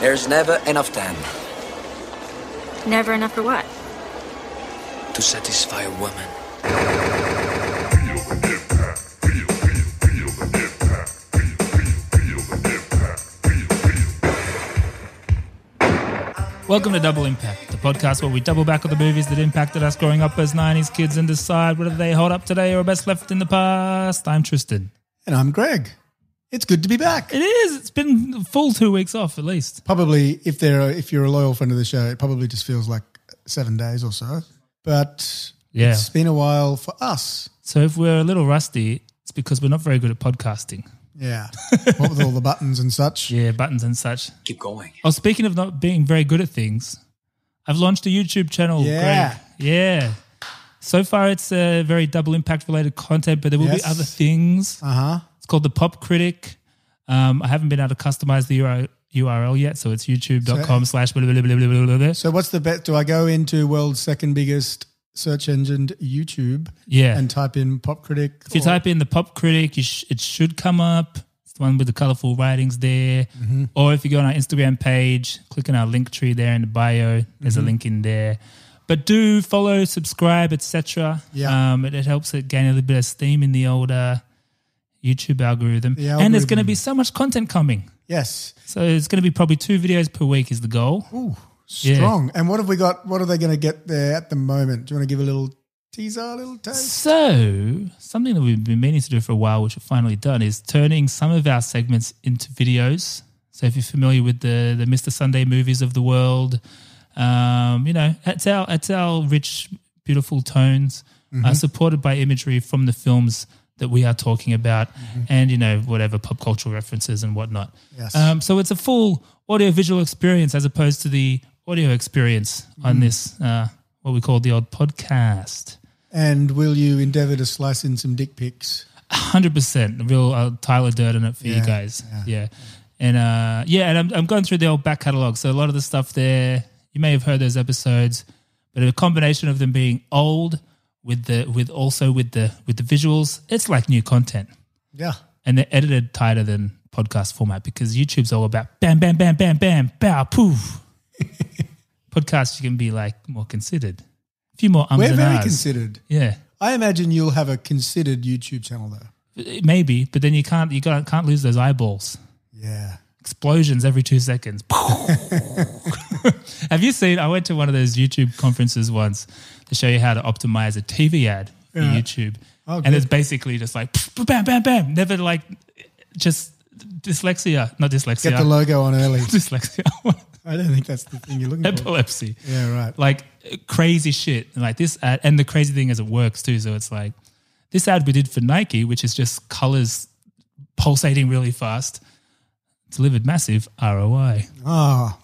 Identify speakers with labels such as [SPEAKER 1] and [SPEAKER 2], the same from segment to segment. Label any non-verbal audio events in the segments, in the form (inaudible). [SPEAKER 1] There's never enough time
[SPEAKER 2] Never enough for what?
[SPEAKER 1] to satisfy a woman.
[SPEAKER 3] Welcome to Double Impact, the podcast where we double back on the movies that impacted us growing up as 90s kids and decide whether they hold up today or are best left in the past. I'm Tristan.
[SPEAKER 4] And I'm Greg. It's good to be back.
[SPEAKER 3] It is. It's been a full two weeks off at least.
[SPEAKER 4] Probably, if there, are, if you're a loyal friend of the show, it probably just feels like seven days or so. But
[SPEAKER 3] Yeah.
[SPEAKER 4] it's been a while for us.
[SPEAKER 3] So if we're a little rusty, it's because we're not very good at podcasting.
[SPEAKER 4] Yeah, what with all the buttons and such.
[SPEAKER 3] Yeah, buttons and such.
[SPEAKER 1] Keep going.
[SPEAKER 3] Oh, speaking of not being very good at things, I've launched a YouTube channel.
[SPEAKER 4] Yeah.
[SPEAKER 3] Greg. Yeah. So far, it's uh, very double impact related content, but there will
[SPEAKER 4] Yes.
[SPEAKER 3] be other things.
[SPEAKER 4] Uh huh.
[SPEAKER 3] It's called the Pop Critic. Um, I haven't been able to customize the URL URL yet, so it's youtube.com slash blah, blah, blah, blah, blah, blah, blah.
[SPEAKER 4] So, what's the bet? Do I go into world's second biggest search engine, YouTube,
[SPEAKER 3] Yeah.
[SPEAKER 4] and type in Pop Critic?
[SPEAKER 3] if you
[SPEAKER 4] or-
[SPEAKER 3] type in the Pop Critic, you sh- it should come up. It's the one with the colorful writings there.
[SPEAKER 4] Mm-hmm.
[SPEAKER 3] Or if you go on our Instagram page, click on our link tree there in the bio. There's
[SPEAKER 4] Mm-hmm.
[SPEAKER 3] a link in there. But do follow, subscribe, etc.
[SPEAKER 4] Yeah.
[SPEAKER 3] um, it, it helps it gain a little bit of steam in the older YouTube algorithm.
[SPEAKER 4] The
[SPEAKER 3] And there's going to
[SPEAKER 4] algorithm.
[SPEAKER 3] be so much content coming.
[SPEAKER 4] yes,
[SPEAKER 3] So it's going to be probably two videos per week is the goal. Yeah.
[SPEAKER 4] strong. And what have we got? What are they going to get there at the moment? Do you want to give a little teaser, a little taste?
[SPEAKER 3] So, something that we've been meaning to do for a while, which we've finally done, is turning some of our segments into videos. So, if you're familiar with the the Mr. Sunday movies of the world, um, you know it's our it's our rich, beautiful tones, uh, supported by imagery from the films that we are talking about, and you know whatever pop cultural references and whatnot.
[SPEAKER 4] Yes.
[SPEAKER 3] Um, so it's a full audio visual experience as opposed to the audio experience on this uh, what we call the old podcast.
[SPEAKER 4] And will you endeavour to slice in some dick pics?
[SPEAKER 3] hundred percent. Real uh, Tyler Durden it for you
[SPEAKER 4] Yeah,
[SPEAKER 3] guys. Yeah.
[SPEAKER 4] yeah.
[SPEAKER 3] And uh, yeah, and I'm, I'm going through the old back catalog. So a lot of the stuff there, you may have heard those episodes, but a combination of them being old with the with also with the with the visuals, it's like new content,
[SPEAKER 4] Yeah.
[SPEAKER 3] and they're edited tighter than podcast format because YouTube's all about bam, bam, bam, bam, bam, bow,
[SPEAKER 4] (laughs)
[SPEAKER 3] poof. Podcasts, you can be like more considered. A few more ums
[SPEAKER 4] We're
[SPEAKER 3] and
[SPEAKER 4] very
[SPEAKER 3] ahs.
[SPEAKER 4] considered.
[SPEAKER 3] Yeah.
[SPEAKER 4] I imagine you'll have a considered YouTube channel though.
[SPEAKER 3] Maybe, but then you can't you can't, can't lose those eyeballs.
[SPEAKER 4] Yeah.
[SPEAKER 3] Explosions every two
[SPEAKER 4] (laughs)
[SPEAKER 3] seconds. (laughs) Have you seen? I went to one of those YouTube conferences once to show you how to optimize a TV ad for
[SPEAKER 4] Yeah.
[SPEAKER 3] YouTube,
[SPEAKER 4] Oh,
[SPEAKER 3] and
[SPEAKER 4] good.
[SPEAKER 3] it's basically just like bam, bam, bam. Never like just dyslexia, not dyslexia,
[SPEAKER 4] Get the logo on
[SPEAKER 3] (laughs)
[SPEAKER 4] early. (laughs)
[SPEAKER 3] dyslexia, (laughs)
[SPEAKER 4] I don't think that's the thing you're looking for.
[SPEAKER 3] epilepsy
[SPEAKER 4] Yeah, right.
[SPEAKER 3] like crazy shit like this ad and the crazy thing is it works too so it's like this ad we did for nike which is just colors pulsating really fast delivered massive roi
[SPEAKER 4] Ah,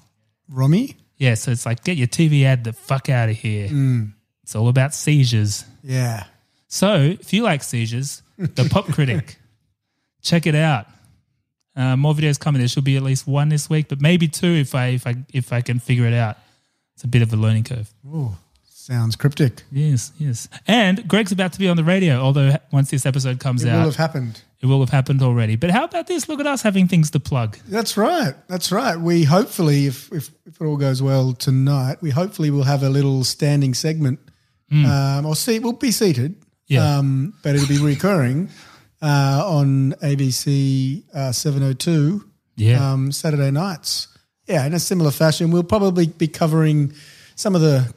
[SPEAKER 4] Romy?
[SPEAKER 3] yeah so it's like get your tv ad the fuck out of here
[SPEAKER 4] Mm.
[SPEAKER 3] it's all about seizures
[SPEAKER 4] Yeah.
[SPEAKER 3] so if you like seizures
[SPEAKER 4] (laughs)
[SPEAKER 3] the pop critic check it out uh, more videos coming there should be at least one this week but maybe two if i if i if i can figure it out it's a bit of a learning curve
[SPEAKER 4] Ooh, sounds cryptic.
[SPEAKER 3] Yes, yes. And Greg's about to be on the radio, although once this episode comes
[SPEAKER 4] It
[SPEAKER 3] out,
[SPEAKER 4] will have happened.
[SPEAKER 3] it will have happened already. But how about this? Look at us having things to plug.
[SPEAKER 4] That's right. That's right. We hopefully, if, if, if it all goes well tonight, we hopefully will have a little standing segment. Um, or see, we'll be seated.
[SPEAKER 3] Hmm. Yeah.
[SPEAKER 4] Um, but it'll be recurring uh, on ABC uh, 702
[SPEAKER 3] Yeah.
[SPEAKER 4] um, Saturday nights. Yeah, in a similar fashion, we'll probably be covering some of the,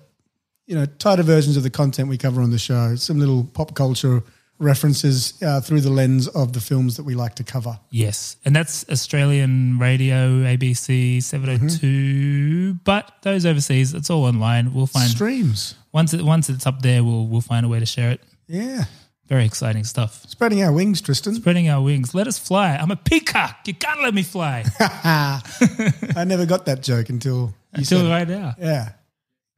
[SPEAKER 4] you know, tighter versions of the content we cover on the show. Some little pop culture references uh, through the lens of the films that we like to cover.
[SPEAKER 3] yes. And that's Australian radio, ABC 702.
[SPEAKER 4] Mm-hmm.
[SPEAKER 3] But those overseas, it's all online. We'll find
[SPEAKER 4] Streams,
[SPEAKER 3] once it once it's up there, we'll we'll find a way to share it.
[SPEAKER 4] yeah,
[SPEAKER 3] Very exciting stuff.
[SPEAKER 4] spreading our wings, Tristan.
[SPEAKER 3] (laughs) Spreading our wings. Let us fly. I'm a peacock. You can't let me fly.
[SPEAKER 4] (laughs) I never got that joke until you said
[SPEAKER 3] Until
[SPEAKER 4] it.
[SPEAKER 3] right now.
[SPEAKER 4] Yeah.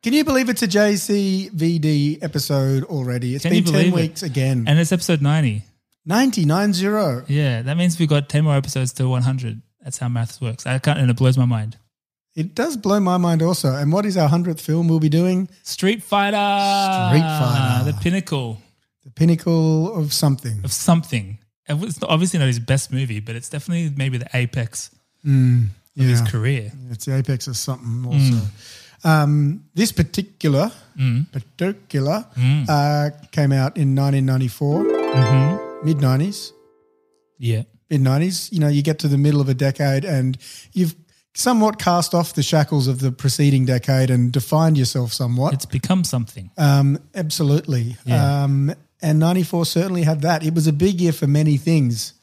[SPEAKER 4] Can you believe it's a JCVD episode already? It's
[SPEAKER 3] Can you
[SPEAKER 4] been ten
[SPEAKER 3] believe it?
[SPEAKER 4] weeks again.
[SPEAKER 3] And it's episode 90.
[SPEAKER 4] Ninety nine zero.
[SPEAKER 3] Yeah, that means we've got 10 more episodes to 100. That's how maths works. I can't, and it blows my mind.
[SPEAKER 4] It does blow my mind also. And what is our hundredth film we'll be doing?
[SPEAKER 3] Street Fighter.
[SPEAKER 4] Street Fighter.
[SPEAKER 3] The pinnacle
[SPEAKER 4] The pinnacle of something.
[SPEAKER 3] of something. It was obviously not his best movie, but it's definitely maybe the apex of his
[SPEAKER 4] Mm, Yeah.
[SPEAKER 3] career.
[SPEAKER 4] It's the apex of
[SPEAKER 3] Mm.
[SPEAKER 4] something also. Um, this particular
[SPEAKER 3] Mm.
[SPEAKER 4] particular uh, came out in 1994,
[SPEAKER 3] Mm-hmm.
[SPEAKER 4] mid 90s,
[SPEAKER 3] Yeah.
[SPEAKER 4] mid 90s. You know, you get to the middle of a decade and you've somewhat cast off the shackles of the preceding decade and defined yourself somewhat.
[SPEAKER 3] It's become something.
[SPEAKER 4] Um, absolutely.
[SPEAKER 3] Yeah.
[SPEAKER 4] Um, and 94 certainly had that. It was a big year for many things.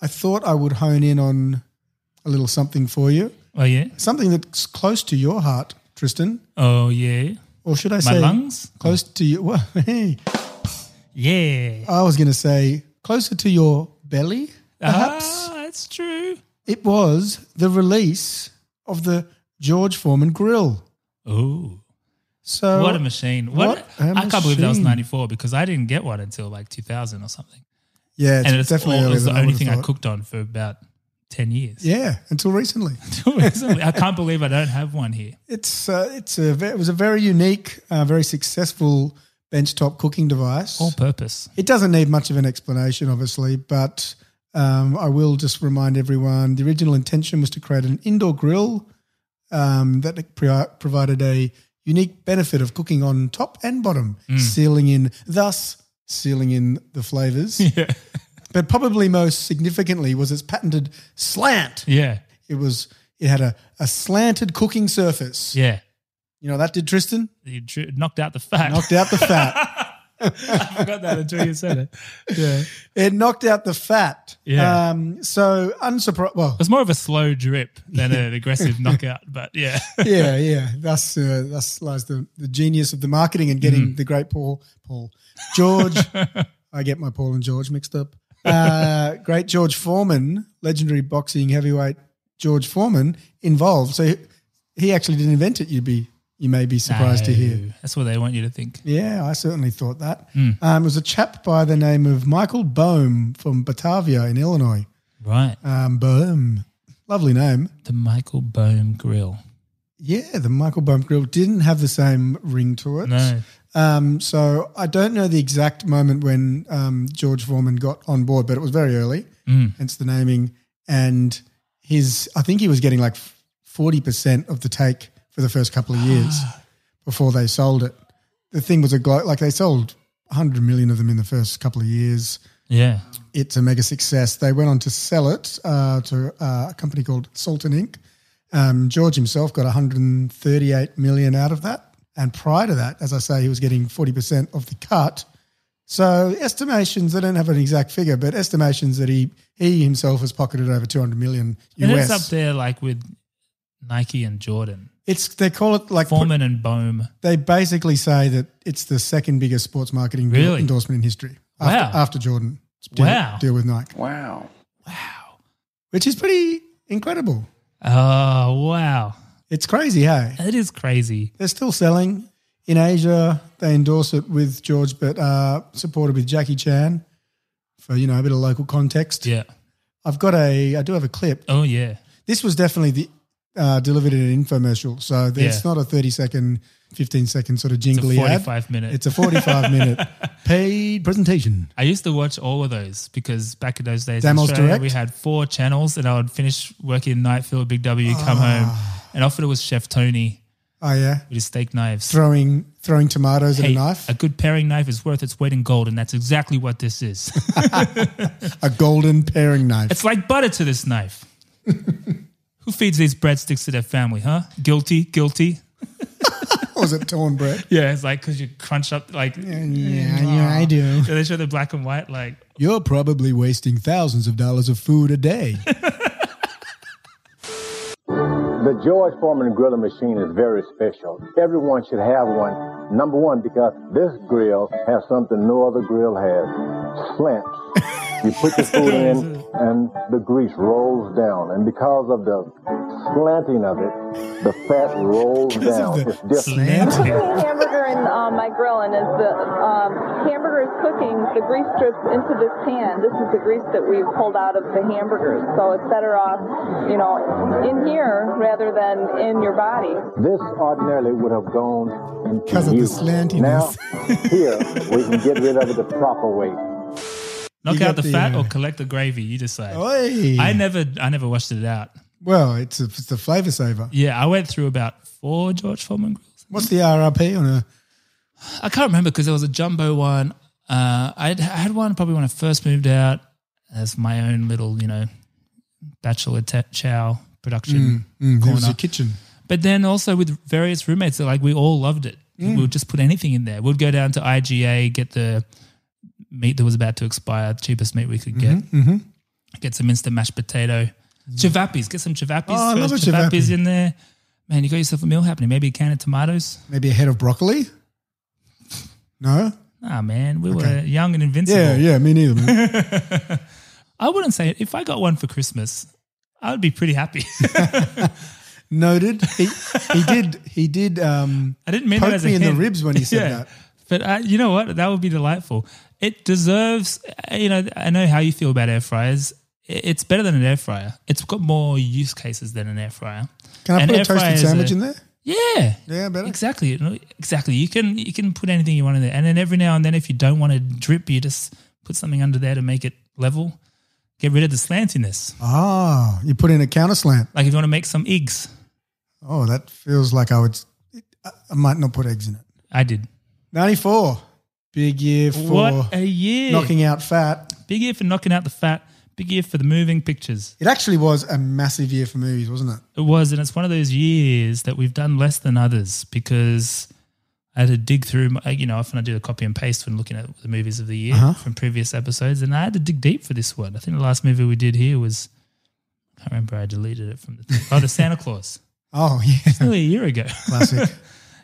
[SPEAKER 4] I thought I would hone in on a little something for you,
[SPEAKER 3] oh, yeah.
[SPEAKER 4] something that's close to your heart, Tristan.
[SPEAKER 3] Oh, yeah.
[SPEAKER 4] Or should I
[SPEAKER 3] My
[SPEAKER 4] say
[SPEAKER 3] lungs?
[SPEAKER 4] close to you? (laughs) Well, hey,
[SPEAKER 3] Yeah.
[SPEAKER 4] I was going to say closer to your belly, perhaps.
[SPEAKER 3] Ah, that's true.
[SPEAKER 4] It was the release of the George Foreman grill.
[SPEAKER 3] Oh.
[SPEAKER 4] So
[SPEAKER 3] What a machine. What,
[SPEAKER 4] Oh, What a
[SPEAKER 3] I can't believe that was
[SPEAKER 4] machine.
[SPEAKER 3] 94 because I didn't get one until like 2000 or something.
[SPEAKER 4] yeah, it's
[SPEAKER 3] and it's
[SPEAKER 4] definitely
[SPEAKER 3] all, it
[SPEAKER 4] earlier
[SPEAKER 3] was
[SPEAKER 4] than
[SPEAKER 3] the only
[SPEAKER 4] would've
[SPEAKER 3] thing I
[SPEAKER 4] thought.
[SPEAKER 3] cooked on for about 10 years.
[SPEAKER 4] Yeah, until recently.
[SPEAKER 3] (laughs) I can't believe I don't have one here.
[SPEAKER 4] It's uh, it's a ve- it was a very unique, uh, very successful benchtop cooking device.
[SPEAKER 3] All
[SPEAKER 4] (laughs)
[SPEAKER 3] purpose.
[SPEAKER 4] It doesn't need much of an explanation, obviously, but um, I will just remind everyone the original intention was to create an indoor grill um, that pri- provided a unique benefit of cooking on top and bottom,
[SPEAKER 3] Mm.
[SPEAKER 4] sealing in, thus sealing in the flavors. But probably most significantly was its patented slant.
[SPEAKER 3] Yeah.
[SPEAKER 4] It was it had a, a slanted cooking surface.
[SPEAKER 3] Yeah.
[SPEAKER 4] You know what that did Tristan?
[SPEAKER 3] You dr- knocked out the fat.
[SPEAKER 4] Knocked out the
[SPEAKER 3] (laughs)
[SPEAKER 4] fat.
[SPEAKER 3] I forgot that until you said it. Yeah.
[SPEAKER 4] it knocked out the fat.
[SPEAKER 3] Yeah.
[SPEAKER 4] Um, so unsurprised. Well,
[SPEAKER 3] It was more of a slow drip than an
[SPEAKER 4] (laughs)
[SPEAKER 3] aggressive knockout, but yeah.
[SPEAKER 4] yeah, yeah. That's uh, that's lies the, the genius of the marketing and getting
[SPEAKER 3] Mm.
[SPEAKER 4] the great Paul, Paul,
[SPEAKER 3] (laughs)
[SPEAKER 4] George. I get my Paul and George mixed up. Uh, great George Foreman, legendary boxing heavyweight George Foreman involved. So he, he actually didn't invent it. You'd be you may be surprised to hear.
[SPEAKER 3] No, That's what they want you to think.
[SPEAKER 4] Yeah, I certainly thought that.
[SPEAKER 3] Hmm.
[SPEAKER 4] Um, it was a chap by the name of Michael Bohm from Batavia in Illinois.
[SPEAKER 3] Right.
[SPEAKER 4] Um, Bohm, lovely name.
[SPEAKER 3] The Michael Bohm Grill.
[SPEAKER 4] Yeah, the Michael Bohm grill didn't have the same ring to it.
[SPEAKER 3] No.
[SPEAKER 4] Um, so I don't know the exact moment when um, George Foreman got on board, but it was very early, hence the naming. And his, I think he was getting like 40% of the take for the first couple of years before they sold it. The thing was a glo- like they sold 100 million of them in the first couple of years.
[SPEAKER 3] Yeah.
[SPEAKER 4] It's a mega success. They went on to sell it uh, to uh, a company called Sultan Inc. Um, George himself got 138 million out of that. And prior to that, as I say, he was getting 40% of the cut. So estimations, they don't have an exact figure, but estimations that he he himself has pocketed over 200 million
[SPEAKER 3] And it's up
[SPEAKER 4] US.
[SPEAKER 3] there like with Nike and Jordan.
[SPEAKER 4] It's they call it like
[SPEAKER 3] Foreman and Bohm.
[SPEAKER 4] they basically say that it's the second biggest sports marketing
[SPEAKER 3] Really?
[SPEAKER 4] endorsement in history
[SPEAKER 3] Wow.
[SPEAKER 4] after, after Jordan. Deal-
[SPEAKER 3] Wow.
[SPEAKER 4] Deal with Nike.
[SPEAKER 1] Wow.
[SPEAKER 3] Wow.
[SPEAKER 4] which is pretty incredible.
[SPEAKER 3] Oh, wow.
[SPEAKER 4] It's crazy, hey?
[SPEAKER 3] That is crazy.
[SPEAKER 4] They're still selling in Asia. They endorse it with George, but uh, supported with Jackie Chan for you know a bit of local context.
[SPEAKER 3] Yeah.
[SPEAKER 4] I've got a, I do have a clip.
[SPEAKER 3] Oh, yeah.
[SPEAKER 4] This was definitely the uh, delivered in an infomercial, so it's
[SPEAKER 3] Yeah.
[SPEAKER 4] not a thirty second, fifteen second sort of
[SPEAKER 3] It's a
[SPEAKER 4] jingly ad.
[SPEAKER 3] 45 minute.
[SPEAKER 4] It's a forty five minute
[SPEAKER 3] (laughs)
[SPEAKER 4] paid presentation.
[SPEAKER 3] I used to watch all of those because back in those days, in
[SPEAKER 4] Damel's
[SPEAKER 3] Australia,
[SPEAKER 4] Direct?
[SPEAKER 3] we had four channels, and I would finish working night field, Big W, come
[SPEAKER 4] Ah.
[SPEAKER 3] home, and often it was Chef Tony
[SPEAKER 4] Oh yeah,
[SPEAKER 3] with his steak knives.
[SPEAKER 4] throwing throwing tomatoes at
[SPEAKER 3] Hey,
[SPEAKER 4] a knife,
[SPEAKER 3] A good paring knife is worth its weight in gold, and that's exactly what this is.
[SPEAKER 4] (laughs) a golden paring knife.
[SPEAKER 3] it's like butter to this
[SPEAKER 4] (laughs)
[SPEAKER 3] knife. Who feeds these breadsticks to their family, huh? Guilty, guilty.
[SPEAKER 4] Or was it torn
[SPEAKER 3] (laughs)
[SPEAKER 4] bread?
[SPEAKER 3] Yeah, it's like because you crunch up, like, (laughs)
[SPEAKER 4] Yeah, yeah, I do.
[SPEAKER 3] so they show the black and white, like,
[SPEAKER 4] You're probably wasting thousands of dollars of food a
[SPEAKER 3] (laughs)
[SPEAKER 4] day.
[SPEAKER 5] The George Foreman grilling machine is very special. Everyone should have one. Number one, because this grill has something no other grill has slants. You put your
[SPEAKER 4] (laughs)
[SPEAKER 5] food in, and the grease rolls down. And because of the slanting of it, the fat rolls
[SPEAKER 4] Because
[SPEAKER 5] down.
[SPEAKER 4] of the
[SPEAKER 5] It's different.
[SPEAKER 3] slanted.
[SPEAKER 6] putting hamburger in um, my grill, and as the um, hamburger is cooking, the grease drips into this pan. This is the grease that we've pulled out of the hamburgers, so it's better off, you know, in here rather than in your body.
[SPEAKER 5] This ordinarily would have gone into
[SPEAKER 4] Because of the
[SPEAKER 5] use. Now,
[SPEAKER 4] slantiness.
[SPEAKER 5] here, we can get rid of it the proper way.
[SPEAKER 3] knock
[SPEAKER 4] You
[SPEAKER 3] out
[SPEAKER 4] got
[SPEAKER 3] the,
[SPEAKER 4] the,
[SPEAKER 3] fat
[SPEAKER 4] uh, Oh,
[SPEAKER 3] or collect the gravy. You decide.
[SPEAKER 4] Oi.
[SPEAKER 3] I never, I never washed it out.
[SPEAKER 4] Well, it's a, it's the flavor saver.
[SPEAKER 3] Yeah, I went through about four George Foreman grills.
[SPEAKER 4] What's the RRP on a?
[SPEAKER 3] I can't remember because there was a jumbo one. Uh, I'd, I had one probably when I first moved out as my own little, you know, bachelor te- chow production
[SPEAKER 4] Mm, it was
[SPEAKER 3] corner.
[SPEAKER 4] a kitchen.
[SPEAKER 3] But then also with various roommates, that, like we all loved it.
[SPEAKER 4] Mm.
[SPEAKER 3] We would just put anything in there. We'd go down to IGA, get the meat that was about to expire, cheapest meat we could get.
[SPEAKER 4] Mm-hmm,
[SPEAKER 3] Get some instant mashed potato, chivapis. Get some chivapis.
[SPEAKER 4] Mm. Oh, I
[SPEAKER 3] throw
[SPEAKER 4] love a
[SPEAKER 3] chivapis
[SPEAKER 4] chivapi.
[SPEAKER 3] in there. Man, you got yourself a meal happening. Maybe a can of tomatoes.
[SPEAKER 4] Maybe a head of broccoli. No.
[SPEAKER 3] Ah, man, we were young and invincible.
[SPEAKER 4] Yeah, yeah, me
[SPEAKER 3] (laughs)
[SPEAKER 4] neither. Man.
[SPEAKER 3] I wouldn't say if I got one for Christmas, I would be pretty happy. (laughs)
[SPEAKER 4] Noted. He, he did. He did. Um,
[SPEAKER 3] I didn't mean
[SPEAKER 4] poke
[SPEAKER 3] that as a
[SPEAKER 4] me in the
[SPEAKER 3] hint.
[SPEAKER 4] ribs when he said that.
[SPEAKER 3] But uh, you know what? That would be delightful. It deserves. uh, You know, I know how you feel about air fryers. I- It's better than an air fryer. It's got more use cases than an air fryer.
[SPEAKER 4] Can I
[SPEAKER 3] An
[SPEAKER 4] put a
[SPEAKER 3] air fryer
[SPEAKER 4] toasted
[SPEAKER 3] is a-
[SPEAKER 4] sandwich in there?
[SPEAKER 3] Yeah.
[SPEAKER 4] Yeah, better.
[SPEAKER 3] Exactly. No, Exactly. You can you can put anything you want in there, and then every now and then, if you don't want to drip, you just put something under there to make it level. Get rid of the slantiness.
[SPEAKER 4] Ah, you put in a counter slant.
[SPEAKER 3] Like if you want to make some eggs,
[SPEAKER 4] Oh, that feels like I would. I- I might not put eggs in it.
[SPEAKER 3] I did.
[SPEAKER 4] 94. Big year for
[SPEAKER 3] what a year!
[SPEAKER 4] knocking out fat.
[SPEAKER 3] Big year for knocking out the fat. Big year for the moving pictures.
[SPEAKER 4] It actually was a massive year for movies, wasn't it?
[SPEAKER 3] It was, and it's one of those years that we've done less than others because I had to dig through. My, you know, often I do a copy and paste when looking at the movies of the year
[SPEAKER 4] Uh-huh.
[SPEAKER 3] from previous episodes, and I had to dig deep for this one. I think the last movie we did here was I can't remember. I deleted it from the oh, the Santa
[SPEAKER 4] (laughs)
[SPEAKER 3] Claus.
[SPEAKER 4] Oh, yeah.
[SPEAKER 3] Nearly a year ago. (laughs)
[SPEAKER 4] Classic.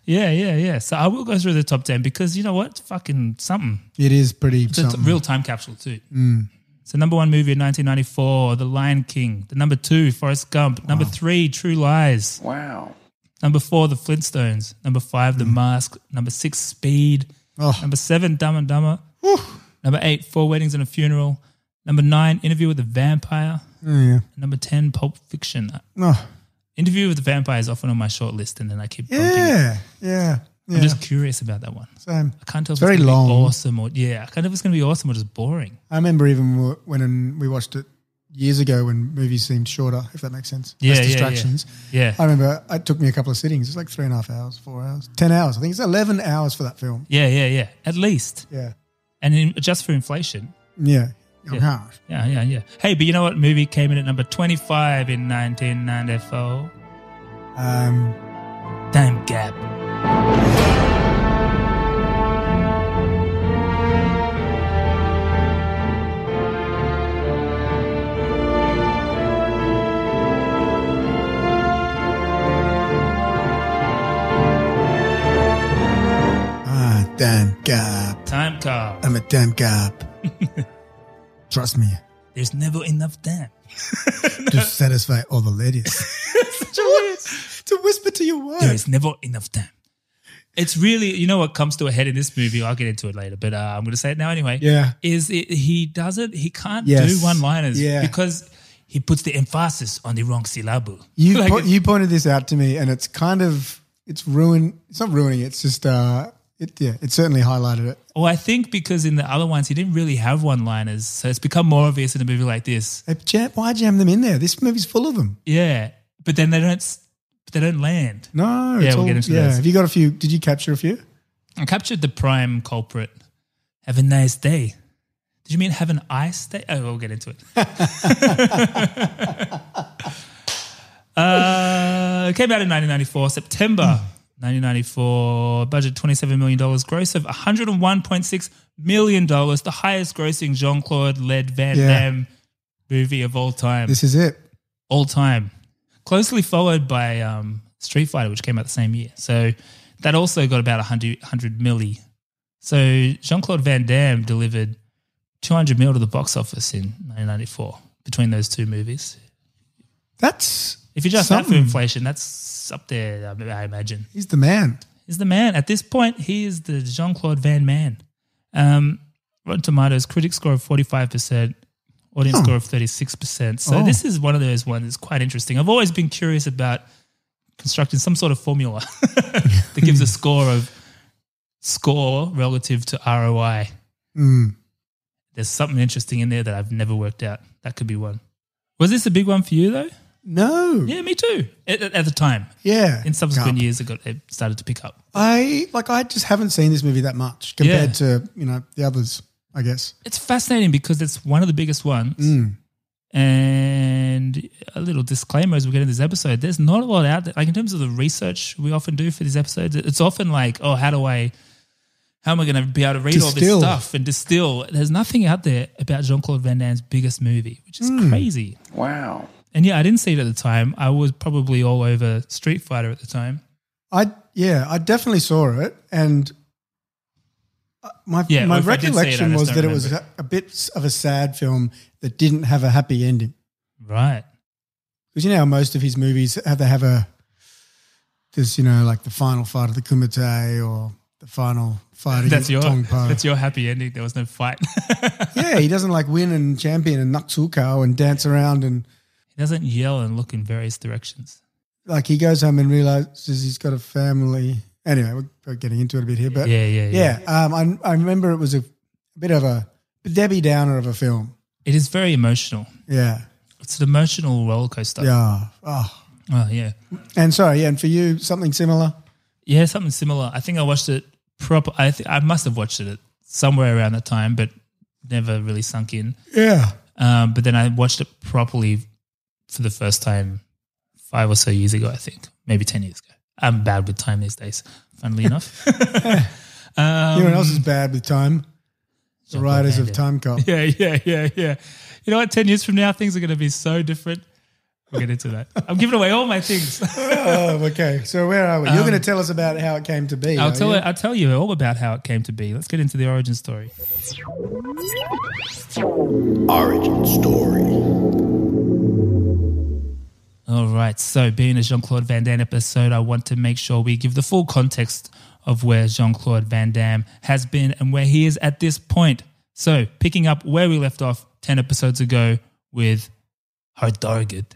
[SPEAKER 3] yeah, yeah, yeah. So I will go through the top ten because you know what? It's fucking something.
[SPEAKER 4] it is pretty.
[SPEAKER 3] It's a t-
[SPEAKER 4] something. Mm.
[SPEAKER 3] real time capsule too. So number one movie in 1994, The Lion King. The number two, Forrest Gump. Number three, True Lies.
[SPEAKER 1] Wow.
[SPEAKER 3] Number four, The Flintstones. Number five, The Mask. Number six, Speed.
[SPEAKER 4] Mm. Oh.
[SPEAKER 3] Number seven, Dumb and Dumber. Number eight, Four Weddings and a Funeral. Number nine, Interview with the Vampire.
[SPEAKER 4] yeah.
[SPEAKER 3] Number ten, Pulp Fiction.
[SPEAKER 4] No.
[SPEAKER 3] Interview with the Vampire is often on my short list, and then I keep bumping it.
[SPEAKER 4] Yeah. Yeah. Yeah.
[SPEAKER 3] I'm just curious about that one.
[SPEAKER 4] Same.
[SPEAKER 3] I can't tell if
[SPEAKER 4] It's very
[SPEAKER 3] it's gonna
[SPEAKER 4] long.
[SPEAKER 3] be awesome or yeah. I can't tell if it's going to be awesome or just boring.
[SPEAKER 4] I remember even wh- when we watched it years ago when movies seemed shorter, if that makes sense.
[SPEAKER 3] Yeah,
[SPEAKER 4] Less
[SPEAKER 3] yeah, yeah.
[SPEAKER 4] distractions.
[SPEAKER 3] Yeah.
[SPEAKER 4] I remember it took me a couple of sittings. It's like three and a half hours, four hours, 10 hours. I think it's 11 hours for that film.
[SPEAKER 3] Yeah, yeah, yeah. At least,
[SPEAKER 4] Yeah.
[SPEAKER 3] and in, just for inflation.
[SPEAKER 4] Yeah. yeah.
[SPEAKER 3] Yeah, yeah, yeah. Hey, but you know what movie came in at number 25 in 1994?
[SPEAKER 4] Um,
[SPEAKER 3] Time Gap.
[SPEAKER 4] ah, damn gap.
[SPEAKER 3] Time Cop.
[SPEAKER 4] I'm a
[SPEAKER 3] (laughs)
[SPEAKER 4] damn gap. Trust me.
[SPEAKER 3] There's never enough time.
[SPEAKER 4] to satisfy all
[SPEAKER 3] (laughs)
[SPEAKER 4] the ladies. to whisper to your wife.
[SPEAKER 3] There is never enough time. It's really, you know what comes to a head in this movie? I'll get into it later, but uh, I'm going to say it now anyway.
[SPEAKER 4] Yeah.
[SPEAKER 3] Is it, he doesn't, he can't
[SPEAKER 4] Yes.
[SPEAKER 3] do one liners
[SPEAKER 4] Yeah.
[SPEAKER 3] because he puts the emphasis on the wrong syllable.
[SPEAKER 4] You
[SPEAKER 3] Like
[SPEAKER 4] po-
[SPEAKER 3] it-
[SPEAKER 4] you pointed this out to me, and it's kind of it's ruined. It's not ruining. it, It's just uh, it yeah. It certainly highlighted it.
[SPEAKER 3] Well, I think because in the other ones he didn't really have one-liners, so it's become more obvious in a movie like this.
[SPEAKER 4] Hey, jam- why jam them in there? This movie's full of them.
[SPEAKER 3] Yeah, but then they don't s- they don't land.
[SPEAKER 4] No,
[SPEAKER 3] Yeah,
[SPEAKER 4] it's
[SPEAKER 3] we'll get into
[SPEAKER 4] yeah.
[SPEAKER 3] those.
[SPEAKER 4] Have you got a few? Did you capture a few?
[SPEAKER 3] I captured the prime culprit. Have a nice day. Did you mean have an ice day? Oh, we'll get into it. (laughs) uh, it came out in 1994, September 1994. Budget $27 million. Gross of $101.6 million. The highest grossing Jean Claude Led Van
[SPEAKER 4] Yeah.
[SPEAKER 3] Damme movie of all time.
[SPEAKER 4] This is it.
[SPEAKER 3] all time. Closely followed by um, Street Fighter, which came out the same year. So that also got about 100, 100 milli. So Jean Claude Van Damme delivered 200 mil to the box office in 1994 between those two movies.
[SPEAKER 4] That's
[SPEAKER 3] If you just that for
[SPEAKER 4] something.
[SPEAKER 3] inflation, that's up there, I I imagine.
[SPEAKER 4] He's the man.
[SPEAKER 3] He's the man. At this point, he is the Jean Claude Van Man. Um, Rotten Tomatoes critic score of 45%, audience score of 36%. So
[SPEAKER 4] Hmm. Oh.
[SPEAKER 3] this is one of those ones that's quite interesting. I've always been curious about constructing some sort of formula (laughs) that gives a score of score relative to ROI.
[SPEAKER 4] Mm.
[SPEAKER 3] There's something interesting in there that I've never worked out. That could be one. Was this a big one for you, though?
[SPEAKER 4] No.
[SPEAKER 3] Yeah, me too. At, at- at the time.
[SPEAKER 4] Hmm. Yeah.
[SPEAKER 3] In subsequent
[SPEAKER 4] Carp.
[SPEAKER 3] years, it got it started to pick up.
[SPEAKER 4] I like I just haven't seen this movie that much compared to, you know, the others, I guess.
[SPEAKER 3] It's fascinating because it's one of the biggest ones. And a little disclaimer as we get in this episode, there's not a lot out there. Like in terms of the research we often do for these episodes, it's often like, oh, how do I, how am I going to be able to read all this
[SPEAKER 4] Distill.
[SPEAKER 3] stuff and distill? There's nothing out there about Jean Claude Van Damme's biggest movie, which is crazy.
[SPEAKER 1] Wow.
[SPEAKER 3] And yeah, I didn't see it at the time. I was probably all over Street Fighter at the time.
[SPEAKER 4] I yeah, I definitely saw it, and uh, my
[SPEAKER 3] Yeah,
[SPEAKER 4] my
[SPEAKER 3] if I did see it, I
[SPEAKER 4] recollection
[SPEAKER 3] just
[SPEAKER 4] was
[SPEAKER 3] don't
[SPEAKER 4] that it was a,
[SPEAKER 3] remember
[SPEAKER 4] a bit of a sad film that didn't have a happy ending.
[SPEAKER 3] Right.
[SPEAKER 4] Because you know how most of his movies have they have a there's you know like the final fight of the Kumite or the final fight of
[SPEAKER 3] That's your (laughs)
[SPEAKER 4] Tongpa.
[SPEAKER 3] that's your happy ending. There was no fight. (laughs) he
[SPEAKER 4] yeah, he doesn't like win and champion and Naksuko and dance around and
[SPEAKER 3] doesn't yell and look in various directions.
[SPEAKER 4] like he goes home and realizes he's got a family. Anyway, we're- we're getting into it a bit here, but
[SPEAKER 3] Yeah, yeah, yeah.
[SPEAKER 4] yeah. Um, I I remember it was a, bit of a Debbie Downer of a film.
[SPEAKER 3] It is very emotional.
[SPEAKER 4] Yeah,
[SPEAKER 3] It's an emotional roller coaster.
[SPEAKER 4] yeah. Oh.
[SPEAKER 3] Oh yeah.
[SPEAKER 4] And sorry, yeah, and for you, something similar.
[SPEAKER 3] Yeah, something similar. I think I watched it proper I th- I must have watched it at somewhere around that time, but never really sunk in.
[SPEAKER 4] Yeah,
[SPEAKER 3] Um, but then I watched it properly for the first time five or so years ago, I think, maybe 10 years ago. I'm bad with time these days, funnily enough. um,
[SPEAKER 4] everyone else is bad with time. The
[SPEAKER 3] Jean-Claude
[SPEAKER 4] writers of
[SPEAKER 3] Van
[SPEAKER 4] Time Cop.
[SPEAKER 3] (laughs) Yeah, yeah, yeah, yeah. You know what? 10 years from now, things are going to be so different. We'll get into that. I'm giving away all my things.
[SPEAKER 4] Oh, okay. So where are we? You're going to tell us about how it came to be.
[SPEAKER 3] (laughs) Um, I'll
[SPEAKER 4] are
[SPEAKER 3] tell
[SPEAKER 4] you?
[SPEAKER 3] it, I'll tell you all about how it came to be. Let's get into the origin story.
[SPEAKER 7] Origin story.
[SPEAKER 3] All right. So, being a Jean Claude Van Damme episode, I want to make sure we give the full context of where Jean Claude Van Damme has been and where he is at this point. So, picking up where we left off 10 episodes ago with Hardargad.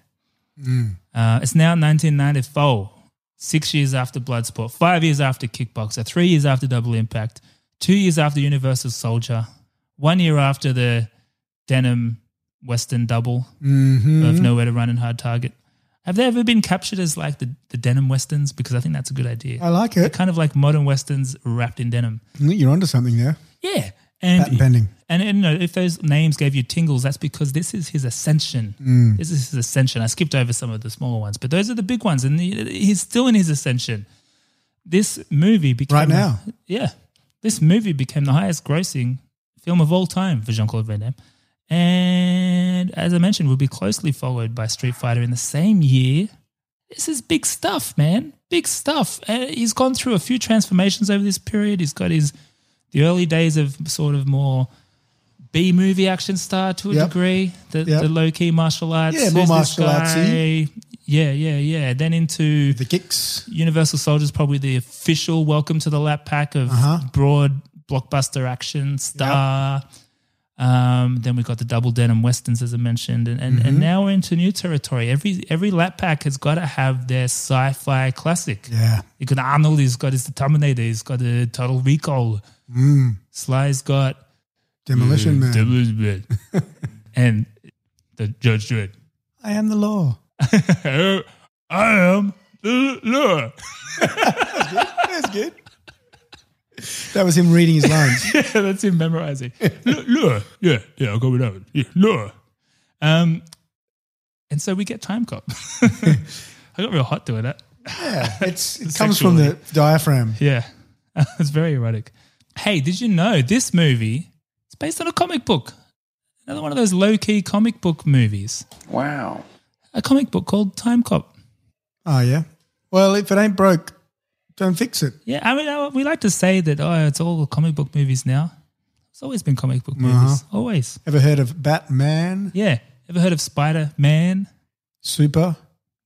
[SPEAKER 4] Mm.
[SPEAKER 3] Uh, it's now 1994, six years after Bloodsport, five years after Kickboxer, three years after Double Impact, two years after Universal Soldier, one year after the Denim Western Double
[SPEAKER 4] Mm-hmm.
[SPEAKER 3] of Nowhere to Run and Hard Target. Have they ever been captured as like the, the denim westerns? Because I think that's a good idea.
[SPEAKER 4] I like it.
[SPEAKER 3] kind of like modern westerns wrapped in denim.
[SPEAKER 4] You're onto something there.
[SPEAKER 3] Yeah. And,
[SPEAKER 4] Patent pending.
[SPEAKER 3] and, and you know, if those names gave you tingles, that's because this is his ascension.
[SPEAKER 4] Mm.
[SPEAKER 3] This is his ascension. I skipped over some of the smaller ones, but those are the big ones. And he- he's still in his ascension. This movie became.
[SPEAKER 4] Right now.
[SPEAKER 3] Yeah. This movie became the highest grossing film of all time for Jean Claude Van Damme. And as I mentioned, will be closely followed by Street Fighter in the same year. This is big stuff, man. Big stuff. And he's gone through a few transformations over this period. He's got his the early days of sort of more B movie action star to a
[SPEAKER 4] Yep.
[SPEAKER 3] degree, the,
[SPEAKER 4] Yep.
[SPEAKER 3] the low key martial arts.
[SPEAKER 4] Yeah, more
[SPEAKER 3] who's this
[SPEAKER 4] martial artsy.
[SPEAKER 3] guy? Yeah, yeah, yeah. Then into
[SPEAKER 4] The kicks.
[SPEAKER 3] Universal Soldier is probably the official welcome to the lap pack of
[SPEAKER 4] Uh-huh.
[SPEAKER 3] broad blockbuster action star. Um, then we've got the double denim westerns, as I mentioned, and and,
[SPEAKER 4] Mm-hmm.
[SPEAKER 3] and now we're into new territory. Every every lap pack has got to have their sci-fi classic.
[SPEAKER 4] Yeah.
[SPEAKER 3] You got Arnold, he's got his Terminator, he's got a Total Recall. Sly's got
[SPEAKER 4] Mm.
[SPEAKER 3] Mm,
[SPEAKER 4] Demolition Man.
[SPEAKER 3] Demolition
[SPEAKER 4] (laughs)
[SPEAKER 3] Man. and the Judge Dredd. (laughs)
[SPEAKER 4] I am the law.
[SPEAKER 3] I am the law.
[SPEAKER 4] That's good. (laughs) That was him reading his (laughs) lines.
[SPEAKER 3] Yeah, (laughs) that's him memorizing. Lu- Lure. Yeah, yeah, I'll go with that one. Yeah, lure. Um, and so we get Time Cop. (laughs) I got real hot doing that.
[SPEAKER 4] It's, it comes from the diaphragm.
[SPEAKER 3] Yeah, (laughs) it's very erotic. Hey, did you know this movie is based on a comic book? Another one of those low key comic book movies.
[SPEAKER 1] Wow.
[SPEAKER 3] A comic book called Time Cop.
[SPEAKER 4] Oh yeah. Well, if it ain't broke, don't fix it.
[SPEAKER 3] Yeah, I mean, uh, we like to say that, oh, it's all comic book movies now. It's always been comic book movies, always.
[SPEAKER 4] Ever heard of Batman?
[SPEAKER 3] Yeah. Ever heard of Spider Man?
[SPEAKER 4] Super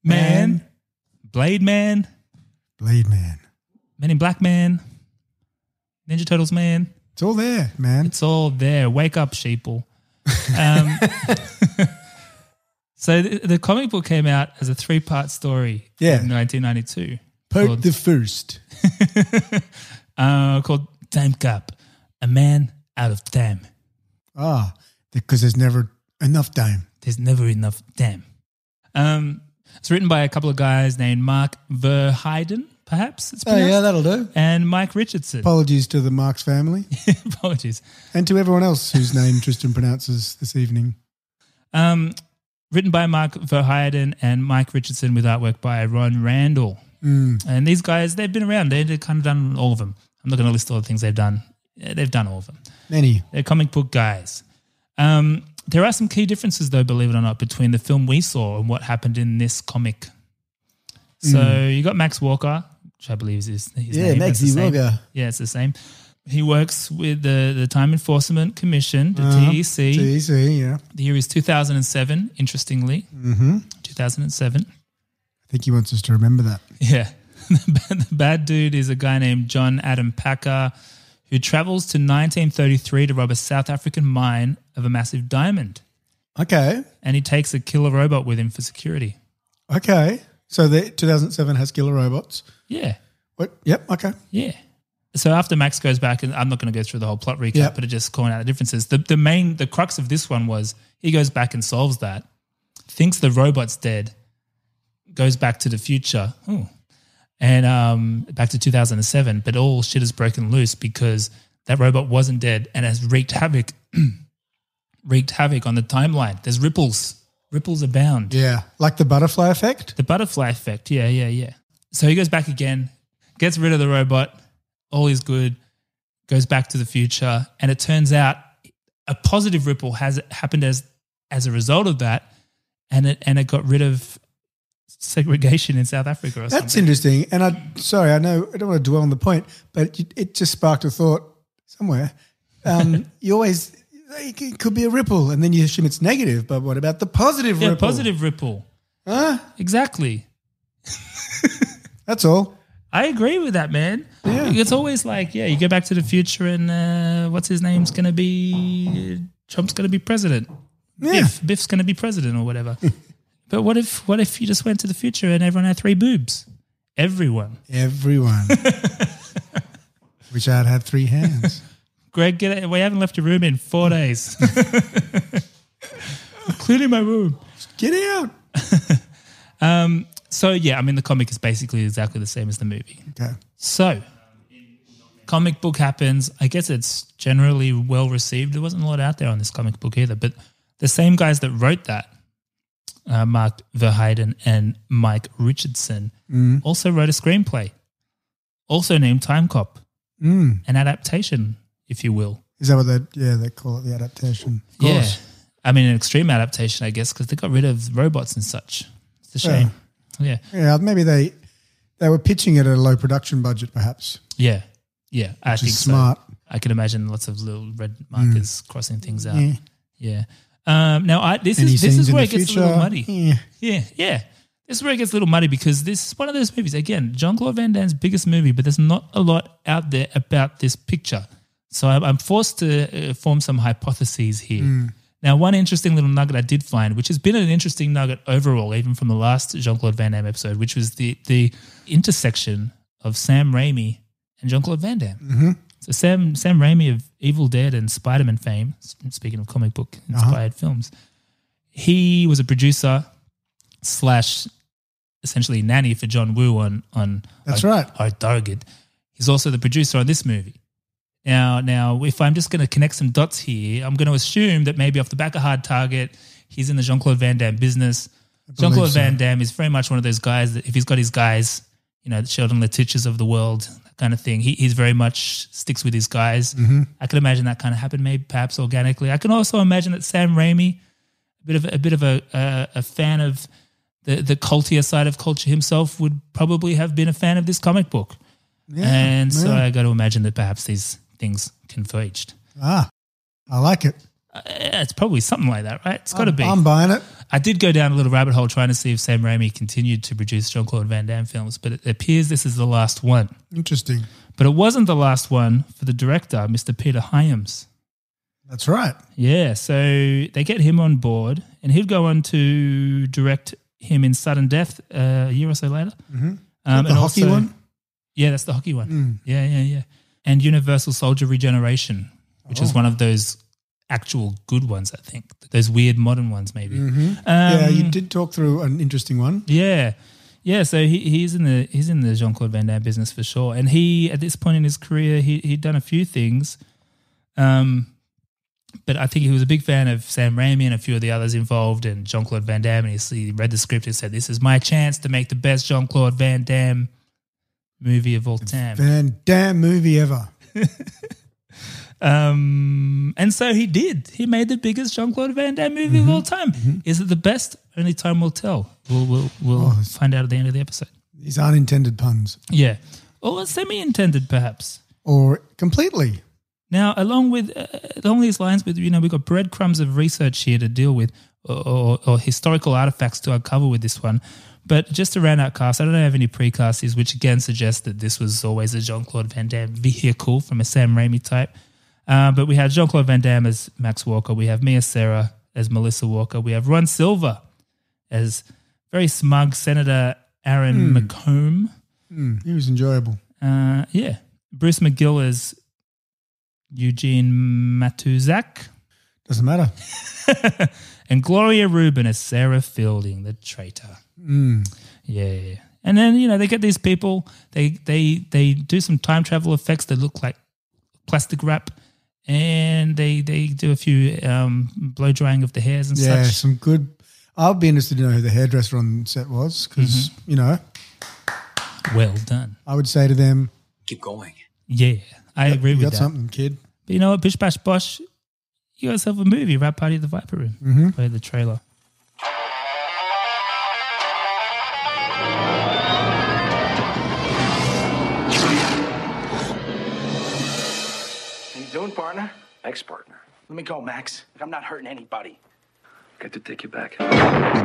[SPEAKER 3] Man, Blade Man,
[SPEAKER 4] Blade Man.
[SPEAKER 3] Men in Black Man, Ninja Turtles Man.
[SPEAKER 4] It's all there, man.
[SPEAKER 3] It's all there. Wake up, sheeple. Um, (laughs) so the, the comic book came out as a three part story
[SPEAKER 4] Yeah.
[SPEAKER 3] in 1992
[SPEAKER 4] Pope
[SPEAKER 3] called-
[SPEAKER 4] the first.
[SPEAKER 3] (laughs) uh, called Time Cup A Man Out of Time.
[SPEAKER 4] Ah, because there's never enough time.
[SPEAKER 3] There's never enough time. Um, It's written by a couple of guys named Mark Verheiden, perhaps it's
[SPEAKER 4] Oh,
[SPEAKER 3] pronounced,
[SPEAKER 4] yeah, that'll do.
[SPEAKER 3] and Mike Richardson.
[SPEAKER 4] Apologies to the Marx family
[SPEAKER 3] (laughs) Apologies.
[SPEAKER 4] and to everyone else whose name Tristan pronounces this evening.
[SPEAKER 3] Um, written by Mark Verheiden and Mike Richardson with artwork by Ron Randall.
[SPEAKER 4] Mm.
[SPEAKER 3] And these guys, they've been around. They've kind of done all of them. I'm not going to list all the things they've done. Yeah, They've done all of them.
[SPEAKER 4] Many.
[SPEAKER 3] They're comic book guys. Um, there are some key differences, though, believe it or not, between the film we saw and what happened in this comic. So you got Max Walker, which I believe is his, his
[SPEAKER 4] Mm. Yeah,
[SPEAKER 3] name. That's the
[SPEAKER 4] Maxie
[SPEAKER 3] same.
[SPEAKER 4] Walker.
[SPEAKER 3] Yeah, it's the same. He works with the, the Time Enforcement Commission, the
[SPEAKER 4] Uh-huh.
[SPEAKER 3] E TEC.
[SPEAKER 4] E TEC, yeah.
[SPEAKER 3] The year is 2007, interestingly. Mm-hmm. 2007.
[SPEAKER 4] I think he wants us to remember that.
[SPEAKER 3] (laughs) Yeah. the bad- the bad dude is a guy named John Adam Packer who travels to 1933 to rob a South African mine of a massive diamond.
[SPEAKER 4] Okay.
[SPEAKER 3] And he takes a killer robot with him for security.
[SPEAKER 4] Okay. So the 2007 has killer robots.
[SPEAKER 3] Yeah.
[SPEAKER 4] What? Yep. Okay.
[SPEAKER 3] Yeah. So after Max goes back, and I'm not going to go through the whole plot recap,
[SPEAKER 4] Yeah.
[SPEAKER 3] but it just calling out the differences. The, the main, the crux of this one was he goes back and solves that, thinks the robot's dead, goes back to the future, Ooh. and um, back to 2007. But all shit is broken loose because that robot wasn't dead and has wreaked havoc, (clears throat) wreaked havoc on the timeline. There's ripples, ripples abound.
[SPEAKER 4] Yeah. Like the butterfly effect.
[SPEAKER 3] The butterfly effect. Yeah, yeah, yeah. So he goes back again, gets rid of the robot. All is good. Goes back to the future, and it turns out a positive ripple has happened as as a result of that, and it and it got rid of segregation in South Africa or
[SPEAKER 4] That's
[SPEAKER 3] something.
[SPEAKER 4] interesting. And I, sorry, I know I don't want to dwell on the point, but it, it just sparked a thought somewhere. (laughs) Um, you always it could be a ripple, and then you assume it's negative. But what about the positive
[SPEAKER 3] yeah,
[SPEAKER 4] ripple?
[SPEAKER 3] positive ripple.
[SPEAKER 4] Huh?
[SPEAKER 3] Exactly.
[SPEAKER 4] That's all.
[SPEAKER 3] I agree with that, man. It's always like, yeah, you go back to the future, and uh, what's his name's going to be? Trump's going to be president.
[SPEAKER 4] Yeah.
[SPEAKER 3] Biff, Biff's going to be president or whatever. but what if what if you just went to the future and everyone had three boobs? Everyone.
[SPEAKER 4] (laughs) Everyone. Wish I'd had three hands.
[SPEAKER 3] Greg, get it. We haven't left your room in four days. Cleaning my room.
[SPEAKER 4] Get out.
[SPEAKER 3] So yeah, I mean the comic is basically exactly the same as the movie.
[SPEAKER 4] Okay.
[SPEAKER 3] So comic book happens. I guess it's generally well received. There wasn't a lot out there on this comic book either, but the same guys that wrote that, uh, Mark Verheiden and Mike Richardson,
[SPEAKER 4] Mm.
[SPEAKER 3] also wrote a screenplay, also named Time Cop,
[SPEAKER 4] Mm.
[SPEAKER 3] an adaptation, if you will.
[SPEAKER 4] Is that what they? Yeah, they call it the adaptation. Of course.
[SPEAKER 3] I mean, an extreme adaptation, I guess, because they got rid of robots and such. It's a shame. yeah.
[SPEAKER 4] Yeah. Maybe they they were pitching it at a low production budget, perhaps.
[SPEAKER 3] Yeah. Yeah. I
[SPEAKER 4] Which
[SPEAKER 3] think
[SPEAKER 4] is smart.
[SPEAKER 3] So. I can imagine lots of little red markers
[SPEAKER 4] Mm.
[SPEAKER 3] crossing things out. Yeah. Um, now, I, this
[SPEAKER 4] Any
[SPEAKER 3] is this
[SPEAKER 4] scenes
[SPEAKER 3] is
[SPEAKER 4] in
[SPEAKER 3] where
[SPEAKER 4] the
[SPEAKER 3] it gets
[SPEAKER 4] future?
[SPEAKER 3] a little muddy.
[SPEAKER 4] Yeah.
[SPEAKER 3] Yeah. Yeah. This is where it gets a little muddy because this is one of those movies. Again, John Claude Van Damme's biggest movie, but there's not a lot out there about this picture. So I'm, I'm forced to uh, form some hypotheses here.
[SPEAKER 4] Mm.
[SPEAKER 3] Now, one interesting little nugget I did find, which has been an interesting nugget overall, even from the last Jean Claude Van Damme episode, which was the the intersection of Sam Raimi and Jean Claude Van Damme. Mm-hmm. So Sam Sam Raimi of Evil Dead and Spider Man fame. s- Speaking of comic book
[SPEAKER 4] Uh-huh.
[SPEAKER 3] inspired films, he was a producer slash essentially nanny for John Woo on on
[SPEAKER 4] That's
[SPEAKER 3] our,
[SPEAKER 4] right.
[SPEAKER 3] our target. He's also the producer on this movie. Now, now, if I'm just going to connect some dots here, I'm going to assume that maybe off the back of Hard Target, he's in the Jean Claude Van Damme business. Jean Claude
[SPEAKER 4] so.
[SPEAKER 3] Van Damme is very much one of those guys that if he's got his guys, you know, the Sheldon Letitia's of the world, that kind of thing. He, he's very much sticks with his guys. I can imagine that kind of happened, maybe perhaps organically. I can also imagine that Sam Raimi, a bit of a bit of a a, a fan of the the cultier side of culture himself, would probably have been a fan of this comic book. and so
[SPEAKER 4] yeah.
[SPEAKER 3] I got to imagine that perhaps these things converged.
[SPEAKER 4] Ah, I like it.
[SPEAKER 3] Uh, It's probably something like that, right? It's got to be.
[SPEAKER 4] I'm buying it.
[SPEAKER 3] I did go down a little rabbit hole trying to see if Sam Raimi continued to produce Jean Claude Van Damme films, but it appears this is the last one.
[SPEAKER 4] Interesting.
[SPEAKER 3] But it wasn't the last one for the director, Mr. Peter Hyams.
[SPEAKER 4] That's right.
[SPEAKER 3] Yeah, so they get him on board, and he'd go on to direct him in Sudden Death uh, a year or so later. Mm-hmm. Um,
[SPEAKER 4] the hockey one? Mm.
[SPEAKER 3] Yeah, that's the hockey
[SPEAKER 4] Oh.
[SPEAKER 3] one. Yeah, yeah, yeah. And Universal Soldier Regeneration, which is one of those actual good ones. I think those weird modern ones, maybe. Um,
[SPEAKER 4] yeah, you did talk through an interesting one.
[SPEAKER 3] Yeah, yeah. So he, he's in the he's in the Jean Claude Van Damme business for sure. And he at this point in his career, he he'd done a few things, um, but I think he was a big fan of Sam Raimi and a few of the others involved, and Jean Claude Van Damme. And he, s- he read the script and said, "This is my chance to make the best Jean Claude Van Damme movie of all time."
[SPEAKER 4] Van Damme movie ever.
[SPEAKER 3] Um, and so he did. He made the biggest Jean Claude Van Damme movie
[SPEAKER 4] Mm-hmm.
[SPEAKER 3] of all time. Is it the best? Only time will tell. We'll we'll, we'll
[SPEAKER 4] Oh, it's-
[SPEAKER 3] find out at the end of the episode.
[SPEAKER 4] These unintended puns,
[SPEAKER 3] Yeah, or semi intended perhaps.
[SPEAKER 4] or completely.
[SPEAKER 3] Now, along with uh, along these lines, with you know, we've got breadcrumbs of research here to deal with, or, or, or historical artifacts to uncover with this one. But just to round out casts, I don't have any precasts, here, which again suggests that this was always a Jean Claude Van Damme vehicle from a Sam Raimi type. Uh, but we had Jean Claude Van Damme as Max Walker. We have Mia Sarah as Melissa Walker. We have Ron Silver as very smug Senator Aaron McComb.
[SPEAKER 4] He was enjoyable.
[SPEAKER 3] Uh, yeah. Bruce McGill as Eugene Matuzak (laughs)
[SPEAKER 4] Doesn't matter.
[SPEAKER 3] and Gloria Rubin as Sarah Fielding, the traitor.
[SPEAKER 4] Hmm.
[SPEAKER 3] Yeah. And then, you know, they get these people, they they they do some time travel effects that look like plastic wrap. And they they do a few um, blow drying of the hairs and (laughs)
[SPEAKER 4] Yeah,
[SPEAKER 3] such.
[SPEAKER 4] some good. I'll be interested to know who the hairdresser on set was because
[SPEAKER 3] Mm-hmm.
[SPEAKER 4] you know
[SPEAKER 3] Well done.
[SPEAKER 4] I would say to them,
[SPEAKER 1] Keep going.
[SPEAKER 3] Yeah, I agree
[SPEAKER 4] "You
[SPEAKER 3] with
[SPEAKER 4] got
[SPEAKER 3] that.
[SPEAKER 4] something, kid."
[SPEAKER 3] But you know what, Bish Bash Bosh, you got yourself a movie, Rap Party at the Viper Room. Mm-hmm. Play the trailer.
[SPEAKER 8] How you doing, partner? Ex-partner. Let me go, Max. Look, I'm not hurting anybody. Good to take you back.
[SPEAKER 7] In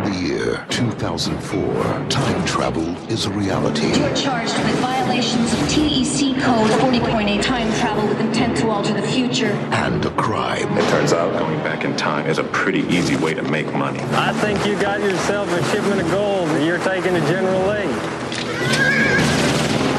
[SPEAKER 7] the year 2004, time travel is a reality.
[SPEAKER 9] You are charged with violations of TEC code 40.8 time travel with intent to alter the future.
[SPEAKER 7] and a crime.
[SPEAKER 10] It turns out going back in time is a pretty easy way to make money.
[SPEAKER 11] I think you got yourself a shipment of gold that you're taking to General Lee.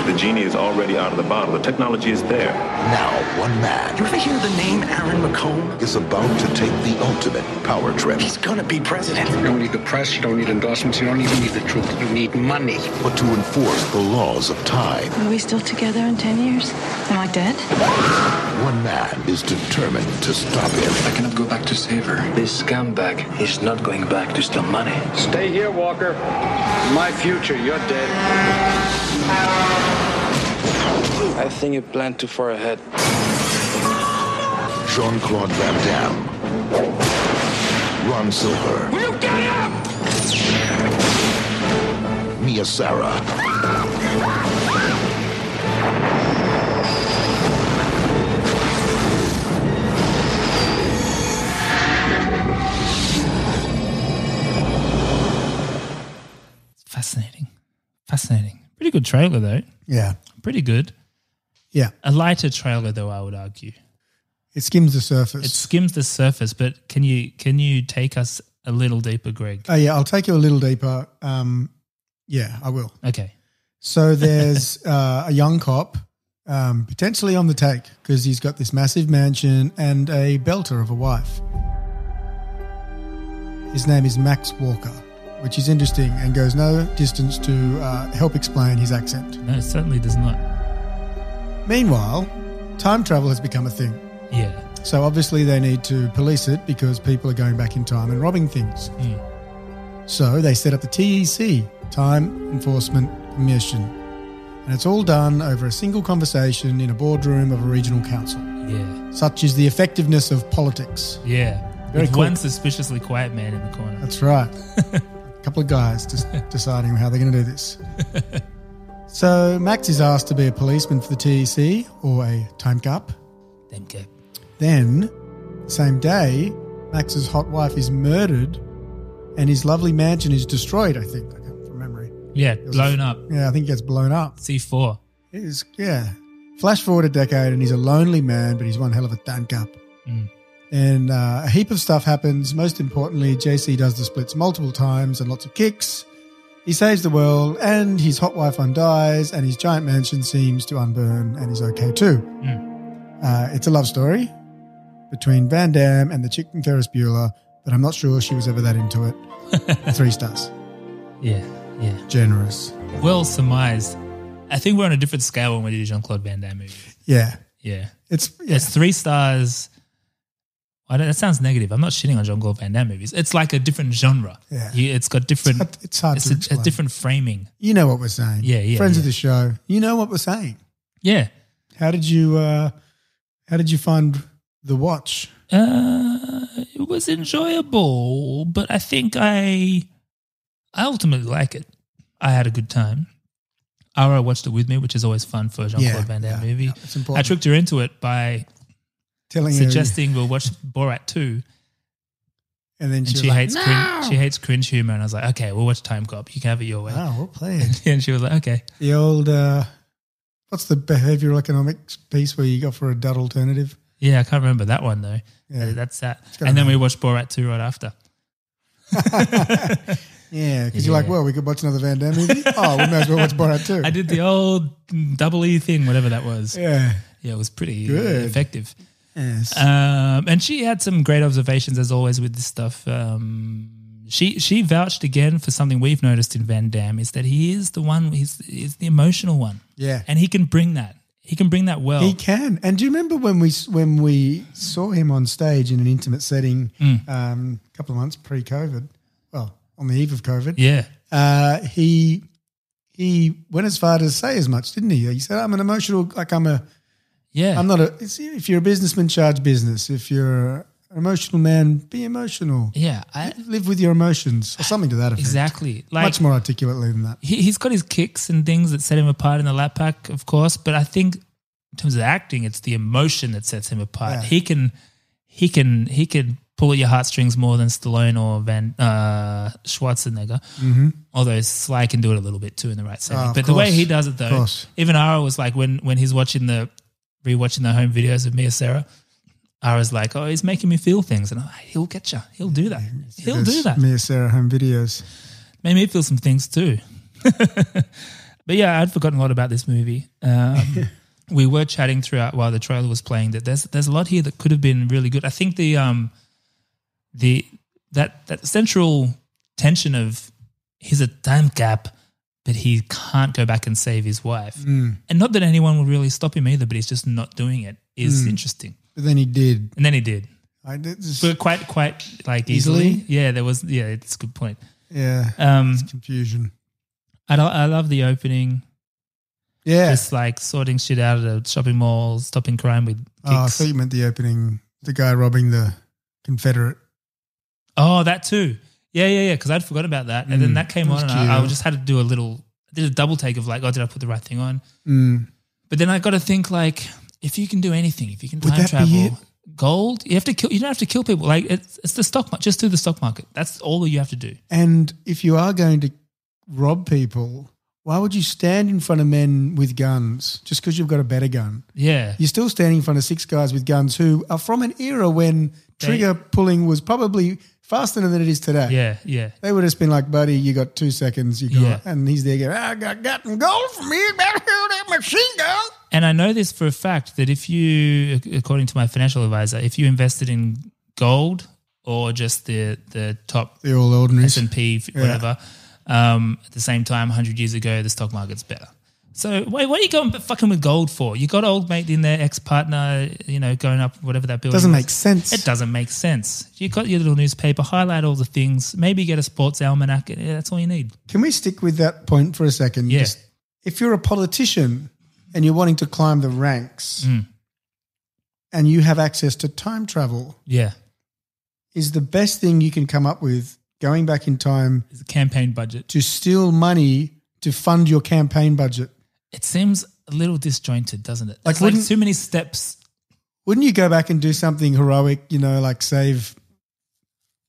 [SPEAKER 10] The genie is already out of the bottle. The technology is there.
[SPEAKER 7] Now, one
[SPEAKER 8] You
[SPEAKER 7] man
[SPEAKER 8] ever hear the name Aaron McComb?
[SPEAKER 7] is about to take the ultimate power trip.
[SPEAKER 8] He's gonna be president.
[SPEAKER 12] You don't need the press, you don't need endorsements, you don't even need the truth. You need money.
[SPEAKER 7] But to enforce the laws of time,
[SPEAKER 9] Are we still together in 10 years? Am I dead?
[SPEAKER 7] one man is determined to stop
[SPEAKER 12] I
[SPEAKER 7] him.
[SPEAKER 12] cannot go back to save her. This scumbag.
[SPEAKER 8] He's not going back to steal money.
[SPEAKER 11] Stay here, Walker.
[SPEAKER 12] My future, you're dead.
[SPEAKER 8] I think you planned too far ahead.
[SPEAKER 7] Jean Claude Van Damme. Ron Silver. Will you get him? Mia Sara.
[SPEAKER 3] Fascinating. Fascinating. Pretty good trailer, though.
[SPEAKER 4] Yeah,
[SPEAKER 3] Pretty good.
[SPEAKER 4] yeah.
[SPEAKER 3] A lighter trailer, though, I would argue.
[SPEAKER 4] It skims the surface.
[SPEAKER 3] It skims the surface, but can you can you take us a little deeper, Greg?
[SPEAKER 4] oh yeah, I'll take you a little deeper. Um, yeah, I will.
[SPEAKER 3] Okay.
[SPEAKER 4] So there's uh, a young cop, um, potentially on the take because he's got this massive mansion and a belter of a wife. His name is Max Walker, which is interesting and goes no distance to uh, help explain his accent.
[SPEAKER 3] No, it certainly does not.
[SPEAKER 4] Meanwhile, time travel has become a thing.
[SPEAKER 3] Yeah.
[SPEAKER 4] So obviously they need to police it because people are going back in time and robbing things. So they set up the TEC, Time Enforcement Commission. And it's all done over a single conversation in a boardroom of a regional council.
[SPEAKER 3] Yeah.
[SPEAKER 4] Such is the effectiveness of politics.
[SPEAKER 3] Yeah.
[SPEAKER 4] Very
[SPEAKER 3] With
[SPEAKER 4] quick.
[SPEAKER 3] one suspiciously quiet man in the corner.
[SPEAKER 4] That's right. a couple of guys just deciding how they're going to do this. so Max is asked to be a policeman for the TEC or a time cop.
[SPEAKER 3] Them go.
[SPEAKER 4] Then, the same day, Max's hot wife is murdered and his lovely mansion is destroyed, I think, I can't- from memory.
[SPEAKER 3] Yeah.
[SPEAKER 4] was
[SPEAKER 3] Blown up.
[SPEAKER 4] Yeah, I think it gets blown up.
[SPEAKER 3] C four.
[SPEAKER 4] It is, yeah. Flash forward a decade and he's a lonely man, but he's one hell of a dank up.
[SPEAKER 3] Mm.
[SPEAKER 4] And uh, a heap of stuff happens. Most importantly, JC does the splits multiple times and lots of kicks. He saves the world, and his hot wife undies, and his giant
[SPEAKER 3] Mm.
[SPEAKER 4] mansion seems to unburn, and he's okay too. Uh, it's a love story, between Van Damme and the chick from Ferris Bueller, but I'm not sure she was ever that
[SPEAKER 3] (laughs)
[SPEAKER 4] into it. Three stars.
[SPEAKER 3] Yeah, yeah.
[SPEAKER 4] Generous.
[SPEAKER 3] Well surmised. I think we're on a different scale when we do Jean Claude Van Damme movies.
[SPEAKER 4] Yeah.
[SPEAKER 3] Yeah.
[SPEAKER 4] It's yeah.
[SPEAKER 3] It's three stars. I don't, that sounds negative. I'm not shitting on Jean Claude Van Damme movies. It's like a different genre.
[SPEAKER 4] Yeah.
[SPEAKER 3] You- it's got different.
[SPEAKER 4] hard- it's hard to
[SPEAKER 3] a- a,
[SPEAKER 4] explain.
[SPEAKER 3] different framing.
[SPEAKER 4] You know what we're saying.
[SPEAKER 3] Yeah, yeah,
[SPEAKER 4] Friends of
[SPEAKER 3] yeah.
[SPEAKER 4] the show. You know what we're saying.
[SPEAKER 3] Yeah.
[SPEAKER 4] How did you uh how did you find the watch?
[SPEAKER 3] Uh, it was enjoyable, but I think I, I ultimately like it. I had a good time. Ara watched it with me, which is always fun for a Jean Claude
[SPEAKER 4] Yeah,
[SPEAKER 3] Van Damme
[SPEAKER 4] yeah,
[SPEAKER 3] movie.
[SPEAKER 4] yeah, it's important. Oh,
[SPEAKER 3] I tricked her into it by
[SPEAKER 4] Telling
[SPEAKER 3] suggesting we'll watch Borat 2.
[SPEAKER 4] you and then
[SPEAKER 3] And
[SPEAKER 4] she,
[SPEAKER 3] she
[SPEAKER 4] was like,
[SPEAKER 3] hates cringe, she hates cringe humor, and I was like, okay, we'll watch Time Cop. You can have it your way.
[SPEAKER 4] Oh, we'll play it.
[SPEAKER 3] (laughs) And she was like, okay,
[SPEAKER 4] The old uh what's the behavioral economics piece where you go for a dud alternative?
[SPEAKER 3] yeah, I can't remember that one though.
[SPEAKER 4] Yeah.
[SPEAKER 3] Uh, That's that.
[SPEAKER 4] gotta
[SPEAKER 3] And then we watched Borat 2 right after.
[SPEAKER 4] Yeah, because you're like,
[SPEAKER 3] Yeah.
[SPEAKER 4] well, we could watch another Van
[SPEAKER 3] (laughs)
[SPEAKER 4] Damme movie. oh, we may as well watch Borat too.
[SPEAKER 3] I did the old double E thing, whatever that was.
[SPEAKER 4] Yeah.
[SPEAKER 3] Yeah, it was pretty
[SPEAKER 4] Good.
[SPEAKER 3] effective.
[SPEAKER 4] Yes.
[SPEAKER 3] Um, and she had some great observations, as always, with this stuff. Um, she she vouched again for something we've noticed in Van Damme is that he is the one, he's, he's the emotional one.
[SPEAKER 4] Yeah.
[SPEAKER 3] And he can bring that. He can bring that well.
[SPEAKER 4] He can. And do you remember when we when we saw him on stage in an intimate setting
[SPEAKER 3] Hmm.
[SPEAKER 4] um, a couple of months pre-COVID? Well, on the eve of COVID,
[SPEAKER 3] yeah.
[SPEAKER 4] uh, he he went as far to say as much, didn't he? He said, "I'm an emotional, like I'm a,
[SPEAKER 3] Yeah.
[SPEAKER 4] am not a. it's- If you're a businessman, charge business. If you're an emotional man, be emotional.
[SPEAKER 3] yeah. I,
[SPEAKER 4] Live with your emotions, or something to that effect.
[SPEAKER 3] exactly.
[SPEAKER 4] Much more articulately than that.
[SPEAKER 3] he, he's got his kicks and things that set him apart in the lap pack, of course. But I think in terms of acting, it's the emotion that sets him apart.
[SPEAKER 4] Yeah.
[SPEAKER 3] He can, he can, he can pull at your heartstrings more than Stallone or Van uh, Schwarzenegger. Although Sly can do it a little bit too in the right setting.
[SPEAKER 4] Oh, Mm-hmm.
[SPEAKER 3] but
[SPEAKER 4] of
[SPEAKER 3] the way
[SPEAKER 4] course.
[SPEAKER 3] he does it,
[SPEAKER 4] Of
[SPEAKER 3] though,
[SPEAKER 4] course.
[SPEAKER 3] even Ara was like when when he's watching the rewatching the home videos of me and Sarah. Ara's like, oh, he's making me feel things, and I'm like, he'll get you. He'll do that. He'll do
[SPEAKER 4] There's
[SPEAKER 3] that
[SPEAKER 4] Me and Sarah home videos.
[SPEAKER 3] made me feel some things too. (laughs) but yeah, I'd forgotten a lot about this movie. Um, we were chatting throughout while the trailer was playing that there's there's a lot here that could have been really good. I think the um the that that central tension of he's a time gap, but he can't go back and save his wife, and not that anyone will really stop him either, but he's just not doing it is interesting.
[SPEAKER 4] But then he did.
[SPEAKER 3] And then he did,
[SPEAKER 4] I did this,
[SPEAKER 3] but quite quite like
[SPEAKER 4] Easily?
[SPEAKER 3] easily. Yeah, there was. Yeah, it's a good point.
[SPEAKER 4] yeah.
[SPEAKER 3] Um,
[SPEAKER 4] Confusion.
[SPEAKER 3] I, do I love the opening.
[SPEAKER 4] Yeah.
[SPEAKER 3] Just like sorting shit out of the shopping mall, stopping crime with
[SPEAKER 4] Oh, I
[SPEAKER 3] kicks.
[SPEAKER 4] thought you meant the opening, the guy robbing the Confederate.
[SPEAKER 3] oh, that too. Yeah, yeah, yeah. Because I'd forgotten about that, and then that came
[SPEAKER 4] Mm, that's
[SPEAKER 3] on, and I, I
[SPEAKER 4] cute.
[SPEAKER 3] just had to do a little, I did a double take of like, oh, did I put the right thing on?
[SPEAKER 4] Mm.
[SPEAKER 3] But then I got to think like, if you can do anything, if you can
[SPEAKER 4] Would
[SPEAKER 3] time
[SPEAKER 4] that be it?
[SPEAKER 3] travel, gold. You have to kill. You don't have to kill people. Like it's, it's the stock market. Just do the stock market. That's all that you have to do.
[SPEAKER 4] And if you are going to rob people, why would you stand in front of men with guns just because you've got a better gun?
[SPEAKER 3] Yeah,
[SPEAKER 4] You're still standing in front of six guys with guns who are from an era when
[SPEAKER 3] They-
[SPEAKER 4] trigger pulling was probably faster than it is today.
[SPEAKER 3] yeah, yeah.
[SPEAKER 4] They would have just been like, buddy, you got two seconds. You got,
[SPEAKER 3] Yeah.
[SPEAKER 4] and he's there going, I got gotten gold from here. Better hear that machine gun.
[SPEAKER 3] And I know this for a fact that if you, according to my financial advisor, if you invested in gold or just the the top
[SPEAKER 4] The all
[SPEAKER 3] S
[SPEAKER 4] ordinaries.
[SPEAKER 3] and P whatever, um, at the same time, hundred years ago, the stock market's better. So wait, what are you going b- fucking with gold for? You got old mate in there, ex partner, you know, going up whatever that building
[SPEAKER 4] Doesn't
[SPEAKER 3] was.
[SPEAKER 4] make sense.
[SPEAKER 3] It doesn't make sense. You got your little newspaper, highlight all the things. Maybe get a sports almanac. and, yeah, that's all you need.
[SPEAKER 4] Can we stick with that point for a second?
[SPEAKER 3] Yeah.
[SPEAKER 4] if you're a politician and you're wanting to climb the ranks
[SPEAKER 3] Hmm.
[SPEAKER 4] and you have access to time travel,
[SPEAKER 3] Yeah,
[SPEAKER 4] is the best thing you can come up with going back in time
[SPEAKER 3] it's a campaign budget.
[SPEAKER 4] to steal money to fund your campaign budget?
[SPEAKER 3] It seems a little disjointed, doesn't it?
[SPEAKER 4] Like,
[SPEAKER 3] It's like
[SPEAKER 4] wouldn't-
[SPEAKER 3] too many steps.
[SPEAKER 4] Wouldn't you go back and do something heroic, you know, like save,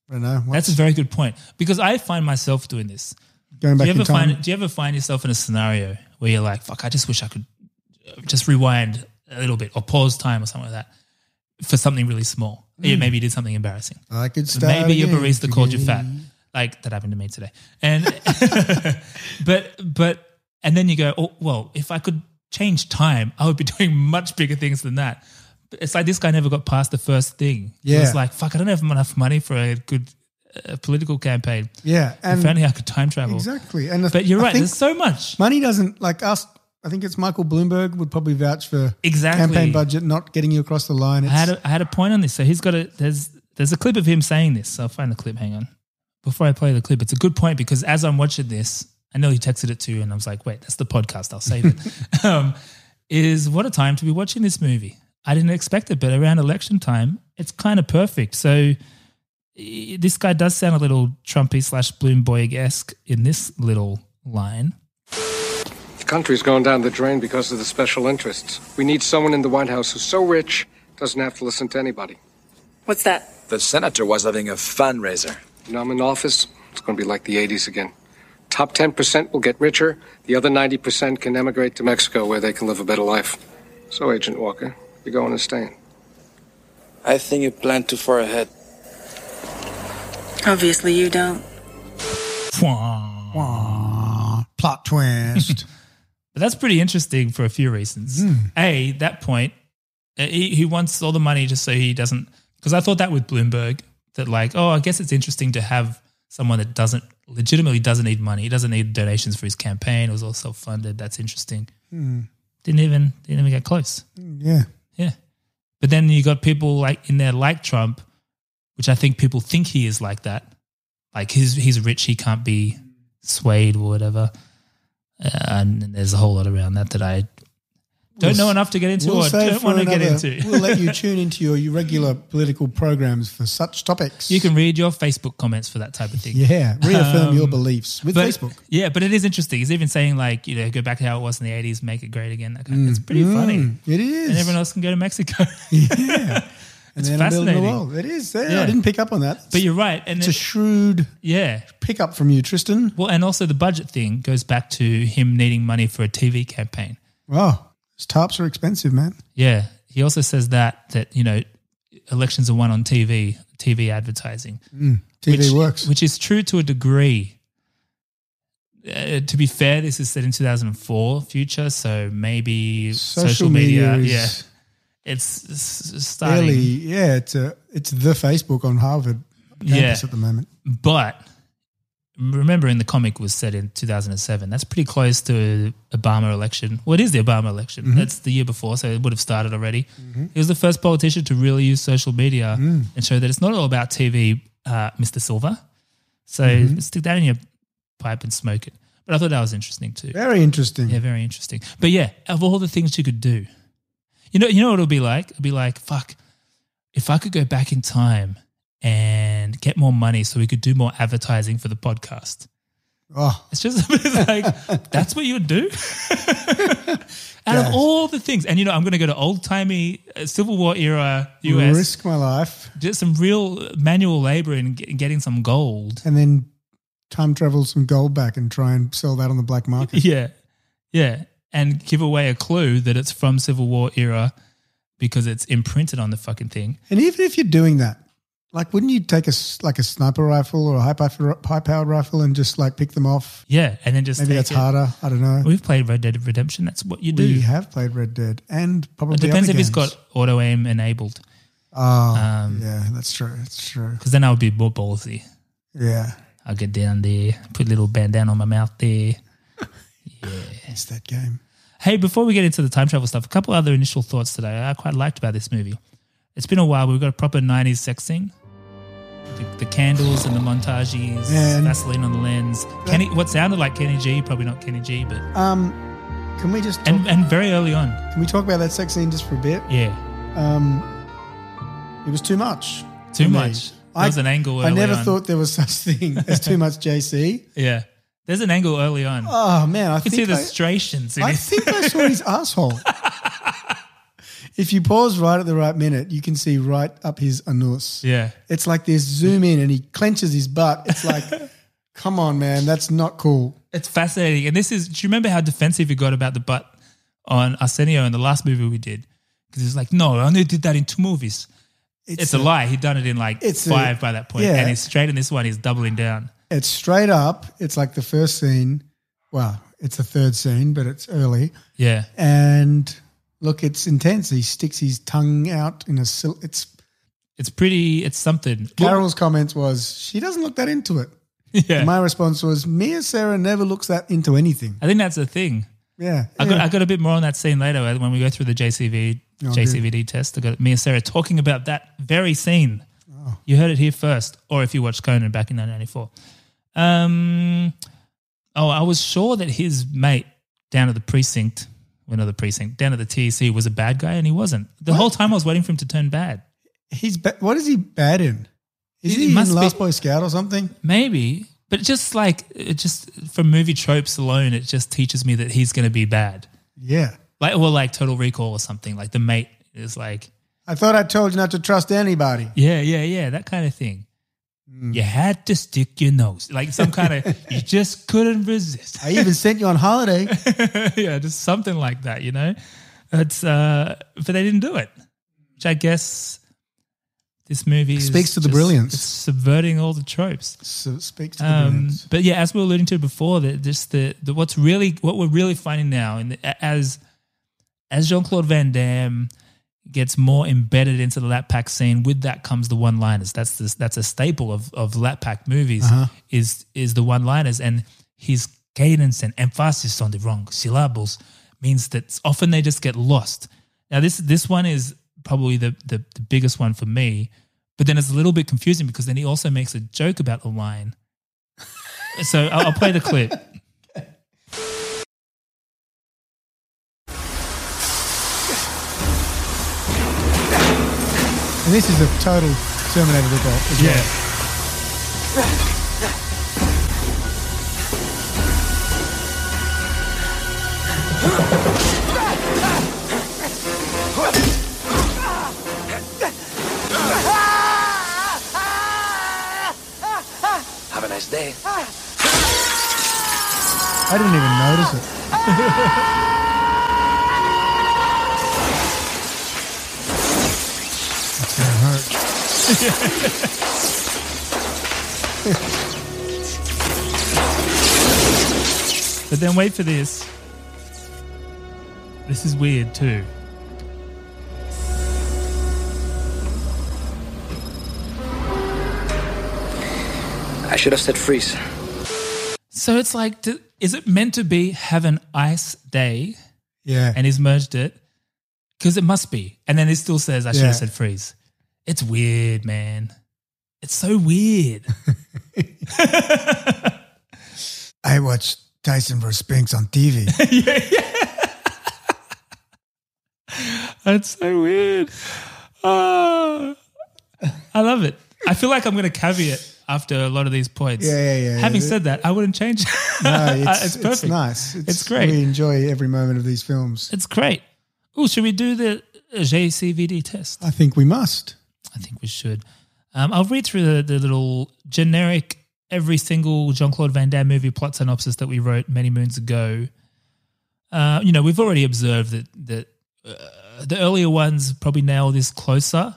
[SPEAKER 4] I don't know,
[SPEAKER 3] That's
[SPEAKER 4] what's
[SPEAKER 3] a very good point because I find myself doing this.
[SPEAKER 4] going
[SPEAKER 3] Do
[SPEAKER 4] back
[SPEAKER 3] you
[SPEAKER 4] in
[SPEAKER 3] ever
[SPEAKER 4] time?
[SPEAKER 3] find Do you ever find yourself in a scenario where you're like, "Fuck, I just wish I could uh, just rewind a little bit or pause time or something like that for something really small?
[SPEAKER 4] Hmm.
[SPEAKER 3] Yeah, maybe you did something embarrassing.
[SPEAKER 4] I could start
[SPEAKER 3] Maybe your
[SPEAKER 4] again.
[SPEAKER 3] barista called you fat. Like that happened to me today. And (laughs) but but (laughs) and then you go, oh well, if I could change time, I would be doing much bigger things than that. it's like this guy never got past the first thing.
[SPEAKER 4] Yeah.
[SPEAKER 3] It's like, fuck, I don't have enough money for a good uh, political campaign.
[SPEAKER 4] Yeah,
[SPEAKER 3] And if
[SPEAKER 4] and-
[SPEAKER 3] only I could time travel.
[SPEAKER 4] Exactly. And
[SPEAKER 3] But you're right, there's so much.
[SPEAKER 4] Money doesn't like us. I think it's Michael Bloomberg would probably vouch for
[SPEAKER 3] Exactly.
[SPEAKER 4] campaign budget not getting you across the line.
[SPEAKER 3] I
[SPEAKER 4] It's,
[SPEAKER 3] had, a, I had a point on this. So he's got a, there's, there's a clip of him saying this. I'll find the clip. Hang on. Before I play the clip, it's a good point because as I'm watching this, I know he texted it to you and I was like, wait, that's the podcast. I'll save it. um, is what a time to be watching this movie. I didn't expect it, but around election time, it's kind of perfect. So i- this guy does sound a little Trumpy slash Bloomberg esque in this little line.
[SPEAKER 12] The country's gone down the drain because of the special interests. We need someone in the White House who's so rich, doesn't have to listen to anybody.
[SPEAKER 1] What's that? The senator was having a fundraiser.
[SPEAKER 12] When I'm in office, it's going to be like the 80s again. Top 10% will get richer, the other 90% can emigrate to Mexico where they can live a better life. So, Agent Walker, you're going and staying.
[SPEAKER 13] I think you planned too far ahead.
[SPEAKER 14] Obviously, you don't.
[SPEAKER 3] (laughs)
[SPEAKER 4] Plot twist.
[SPEAKER 3] but that's pretty interesting for a few reasons. A, that point, uh, he, he wants all the money just so he doesn't. Because I thought that with Bloomberg, that like, oh, I guess it's interesting to have someone that doesn't legitimately doesn't need money. He doesn't need donations for his campaign. It was all self funded. That's interesting.
[SPEAKER 4] Hmm.
[SPEAKER 3] Didn't even didn't even get close.
[SPEAKER 4] yeah.
[SPEAKER 3] Yeah. But then you got people like in there like Trump, which I think people think he is like that. Like he's he's rich, he can't be swayed or whatever. Uh, and there's a whole lot around that that I don't know enough to get into or
[SPEAKER 4] save
[SPEAKER 3] don't
[SPEAKER 4] for
[SPEAKER 3] want to get
[SPEAKER 4] another-
[SPEAKER 3] into. (laughs)
[SPEAKER 4] we'll let you tune into your, your regular political programs for such topics.
[SPEAKER 3] You can read your Facebook comments for that type of thing.
[SPEAKER 4] Yeah, reaffirm your
[SPEAKER 3] Um,
[SPEAKER 4] beliefs with
[SPEAKER 3] but-
[SPEAKER 4] Facebook.
[SPEAKER 3] Yeah, but it is interesting. He's even saying like, you know, go back to how it was in the eighties, make it great again. That kind of, it's pretty
[SPEAKER 4] Mm.
[SPEAKER 3] funny.
[SPEAKER 4] Mm. It is.
[SPEAKER 3] And everyone else can go to
[SPEAKER 4] (laughs)
[SPEAKER 3] Mexico.
[SPEAKER 4] Yeah.
[SPEAKER 3] it's
[SPEAKER 4] then I'm building
[SPEAKER 3] fascinating.
[SPEAKER 4] The wall. It is. Yeah,
[SPEAKER 3] Yeah.
[SPEAKER 4] I didn't pick up on that.
[SPEAKER 3] But you're right. And
[SPEAKER 4] it's
[SPEAKER 3] it-
[SPEAKER 4] a shrewd
[SPEAKER 3] yeah.
[SPEAKER 4] pick up from you, Tristan.
[SPEAKER 3] Well, and also the budget thing goes back to him needing money for a TV campaign.
[SPEAKER 4] Wow. Those tarps are expensive, man.
[SPEAKER 3] Yeah. He also says that that, you know, elections are won on TV, TV advertising.
[SPEAKER 4] Mm, TV
[SPEAKER 3] which,
[SPEAKER 4] works.
[SPEAKER 3] Which is true to a degree. Uh, to be fair, this is set in 2004 future, so maybe social, media,
[SPEAKER 4] media
[SPEAKER 3] yeah.
[SPEAKER 4] is
[SPEAKER 3] It's, it's starting
[SPEAKER 4] Really, yeah, it's a, it's the Facebook on Harvard campus at the moment.
[SPEAKER 3] But remember, in the comic was set in 2007. That's pretty close to Obama election. Well, it is the Obama election.
[SPEAKER 4] Mhm.
[SPEAKER 3] That's the year before, so it would have started already. He was the first politician to really use social media and show that it's not all about TV, uh, Mr. Silver. So
[SPEAKER 4] Mhm.
[SPEAKER 3] stick that in your pipe and smoke it. But I thought that was interesting too.
[SPEAKER 4] Very interesting.
[SPEAKER 3] Yeah, very interesting. But yeah, of all the things you could do, you know, you know what it'll be like. It'll be like, fuck, if I could go back in time and get more money, so we could do more advertising for the podcast.
[SPEAKER 4] Oh,
[SPEAKER 3] It's just (laughs) it's like that's what you would do. (laughs) Out of all the things, and you know, I'm going to go to old timey uh, Civil War era US,
[SPEAKER 4] risk my life
[SPEAKER 3] just some real manual labor and get, getting some gold.
[SPEAKER 4] and then time travel some gold back and try and sell that on the black
[SPEAKER 3] (laughs)
[SPEAKER 4] market.
[SPEAKER 3] Yeah. Yeah. And give away a clue that it's from Civil War era because it's imprinted on the fucking thing.
[SPEAKER 4] And even if you're doing that, like, wouldn't you take a s- like a sniper rifle or a high high powered rifle and just like pick them off?
[SPEAKER 3] Yeah. And then just
[SPEAKER 4] Maybe
[SPEAKER 3] take
[SPEAKER 4] that's
[SPEAKER 3] it.
[SPEAKER 4] harder. I don't know.
[SPEAKER 3] We've played Red Dead Redemption. That's what you do.
[SPEAKER 4] We have played Red Dead and probably
[SPEAKER 3] it depends
[SPEAKER 4] other
[SPEAKER 3] if it's
[SPEAKER 4] games.
[SPEAKER 3] got auto aim enabled
[SPEAKER 4] Oh,
[SPEAKER 3] Um,
[SPEAKER 4] yeah, that's true. That's true.
[SPEAKER 3] because then I would be more ballsy.
[SPEAKER 4] Yeah,
[SPEAKER 3] I'll get down there, put a little bandana on my mouth there.
[SPEAKER 4] it's that game.
[SPEAKER 3] Hey, before we get into the time travel stuff, a couple other initial thoughts today I quite liked about this movie. It's been a while. We've got a proper 90s sex scene. The, the candles and the montages,
[SPEAKER 4] Man.
[SPEAKER 3] Vaseline on the lens. Kenny, what sounded like Kenny G, probably not Kenny G, but.
[SPEAKER 4] Um, can we just talk,
[SPEAKER 3] And, and very early on.
[SPEAKER 4] can we talk about that sex scene just for a bit?
[SPEAKER 3] Yeah.
[SPEAKER 4] Um, it was too much.
[SPEAKER 3] Too
[SPEAKER 4] for me.
[SPEAKER 3] much. There was an angle
[SPEAKER 4] I
[SPEAKER 3] early
[SPEAKER 4] never
[SPEAKER 3] on.
[SPEAKER 4] thought there was such thing as too much (laughs) JC.
[SPEAKER 3] Yeah. There's an angle early on.
[SPEAKER 4] Oh man, I
[SPEAKER 3] you can see
[SPEAKER 4] think
[SPEAKER 3] the
[SPEAKER 4] I,
[SPEAKER 3] striations. in
[SPEAKER 4] I
[SPEAKER 3] it.
[SPEAKER 4] think I saw
[SPEAKER 3] (laughs)
[SPEAKER 4] his asshole. If you pause right at the right minute, you can see right up his anus.
[SPEAKER 3] Yeah.
[SPEAKER 4] It's like this zoom in and he clenches his butt. It's
[SPEAKER 3] (laughs)
[SPEAKER 4] like, come on, man, that's not cool.
[SPEAKER 3] It's fascinating. And this is, do you remember how defensive you got about the butt on Arsenio in the last movie we did? Because it's like, no, I only did that in two movies. It's, a, lie. He'd done it in like
[SPEAKER 4] it's a-
[SPEAKER 3] five by that point.
[SPEAKER 4] yeah.
[SPEAKER 3] And he's straight in this one, he's doubling down.
[SPEAKER 4] It's straight up. It's like the first scene. Well, it's the third scene, but it's early.
[SPEAKER 3] Yeah.
[SPEAKER 4] And Look, it's intense. He sticks his tongue out in a. sil- It's
[SPEAKER 3] it's pretty. It's something.
[SPEAKER 4] (laughs) Carol's comment was she doesn't look that into it.
[SPEAKER 3] (laughs) Yeah.
[SPEAKER 4] My response was me and Sarah never looks that into anything.
[SPEAKER 3] I think that's the thing.
[SPEAKER 4] Yeah.
[SPEAKER 3] I got
[SPEAKER 4] yeah.
[SPEAKER 3] I got a bit more on that scene later when we go through the JCV
[SPEAKER 4] Oh,
[SPEAKER 3] JCVD test. I got me and Sarah talking about that very scene.
[SPEAKER 4] Oh.
[SPEAKER 3] You heard it here first, or if you watched Conan back in 1994. Um, oh, I was sure that his mate down at the precinct, well, not the precinct, down at the TEC was a bad guy, and he wasn't. The whole time I was waiting for him to turn bad.
[SPEAKER 4] He's ba- what is he bad in? Is
[SPEAKER 3] It-
[SPEAKER 4] he,
[SPEAKER 3] it
[SPEAKER 4] in
[SPEAKER 3] must be-
[SPEAKER 4] Last Boy Scout or something?
[SPEAKER 3] Maybe, but just like it just from movie tropes alone, it just teaches me that he's going to be bad.
[SPEAKER 4] Yeah.
[SPEAKER 3] Like or like Total Recall or something. Like the mate is like,
[SPEAKER 4] I thought I told you not to trust anybody.
[SPEAKER 3] yeah, yeah, yeah, that kind of thing.
[SPEAKER 4] Mm.
[SPEAKER 3] You had to stick your nose, like some kind
[SPEAKER 4] (laughs)
[SPEAKER 3] of you just couldn't resist. (laughs)
[SPEAKER 4] I even sent you on holiday.
[SPEAKER 3] yeah, just something like that, you know. It's uh, but they didn't do it, which I guess this movie is
[SPEAKER 4] Speaks to the
[SPEAKER 3] just-
[SPEAKER 4] brilliance.
[SPEAKER 3] it's subverting all the tropes.
[SPEAKER 4] So speaks to the
[SPEAKER 3] Um,
[SPEAKER 4] brilliance.
[SPEAKER 3] but yeah, as we were alluding to before, that just the, the what's really what we're really finding now, and as as Jean Claude Van Damme gets more embedded into the Lat Pack scene, with that comes the one liners. That's this that's a staple of of Lat Pack movies
[SPEAKER 4] Uh-huh.
[SPEAKER 3] is is the one liners, and his cadence and emphasis on the wrong syllables means that often they just get lost. Now this this one is probably the the, the biggest one for me. But then it's a little bit confusing because then he also makes a joke about the line so I'll, I'll play the clip.
[SPEAKER 4] And this is a total Terminator ripoff. as well.
[SPEAKER 8] Have a nice day.
[SPEAKER 4] I didn't even
[SPEAKER 3] (laughs)
[SPEAKER 4] notice it. That's gonna hurt.
[SPEAKER 3] But then wait for this. This is weird too.
[SPEAKER 14] I should have said freeze.
[SPEAKER 3] So it's like, d is it meant to be have an ice day?
[SPEAKER 4] Yeah.
[SPEAKER 3] And he's merged it because it must be. And then he still says, I should
[SPEAKER 4] Yeah.
[SPEAKER 3] have said freeze. It's weird, man. It's so
[SPEAKER 4] (laughs)
[SPEAKER 3] weird.
[SPEAKER 4] I watched Tyson vs Spinks on (laughs) TV.
[SPEAKER 3] That's so weird. Ah, I love it. I feel like I'm going to caveat after a lot of these points.
[SPEAKER 4] Yeah, yeah, yeah,
[SPEAKER 3] Having
[SPEAKER 4] yeah.
[SPEAKER 3] said that, I wouldn't change it. (laughs)
[SPEAKER 4] No, Uh, it's,
[SPEAKER 3] It's
[SPEAKER 4] it's,
[SPEAKER 3] perfect.
[SPEAKER 4] nice.
[SPEAKER 3] It's great.
[SPEAKER 4] We enjoy every moment of these films.
[SPEAKER 3] It's great. Oh, should we do the uh, JCVD test?
[SPEAKER 4] I think we must.
[SPEAKER 3] I think we should. Um, I'll read through the, the little generic every single Jean Claude Van Damme movie plot synopsis that we wrote many moons ago. Uh, you know, we've already observed that that uh, the earlier ones probably nail this closer,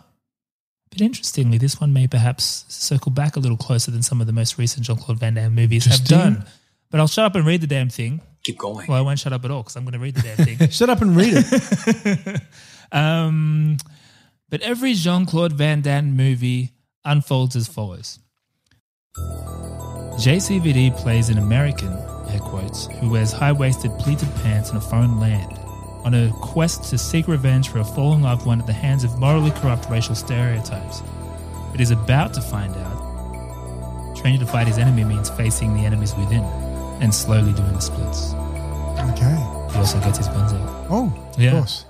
[SPEAKER 3] but interestingly, this one may perhaps circle back a little closer than some of the most recent Jean Claude Van Damme movies have
[SPEAKER 4] Interesting.
[SPEAKER 3] done. But I'll shut up and read the damn thing.
[SPEAKER 1] Keep going.
[SPEAKER 3] Well, I won't shut up at all because I'm going to read the damn thing.
[SPEAKER 4] Shut up and read (laughs) it.
[SPEAKER 3] (laughs) Um, but every Jean Claude Van Damme movie unfolds as follows JCVD plays an American, air quotes, who wears high waisted pleated pants in a foreign land on a quest to seek revenge for a fallen loved one at the hands of morally corrupt racial stereotypes. But is about to find out training to fight his enemy means facing the enemies within and slowly doing the splits.
[SPEAKER 4] Okay.
[SPEAKER 3] He also gets his buns out.
[SPEAKER 4] Oh,
[SPEAKER 3] Yeah.
[SPEAKER 4] of course.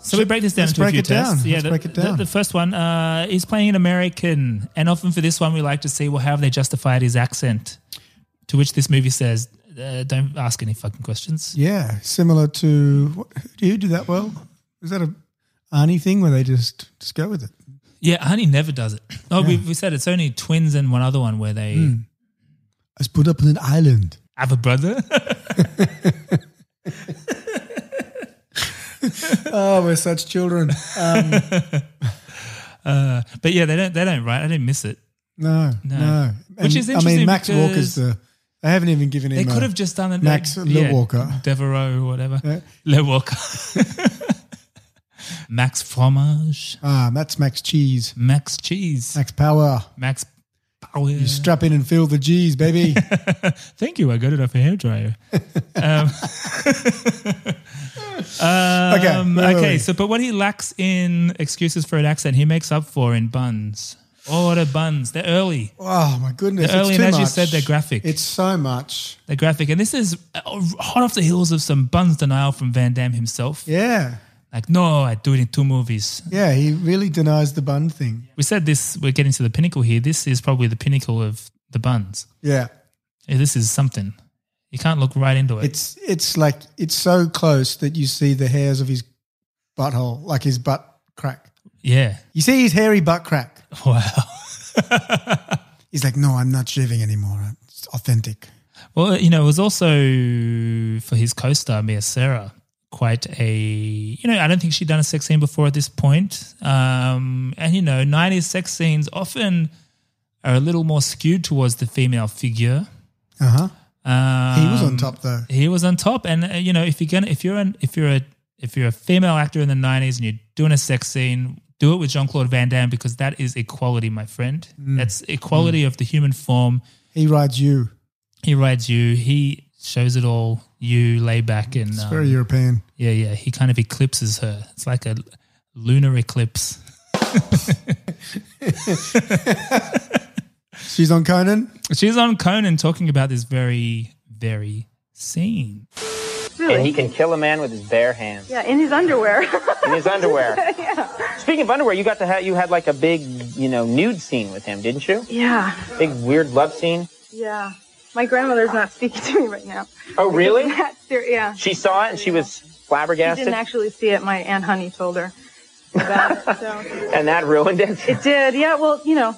[SPEAKER 3] So we break this down
[SPEAKER 4] Let's
[SPEAKER 3] into a
[SPEAKER 4] break
[SPEAKER 3] few
[SPEAKER 4] it down.
[SPEAKER 3] tests. Yeah,
[SPEAKER 4] Let's
[SPEAKER 3] the,
[SPEAKER 4] break it
[SPEAKER 3] the-
[SPEAKER 4] down.
[SPEAKER 3] The, first one uh, is playing an American, and often for this one we like to see well how have they justified his accent, to which this movie says, uh, "Don't ask any fucking questions."
[SPEAKER 4] Yeah, similar to what, do you do that well? Is that a Arnie thing where they just just go with it?
[SPEAKER 3] Yeah, honey never does it. Oh, we, we said it's only twins and one other one where they
[SPEAKER 4] Hmm. I was put up on an island.
[SPEAKER 3] have a brother. (laughs)
[SPEAKER 4] oh, we're such children. Um,
[SPEAKER 3] uh, but yeah, they don't. They don't. Right? I didn't miss it.
[SPEAKER 4] (laughs) no, no,
[SPEAKER 3] No. Which is
[SPEAKER 4] I mean,
[SPEAKER 3] interesting
[SPEAKER 4] Max
[SPEAKER 3] because-
[SPEAKER 4] Walker's the They haven't even given
[SPEAKER 3] They
[SPEAKER 4] him.
[SPEAKER 3] could
[SPEAKER 4] a
[SPEAKER 3] have just done it.
[SPEAKER 4] Max
[SPEAKER 3] like,
[SPEAKER 4] Le Walker.
[SPEAKER 3] Devereaux or whatever. Le Walker. (laughs) Max Fromage.
[SPEAKER 4] Ah, that's Max Cheese.
[SPEAKER 3] Max Cheese.
[SPEAKER 4] Max Power.
[SPEAKER 3] Max Power.
[SPEAKER 4] You strap in and feel the
[SPEAKER 3] (laughs)
[SPEAKER 4] G's, baby.
[SPEAKER 3] Thank you. I got it off a hairdryer.
[SPEAKER 4] Okay,
[SPEAKER 3] Um,
[SPEAKER 4] where were
[SPEAKER 3] okay.
[SPEAKER 4] we?
[SPEAKER 3] So, but what he lacks in excuses for an accent, he makes up for in buns. Oh, the buns. They're early.
[SPEAKER 4] oh my goodness!
[SPEAKER 3] They're early,
[SPEAKER 4] it's too
[SPEAKER 3] and as
[SPEAKER 4] much.
[SPEAKER 3] you said, they're graphic.
[SPEAKER 4] It's so much.
[SPEAKER 3] They're graphic. And this is uh, hot off the heels of some buns denial from Van Damme himself.
[SPEAKER 4] Yeah,
[SPEAKER 3] Like, no, I do it in two movies.
[SPEAKER 4] yeah. He really denies the bun thing.
[SPEAKER 3] We said this, we're getting to the pinnacle here. This is probably the pinnacle of the buns.
[SPEAKER 4] Yeah,
[SPEAKER 3] Yeah, This is something. You can't look right into it.
[SPEAKER 4] it's it's like it's so close that you see the hairs of his butthole, like his butt crack.
[SPEAKER 3] yeah. (laughs)
[SPEAKER 4] You see his hairy butt crack.
[SPEAKER 3] Wow.
[SPEAKER 4] He's like, no, I'm not shaving anymore. It's authentic.
[SPEAKER 3] Well, you know, it was also for his co-star Mia Sarah quite a you know I don't think she'd done a sex scene before at this point, um, and you know, '90s sex scenes often are a little more skewed towards the female figure.
[SPEAKER 4] Uh huh.
[SPEAKER 3] Um,
[SPEAKER 4] He was on top though.
[SPEAKER 3] He was on top, and uh, you know, if you're gonna, if you're an, if you're a, if you're a female actor in the '90s and you're doing a sex scene, do it with Jean Claude Van Damme because that is equality, my friend.
[SPEAKER 4] Mm.
[SPEAKER 3] That's equality of the human form.
[SPEAKER 4] He rides you.
[SPEAKER 3] He rides you. He shows it all. You lay back and
[SPEAKER 4] It's
[SPEAKER 3] um,
[SPEAKER 4] very European.
[SPEAKER 3] yeah, yeah. He kind of eclipses her. It's like a lunar eclipse.
[SPEAKER 4] She's on Conan.
[SPEAKER 3] She's on Conan talking about this very, very scene.
[SPEAKER 15] And he can kill a man with his bare hands
[SPEAKER 6] Yeah, in his underwear. (laughs)
[SPEAKER 15] in his
[SPEAKER 8] (laughs)
[SPEAKER 15] underwear.
[SPEAKER 6] yeah.
[SPEAKER 15] Speaking of underwear, you got to have you had like a big, you know, nude scene with him, didn't you?
[SPEAKER 6] Yeah.
[SPEAKER 15] Big weird love scene.
[SPEAKER 6] Yeah. My grandmother's not speaking to me right now.
[SPEAKER 15] Oh, really?
[SPEAKER 6] That's ser- yeah.
[SPEAKER 15] She saw it and she was
[SPEAKER 6] She
[SPEAKER 15] flabbergasted,
[SPEAKER 6] didn't actually see it. My aunt Honey told her about it. So
[SPEAKER 15] and that ruined it.
[SPEAKER 6] it did. Yeah. Well, you know,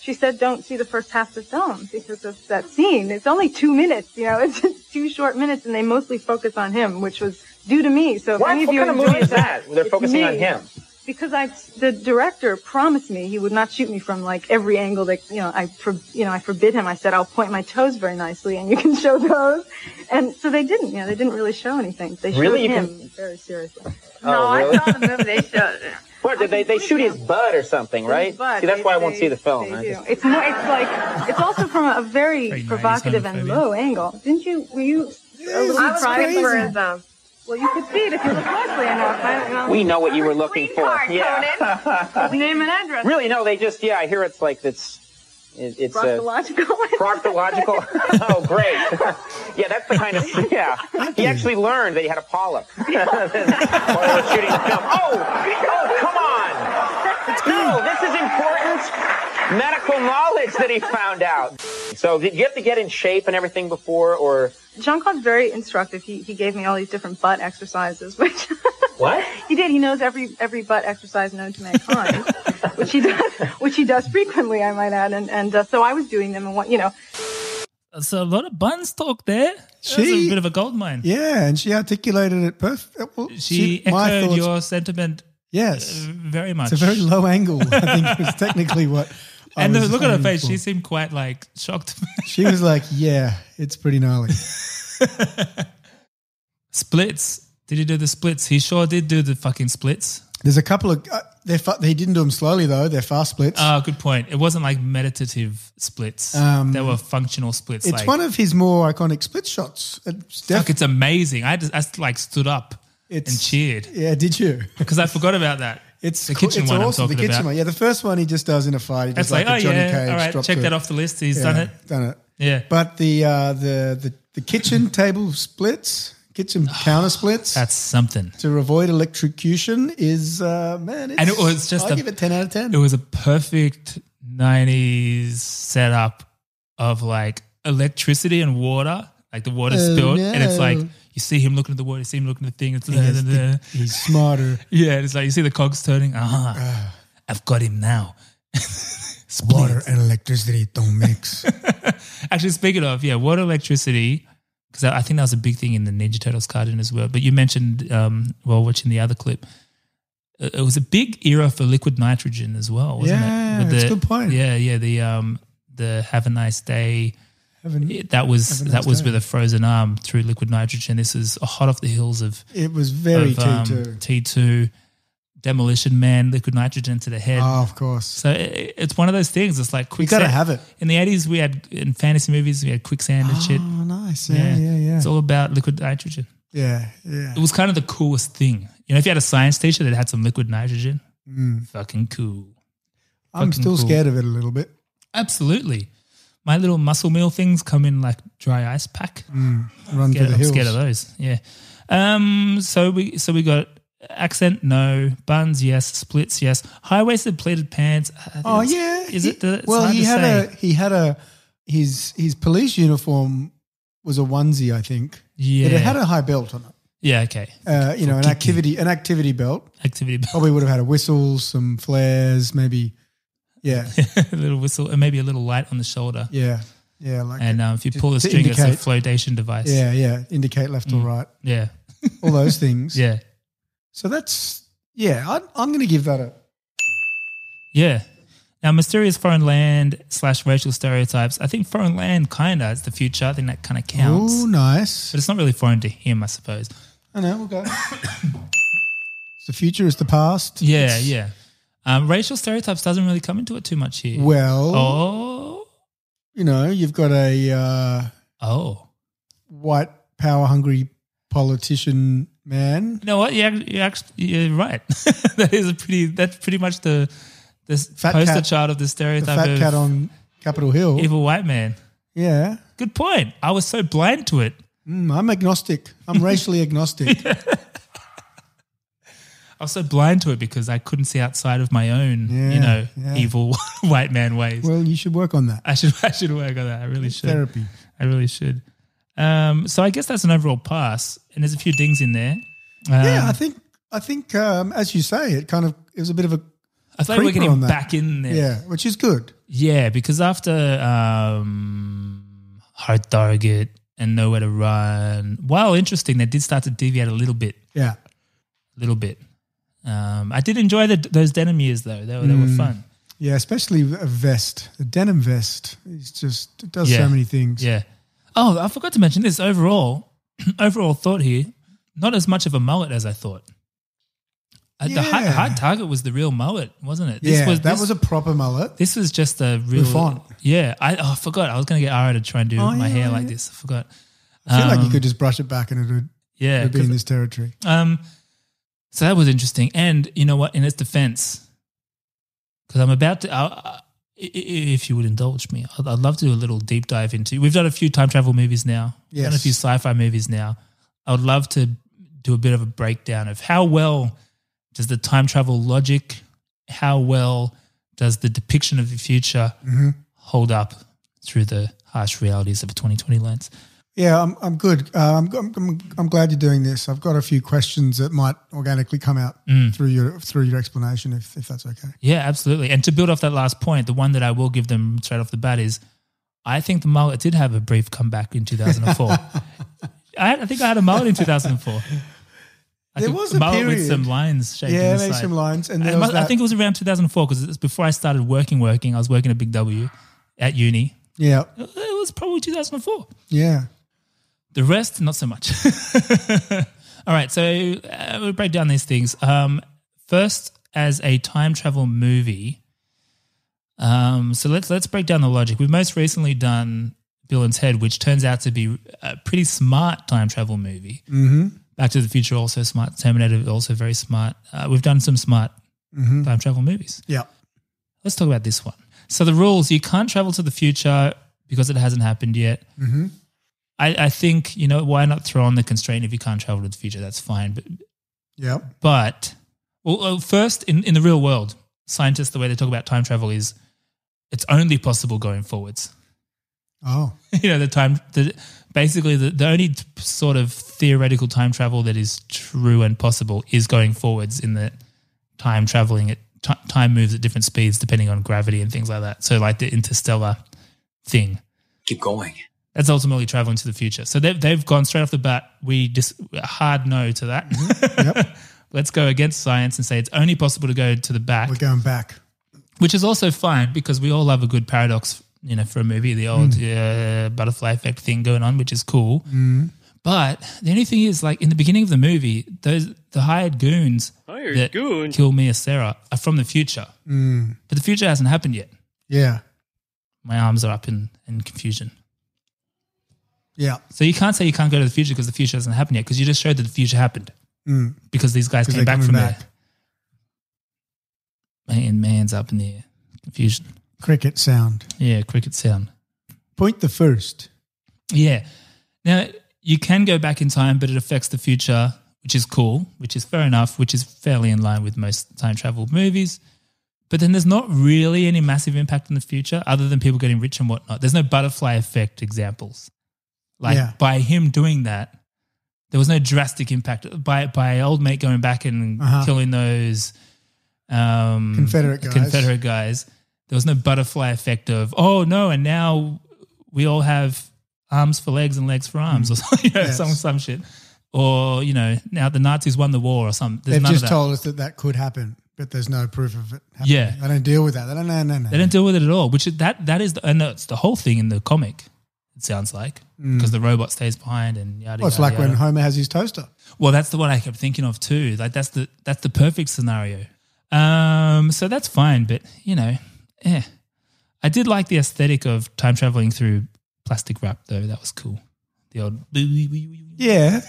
[SPEAKER 6] she said don't see the first half of the film because of that scene. It's only two minutes. You know, (laughs) it's just two short minutes, and they mostly focus on him, which was due to me. So if
[SPEAKER 15] What?
[SPEAKER 6] any of
[SPEAKER 15] What
[SPEAKER 6] you
[SPEAKER 15] kind of
[SPEAKER 6] enjoyed
[SPEAKER 15] movie is that? They're
[SPEAKER 6] it's
[SPEAKER 15] focusing
[SPEAKER 6] me.
[SPEAKER 15] on him.
[SPEAKER 6] Because I, the director promised me he would not shoot me from like every angle that you know I, for, you know I forbid him. I said I'll point my toes very nicely, and you can (laughs) show those. And so they didn't. You know, they didn't really show anything. They
[SPEAKER 15] Really?
[SPEAKER 6] showed
[SPEAKER 15] You
[SPEAKER 6] him
[SPEAKER 15] can-
[SPEAKER 6] very seriously.
[SPEAKER 15] Oh,
[SPEAKER 6] no,
[SPEAKER 15] really?
[SPEAKER 6] I saw the movie. They showed. it.
[SPEAKER 15] (laughs) What did they? They shoot his butt or something, right?
[SPEAKER 6] butt.
[SPEAKER 15] See, that's
[SPEAKER 6] They-
[SPEAKER 15] why I won't
[SPEAKER 6] they-
[SPEAKER 15] see the film.
[SPEAKER 6] they
[SPEAKER 15] I
[SPEAKER 6] do.
[SPEAKER 15] just-
[SPEAKER 6] It's more. It's like it's also from a very, provocative and
[SPEAKER 15] homophobia.
[SPEAKER 6] low angle. Didn't you? Were you? a little
[SPEAKER 16] I was
[SPEAKER 6] surprised?
[SPEAKER 16] looking for his,
[SPEAKER 6] Well, you could see it if you look closely enough. I don't know.
[SPEAKER 15] We know what you were looking for.
[SPEAKER 6] card,
[SPEAKER 15] yeah.
[SPEAKER 6] His name and address.
[SPEAKER 15] Really? No, they just. Yeah, I hear it's like it's. It, it's a
[SPEAKER 6] Proctological.
[SPEAKER 15] proctological. (laughs) oh, great. yeah, that's the kind of. Yeah, he actually learned that he had a polyp (laughs) while he was shooting the film. Oh, oh, come on! No, this is important medical knowledge that he found out. So, did you have to get in shape and everything before, or
[SPEAKER 6] Jean Claude's very instructive. He he gave me all these different butt exercises, (laughs) which
[SPEAKER 15] what?
[SPEAKER 6] he did. He knows every every butt exercise known to mankind, (laughs) which he does which he does frequently, I might add. And and uh, so I was doing them, and what you know,
[SPEAKER 3] So a lot of buns talk there. She,
[SPEAKER 4] She-
[SPEAKER 3] a bit of a gold mine.
[SPEAKER 4] Yeah, and she articulated it perfect. Well,
[SPEAKER 3] She, echoed your sentiment
[SPEAKER 4] yes,
[SPEAKER 3] very much.
[SPEAKER 4] it's a very low angle. I think (laughs) is technically what. I
[SPEAKER 3] and the
[SPEAKER 4] was
[SPEAKER 3] look at her
[SPEAKER 4] aiming
[SPEAKER 3] face.
[SPEAKER 4] for.
[SPEAKER 3] She seemed quite like shocked. (laughs)
[SPEAKER 4] she was like, "Yeah, it's pretty gnarly."
[SPEAKER 3] splits. Did he do the splits? He sure did do the fucking splits.
[SPEAKER 4] There's a couple of uh, they're fa- they didn't do them slowly though. They're fast splits.
[SPEAKER 3] Oh, good point. It wasn't like meditative splits.
[SPEAKER 4] Um,
[SPEAKER 3] they were functional splits.
[SPEAKER 4] it's
[SPEAKER 3] like,
[SPEAKER 4] one of his more iconic split shots. It's def-
[SPEAKER 3] Fuck, it's amazing. I just I just, like stood up and cheered
[SPEAKER 4] yeah, did you?
[SPEAKER 3] because I forgot about that.
[SPEAKER 4] It's
[SPEAKER 3] the
[SPEAKER 4] cool-
[SPEAKER 3] kitchen
[SPEAKER 4] it's
[SPEAKER 3] one
[SPEAKER 4] awesome.
[SPEAKER 3] I'm talking
[SPEAKER 4] the kitchen
[SPEAKER 3] about.
[SPEAKER 4] one. Yeah, the first one he just does in a fight. He
[SPEAKER 3] That's
[SPEAKER 4] just
[SPEAKER 3] like, oh
[SPEAKER 4] the Johnny
[SPEAKER 3] yeah,
[SPEAKER 4] Cage.
[SPEAKER 3] all right,
[SPEAKER 4] dropped
[SPEAKER 3] check
[SPEAKER 4] a-
[SPEAKER 3] that off the list. He's
[SPEAKER 4] Yeah,
[SPEAKER 3] done it.
[SPEAKER 4] Done it.
[SPEAKER 3] Yeah.
[SPEAKER 4] But the uh, the the the kitchen table splits, kitchen counter
[SPEAKER 3] (sighs)
[SPEAKER 4] splits.
[SPEAKER 3] That's something.
[SPEAKER 4] to avoid electrocution is uh, man. It's,
[SPEAKER 3] And it was just
[SPEAKER 4] I
[SPEAKER 3] a-
[SPEAKER 4] give it ten out of ten.
[SPEAKER 3] It was a perfect '90s setup of like electricity and water. Like the water
[SPEAKER 4] Oh,
[SPEAKER 3] spilled, and it's like
[SPEAKER 4] no.
[SPEAKER 3] you see him looking at the water, you see him looking at the thing. It's
[SPEAKER 4] He
[SPEAKER 3] (laughs)
[SPEAKER 4] has the- he's smarter.
[SPEAKER 3] yeah, it's like you see the cogs turning. Ah, I've got him now. (laughs)
[SPEAKER 4] Water and electricity don't mix.
[SPEAKER 3] Actually, speaking of, yeah, water, electricity, because I I think that was a big thing in the Ninja Turtles cartoon as well. But you mentioned um, while watching the other clip, uh, it was a big era for liquid nitrogen as well, wasn't
[SPEAKER 4] Yeah,
[SPEAKER 3] it?
[SPEAKER 4] that's
[SPEAKER 3] the-
[SPEAKER 4] a good point.
[SPEAKER 3] Yeah, yeah. The um, the Have a Nice Day
[SPEAKER 4] (laughs) Haven't-
[SPEAKER 3] It- that was
[SPEAKER 4] haven't
[SPEAKER 3] that was
[SPEAKER 4] understood.
[SPEAKER 3] with a frozen arm through liquid nitrogen. This is hot off the heels of um,
[SPEAKER 4] It was very T2.
[SPEAKER 3] T two demolition man liquid nitrogen to the head.
[SPEAKER 4] Oh, of course.
[SPEAKER 3] So i- i it's one of those things. It's like quicksand.
[SPEAKER 4] gotta have it.
[SPEAKER 3] In the eighties, we had in fantasy movies we had quicksand and shit.
[SPEAKER 4] Oh, nice. Yeah, yeah, yeah.
[SPEAKER 3] It's all about liquid nitrogen.
[SPEAKER 4] Yeah, yeah.
[SPEAKER 3] It was kind of the coolest thing. You know, if you had a science teacher that had some liquid nitrogen,
[SPEAKER 4] Mm.
[SPEAKER 3] fucking cool.
[SPEAKER 4] I'm
[SPEAKER 3] Fucking
[SPEAKER 4] still
[SPEAKER 3] cool.
[SPEAKER 4] scared of it a little bit.
[SPEAKER 3] Absolutely. My little muscle meal things come in like dry ice pack.
[SPEAKER 4] Mm, run for
[SPEAKER 3] scared,
[SPEAKER 4] the
[SPEAKER 3] I'm
[SPEAKER 4] hills.
[SPEAKER 3] scared of those. Yeah. Um. So we so we got accent no buns yes splits yes high waisted pleated pants. I think
[SPEAKER 4] Oh
[SPEAKER 3] it's-
[SPEAKER 4] yeah.
[SPEAKER 3] Is
[SPEAKER 4] He-
[SPEAKER 3] it? The, it's
[SPEAKER 4] well,
[SPEAKER 3] hard
[SPEAKER 4] he
[SPEAKER 3] to
[SPEAKER 4] had
[SPEAKER 3] say.
[SPEAKER 4] a he had a his his police uniform was a onesie, I think. but
[SPEAKER 3] Yeah.
[SPEAKER 4] it had a high belt on it.
[SPEAKER 3] Yeah. Okay.
[SPEAKER 4] Uh, you know, an
[SPEAKER 3] Kiki.
[SPEAKER 4] activity an activity belt.
[SPEAKER 3] Activity (laughs) belt.
[SPEAKER 4] Probably would have had a whistle, some flares, maybe.
[SPEAKER 3] (laughs)
[SPEAKER 4] Yeah,
[SPEAKER 3] a little whistle and maybe a little light on the shoulder.
[SPEAKER 4] yeah, yeah. Like
[SPEAKER 3] and um, if you
[SPEAKER 4] to-
[SPEAKER 3] pull the
[SPEAKER 4] to
[SPEAKER 3] string,
[SPEAKER 4] indicate.
[SPEAKER 3] it's a flotation device.
[SPEAKER 4] yeah, yeah. Indicate left or right.
[SPEAKER 3] Yeah.
[SPEAKER 4] All those things.
[SPEAKER 3] Mm. (laughs) Yeah.
[SPEAKER 4] So that's yeah. I, I'm going to give that a
[SPEAKER 3] Yeah. Now, mysterious foreign land slash racial stereotypes. I think foreign land kind of is the future. I think that kind of counts.
[SPEAKER 4] oh nice.
[SPEAKER 3] But it's not really foreign to him, I suppose.
[SPEAKER 4] I know we'll go. (coughs) it's the future. It's the past.
[SPEAKER 3] Yeah,
[SPEAKER 4] It's-
[SPEAKER 3] yeah. Um, racial stereotypes doesn't really come into it too much here.
[SPEAKER 4] Well,
[SPEAKER 3] oh,
[SPEAKER 4] you know, you've got a uh,
[SPEAKER 3] oh.
[SPEAKER 4] white power hungry politician man.
[SPEAKER 3] You know what? You ac- you actually you're right. (laughs) that is a pretty. That's pretty much the the
[SPEAKER 4] Fat
[SPEAKER 3] poster
[SPEAKER 4] cat-
[SPEAKER 3] child of the
[SPEAKER 4] The
[SPEAKER 3] stereotype
[SPEAKER 4] fat
[SPEAKER 3] of
[SPEAKER 4] cat on Capitol Hill.
[SPEAKER 3] evil white man.
[SPEAKER 4] Yeah.
[SPEAKER 3] Good point. I was so blind to it.
[SPEAKER 4] Mm, I'm agnostic. I'm racially
[SPEAKER 3] (laughs)
[SPEAKER 4] agnostic.
[SPEAKER 3] I was so blind to it because I couldn't see outside of my own,
[SPEAKER 4] Yeah,
[SPEAKER 3] you know,
[SPEAKER 4] yeah.
[SPEAKER 3] evil (laughs) white man ways.
[SPEAKER 4] Well, you should work on that.
[SPEAKER 3] I should (laughs) I should work on that. I really should.
[SPEAKER 4] Therapy.
[SPEAKER 3] I really should. Um, so I guess that's an overall pass, and there's a few dings in there. Um,
[SPEAKER 4] yeah, I think I think um, as you say, it kind of it was a bit of a
[SPEAKER 3] I thought we were
[SPEAKER 4] creeper
[SPEAKER 3] getting
[SPEAKER 4] on that.
[SPEAKER 3] back in there.
[SPEAKER 4] yeah, which is good.
[SPEAKER 3] Yeah, because after um, Hard Target and Nowhere to Run, while interesting, they did start to deviate a little bit,
[SPEAKER 4] Yeah,
[SPEAKER 3] a little bit. Um, I did enjoy the, those denim years though; they were, they were
[SPEAKER 4] Mm.
[SPEAKER 3] fun.
[SPEAKER 4] yeah, especially a vest, a denim vest. It's just it does
[SPEAKER 3] Yeah.
[SPEAKER 4] so many things.
[SPEAKER 3] Yeah. Oh, I forgot to mention this overall. (clears throat) overall thought here, not as much of a mullet as I thought. Uh, The hard,
[SPEAKER 4] Yeah.
[SPEAKER 3] hard target was the real mullet, wasn't it?
[SPEAKER 4] yeah, that
[SPEAKER 3] this-
[SPEAKER 4] was a proper mullet.
[SPEAKER 3] This was just a real
[SPEAKER 4] Buffon.
[SPEAKER 3] Yeah, I, oh, I forgot. I was going to get Ara to try and do
[SPEAKER 4] Oh,
[SPEAKER 3] my
[SPEAKER 4] yeah,
[SPEAKER 3] hair
[SPEAKER 4] yeah,
[SPEAKER 3] like
[SPEAKER 4] yeah.
[SPEAKER 3] this. I forgot.
[SPEAKER 4] I feel like you
[SPEAKER 3] Um,
[SPEAKER 4] could just brush it back and it would, it
[SPEAKER 3] Yeah.
[SPEAKER 4] would be in
[SPEAKER 3] 'cause-
[SPEAKER 4] this territory.
[SPEAKER 3] Um, so that was interesting. And you know what? In its defense, because I'm about to, I, I, i- if you would indulge me, I'd, I'd love to do a little deep dive into. We've done a few time travel movies now. We've Done a
[SPEAKER 4] Yes.
[SPEAKER 3] few sci-fi movies now. I would love to do a bit of a breakdown of how well does the time travel logic, how well does the depiction of the future hold up through the harsh realities of a 2020 lens.
[SPEAKER 4] Yeah, I'm, I'm good. Uh, I'm, I'm, I'm, I'm glad you're doing this. I've got a few questions that might organically come out
[SPEAKER 3] Mm.
[SPEAKER 4] through your through your explanation, if, if that's okay.
[SPEAKER 3] Yeah, absolutely. And to build off that last point, the one that I will give them straight off the bat is I think the mullet did have a brief comeback in
[SPEAKER 4] (laughs)
[SPEAKER 3] 2004. I, had- I think I had a mullet in 2004. I
[SPEAKER 4] There
[SPEAKER 3] think
[SPEAKER 4] was
[SPEAKER 3] the
[SPEAKER 4] a
[SPEAKER 3] mullet with
[SPEAKER 4] period.
[SPEAKER 3] some lines shaped
[SPEAKER 4] Yeah,
[SPEAKER 3] in the
[SPEAKER 4] maybe
[SPEAKER 3] side.
[SPEAKER 4] some lines, and
[SPEAKER 3] I
[SPEAKER 4] there was
[SPEAKER 3] Uh, must- I
[SPEAKER 4] that-
[SPEAKER 3] think it was around 2004 because it's before I started working, working. I was working at Big W at uni.
[SPEAKER 4] Yeah,
[SPEAKER 3] It was probably 2004.
[SPEAKER 4] yeah.
[SPEAKER 3] The rest, not so much. (laughs) All right, so uh, we'll break down these things. Um, first, as a time travel movie, um, so let's let's break down the logic. We've most recently done Bill and Ted, which turns out to be a pretty smart time travel movie.
[SPEAKER 4] Mm-hmm.
[SPEAKER 3] Back to the Future also smart, Terminator also very smart. Uh, we've done some smart
[SPEAKER 4] Mhm.
[SPEAKER 3] time travel movies.
[SPEAKER 4] Yeah.
[SPEAKER 3] Let's talk about this one. So the rules: you can't travel to the future because it hasn't happened yet.
[SPEAKER 4] Mm-hmm.
[SPEAKER 3] I, I think you know why not throw on the constraint if you can't travel to the future? That's fine, but
[SPEAKER 4] Yeah.
[SPEAKER 3] but well, well, first in in the real world, scientists the way they talk about time travel is it's only possible going forwards.
[SPEAKER 4] Oh,
[SPEAKER 3] (laughs) you know the time the basically the, the only t- sort of theoretical time travel that is true and possible is going forwards in that time traveling at t- time moves at different speeds depending on gravity and things like that. So like the interstellar thing.
[SPEAKER 1] Keep going.
[SPEAKER 3] that's ultimately traveling to the future. So they've, they've gone straight off the bat. We just hard no to that. (laughs) Let's go against science and say it's only possible to go to the back,
[SPEAKER 4] we're going back.
[SPEAKER 3] which is also fine because we all love a good paradox you know, for a movie, the old uh, butterfly effect thing going on, which is cool.
[SPEAKER 4] Mm.
[SPEAKER 3] But the only thing is, like in the beginning of the movie, those the hired goons
[SPEAKER 4] Hired
[SPEAKER 3] that
[SPEAKER 4] goons.
[SPEAKER 3] kill Mia Sarah are from the future,
[SPEAKER 4] Mm.
[SPEAKER 3] but the future hasn't happened yet.
[SPEAKER 4] Yeah.
[SPEAKER 3] My arms are up in, in confusion.
[SPEAKER 4] Yeah.
[SPEAKER 3] So you can't say you can't go to the future because the future hasn't happened yet because you just showed that the future happened
[SPEAKER 4] Mm.
[SPEAKER 3] because these guys
[SPEAKER 4] 'Cause
[SPEAKER 3] came
[SPEAKER 4] they're
[SPEAKER 3] back
[SPEAKER 4] coming
[SPEAKER 3] from
[SPEAKER 4] back.
[SPEAKER 3] there. Man, man's up in the air. Confusion.
[SPEAKER 4] Cricket sound.
[SPEAKER 3] Yeah, cricket sound.
[SPEAKER 4] Point the first.
[SPEAKER 3] Yeah. Now you can go back in time, but it affects the future, which is cool, which is fair enough, which is fairly in line with most time travel movies. But then there's not really any massive impact on the future other than people getting rich and whatnot. There's no butterfly effect examples. Like
[SPEAKER 4] Yeah.
[SPEAKER 3] by him doing that, there was no drastic impact. By by old mate going back and
[SPEAKER 4] Uh-huh.
[SPEAKER 3] killing those um,
[SPEAKER 4] Confederate guys.
[SPEAKER 3] Confederate guys. There was no butterfly effect of oh no, and now we all have arms for legs and legs for arms or (laughs) something, you know,
[SPEAKER 4] Mm. Yes.
[SPEAKER 3] some some shit. Or you know, now the Nazis won the war or something. There's
[SPEAKER 4] They've
[SPEAKER 3] none
[SPEAKER 4] just
[SPEAKER 3] of that.
[SPEAKER 4] told us that that could happen, but there's no proof of it happening.
[SPEAKER 3] Yeah.
[SPEAKER 4] They don't deal with that. They don't, no, no, no.
[SPEAKER 3] They don't deal with it at all. Which is, that that is, the, and it's the whole thing in the comic. It sounds like
[SPEAKER 4] Mm.
[SPEAKER 3] because the robot stays behind and yada.
[SPEAKER 4] Well, it's
[SPEAKER 3] yada,
[SPEAKER 4] like when
[SPEAKER 3] yada.
[SPEAKER 4] Homer has his toaster.
[SPEAKER 3] Well, that's the one I kept thinking of too. Like that's the that's the perfect scenario. Um, so that's fine, but you know, yeah, I did like the aesthetic of time traveling through plastic wrap though. That was cool. The old (laughs)
[SPEAKER 4] Yeah.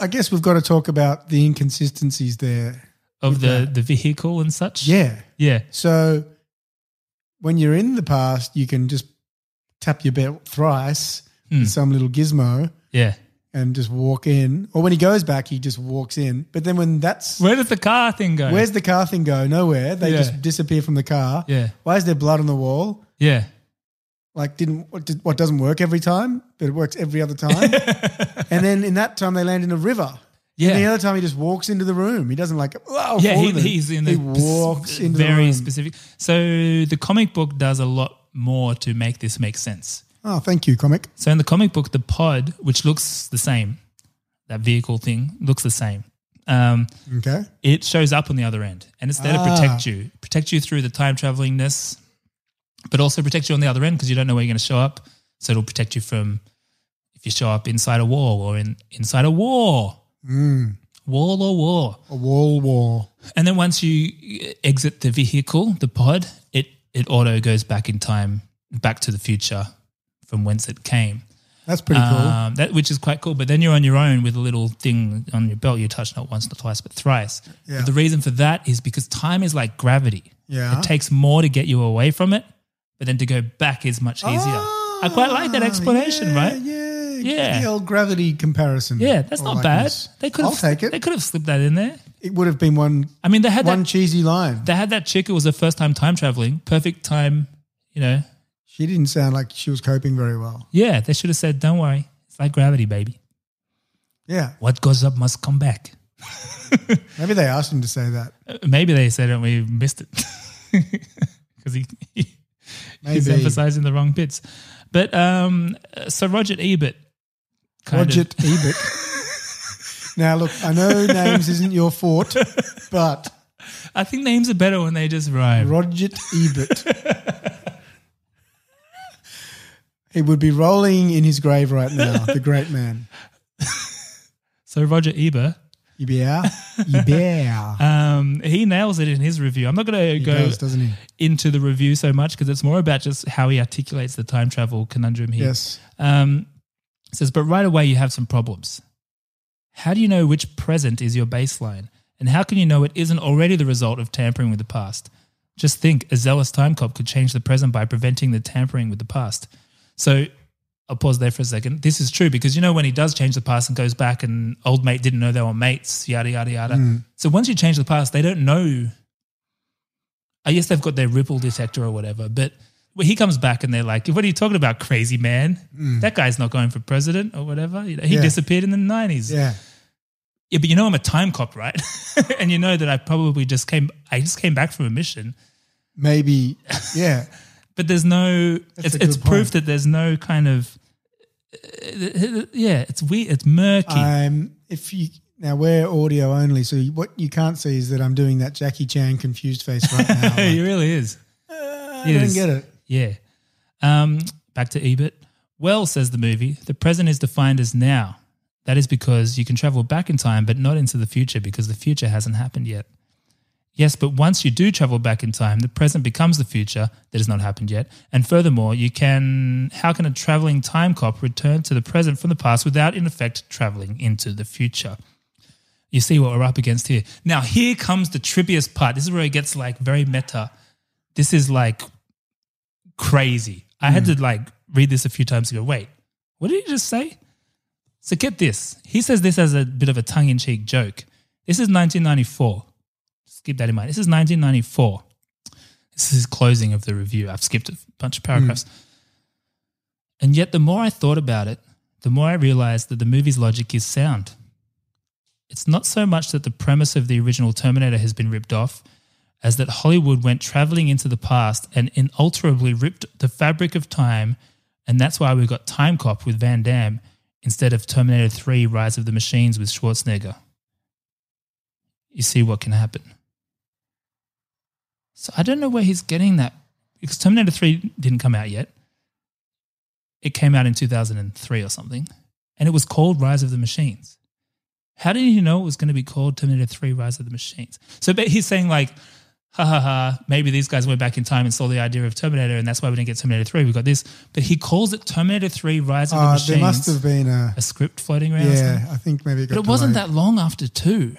[SPEAKER 4] I guess we've got to talk about the inconsistencies there.
[SPEAKER 3] of
[SPEAKER 4] With
[SPEAKER 3] the the vehicle and such.
[SPEAKER 4] Yeah.
[SPEAKER 3] yeah,
[SPEAKER 4] So when you're in the past, you can just tap your belt thrice
[SPEAKER 3] Hmm.
[SPEAKER 4] with some little gizmo
[SPEAKER 3] yeah.
[SPEAKER 4] and just walk in. Or when he goes back, he just walks in. But then when that's
[SPEAKER 3] Where does the car thing go?
[SPEAKER 4] where's the car thing go? Nowhere. They
[SPEAKER 3] Yeah.
[SPEAKER 4] just disappear from the car.
[SPEAKER 3] yeah,
[SPEAKER 4] Why is there blood on the wall?
[SPEAKER 3] yeah.
[SPEAKER 4] Like didn't what, did, what doesn't work every time, but it works every
[SPEAKER 3] (laughs)
[SPEAKER 4] other time. and then in that time they land in a river.
[SPEAKER 3] Yeah.
[SPEAKER 4] And the other time he just walks into the room. He doesn't like wow.
[SPEAKER 3] yeah,
[SPEAKER 4] fall
[SPEAKER 3] he,
[SPEAKER 4] in it."
[SPEAKER 3] he's in the
[SPEAKER 4] he walks
[SPEAKER 3] sp-
[SPEAKER 4] into the
[SPEAKER 3] very
[SPEAKER 4] room.
[SPEAKER 3] specific. So the comic book does a lot more to make this make sense.
[SPEAKER 4] Oh, thank you, comic.
[SPEAKER 3] So in the comic book, the pod, which looks the same, that vehicle thing looks the same. Um,
[SPEAKER 4] Okay.
[SPEAKER 3] it shows up on the other end, and it's there to protect
[SPEAKER 4] Ah.
[SPEAKER 3] you, protect you through the time travelingness, but also protect you on the other end because you don't know where you're going to show up. So it'll protect you from if you show up inside a wall or in inside a war,
[SPEAKER 4] Mm.
[SPEAKER 3] wall or war.
[SPEAKER 4] A wall war.
[SPEAKER 3] And then once you exit the vehicle, the pod, it it auto goes back in time, back to the future from whence it came.
[SPEAKER 4] That's pretty cool.
[SPEAKER 3] Um, that which is quite cool. But then you're on your own with a little thing on your belt. You touch not once, not twice, but thrice.
[SPEAKER 4] Yeah.
[SPEAKER 3] But the reason for that is because time is like gravity.
[SPEAKER 4] Yeah.
[SPEAKER 3] It takes more to get you away from it, but then to go back is much easier. I quite like that explanation, right?
[SPEAKER 4] Ah, Yeah,
[SPEAKER 3] Yeah.
[SPEAKER 4] The old gravity comparison.
[SPEAKER 3] Yeah, that's
[SPEAKER 4] Or
[SPEAKER 3] not
[SPEAKER 4] like
[SPEAKER 3] bad.
[SPEAKER 4] this.
[SPEAKER 3] They could
[SPEAKER 4] I'll
[SPEAKER 3] have
[SPEAKER 4] take it.
[SPEAKER 3] They could have slipped that in there.
[SPEAKER 4] It would have been one
[SPEAKER 3] I mean, they had
[SPEAKER 4] one
[SPEAKER 3] that
[SPEAKER 4] cheesy line.
[SPEAKER 3] they had that chick who was her first time time traveling, perfect time, you know.
[SPEAKER 4] She didn't sound like she was coping very well.
[SPEAKER 3] Yeah, they should have said, "Don't worry, it's like gravity, baby.
[SPEAKER 4] Yeah.
[SPEAKER 3] What goes up must come back."
[SPEAKER 4] Maybe they asked him to say that.
[SPEAKER 3] Uh, Maybe they said it and we missed it (laughs) because he, he- he's
[SPEAKER 4] Maybe.
[SPEAKER 3] emphasizing the wrong bits. But um, uh, so Roger Ebert, kind of-
[SPEAKER 4] Roger Ebert. now, look, I know names isn't your fort, but
[SPEAKER 3] I think names are better when they just rhyme.
[SPEAKER 4] Roger Ebert. he would be rolling in his grave right now, the great man.
[SPEAKER 3] so Roger Ebert.
[SPEAKER 4] Ebert. Ebert.
[SPEAKER 3] Um, he nails it in his review. I'm not going to
[SPEAKER 4] He
[SPEAKER 3] go
[SPEAKER 4] does, doesn't he?
[SPEAKER 3] into the review so much because it's more about just how he articulates the time travel conundrum here.
[SPEAKER 4] Yes.
[SPEAKER 3] Um, it says, but right away you have some problems. How do you know which present is your baseline? And how can you know it isn't already the result of tampering with the past? Just think a zealous time cop could change the present by preventing the tampering with the past. So I'll pause there for a second. This is true because you know when he does change the past and goes back and old mate didn't know they were mates, yada yada yada.
[SPEAKER 4] Mm.
[SPEAKER 3] So once you change the past, they don't know. I guess they've got their ripple detector or whatever, but when he comes back and they're like, "What are you talking about, crazy man?
[SPEAKER 4] Mm.
[SPEAKER 3] That guy's not going for president or whatever. You know, he
[SPEAKER 4] Yeah.
[SPEAKER 3] disappeared in the nineties.
[SPEAKER 4] Yeah.
[SPEAKER 3] Yeah, but you know I'm a time cop, right? (laughs) and you know that I probably just came. I just came back from a mission,
[SPEAKER 4] Maybe. Yeah.
[SPEAKER 3] but there's no. it's
[SPEAKER 4] That's a
[SPEAKER 3] it's
[SPEAKER 4] good
[SPEAKER 3] proof
[SPEAKER 4] point.
[SPEAKER 3] that there's no kind of. uh, Yeah, it's weird. It's murky.
[SPEAKER 4] I'm if you now we're audio only, so you- what you can't see is that I'm doing that Jackie Chan confused face right now.
[SPEAKER 3] it really is.
[SPEAKER 4] I don't Uh, get it.
[SPEAKER 3] Yeah. Um, back to Ebert. Well, says the movie, the present is defined as now. That is because you can travel back in time, but not into the future because the future hasn't happened yet. Yes, but once you do travel back in time, the present becomes the future that has not happened yet. And furthermore, you can how can a traveling time cop return to the present from the past without in effect traveling into the future? You see what we're up against here. Now here comes the trippiest part. This is where it gets like very meta. This is like crazy. I had to like read this a few times ago. Wait, what did he just say? So get this. He says this as a bit of a tongue in cheek joke. This is 1994 keep that in mind. This is 1994. This is closing of the review. I've skipped a bunch of paragraphs. Mm. And yet, the more I thought about it, the more I realized that the movie's logic is sound. It's not so much that the premise of the original Terminator has been ripped off, as that Hollywood went traveling into the past and inalterably ripped the fabric of time. And that's why we got Time Cop with Van Damme instead of Terminator 3 Rise of the Machines with Schwarzenegger. You see what can happen. So I don't know where he's getting that because Terminator 3 didn't come out yet. It came out in 2003 or something, and it was called Rise of the Machines. How did he know it was going to be called Terminator 3 Rise of the Machines? So but he's saying, like, ha ha ha, maybe these guys went back in time and saw the idea of Terminator, and that's why we didn't get Terminator 3. We got this. But he calls it Terminator 3 Rise of the
[SPEAKER 4] Uh,
[SPEAKER 3] Machines.
[SPEAKER 4] there must have been a,
[SPEAKER 3] a script floating around. or
[SPEAKER 4] yeah.
[SPEAKER 3] something.
[SPEAKER 4] I think maybe it got
[SPEAKER 3] but it wasn't
[SPEAKER 4] delayed.
[SPEAKER 3] that long after 2.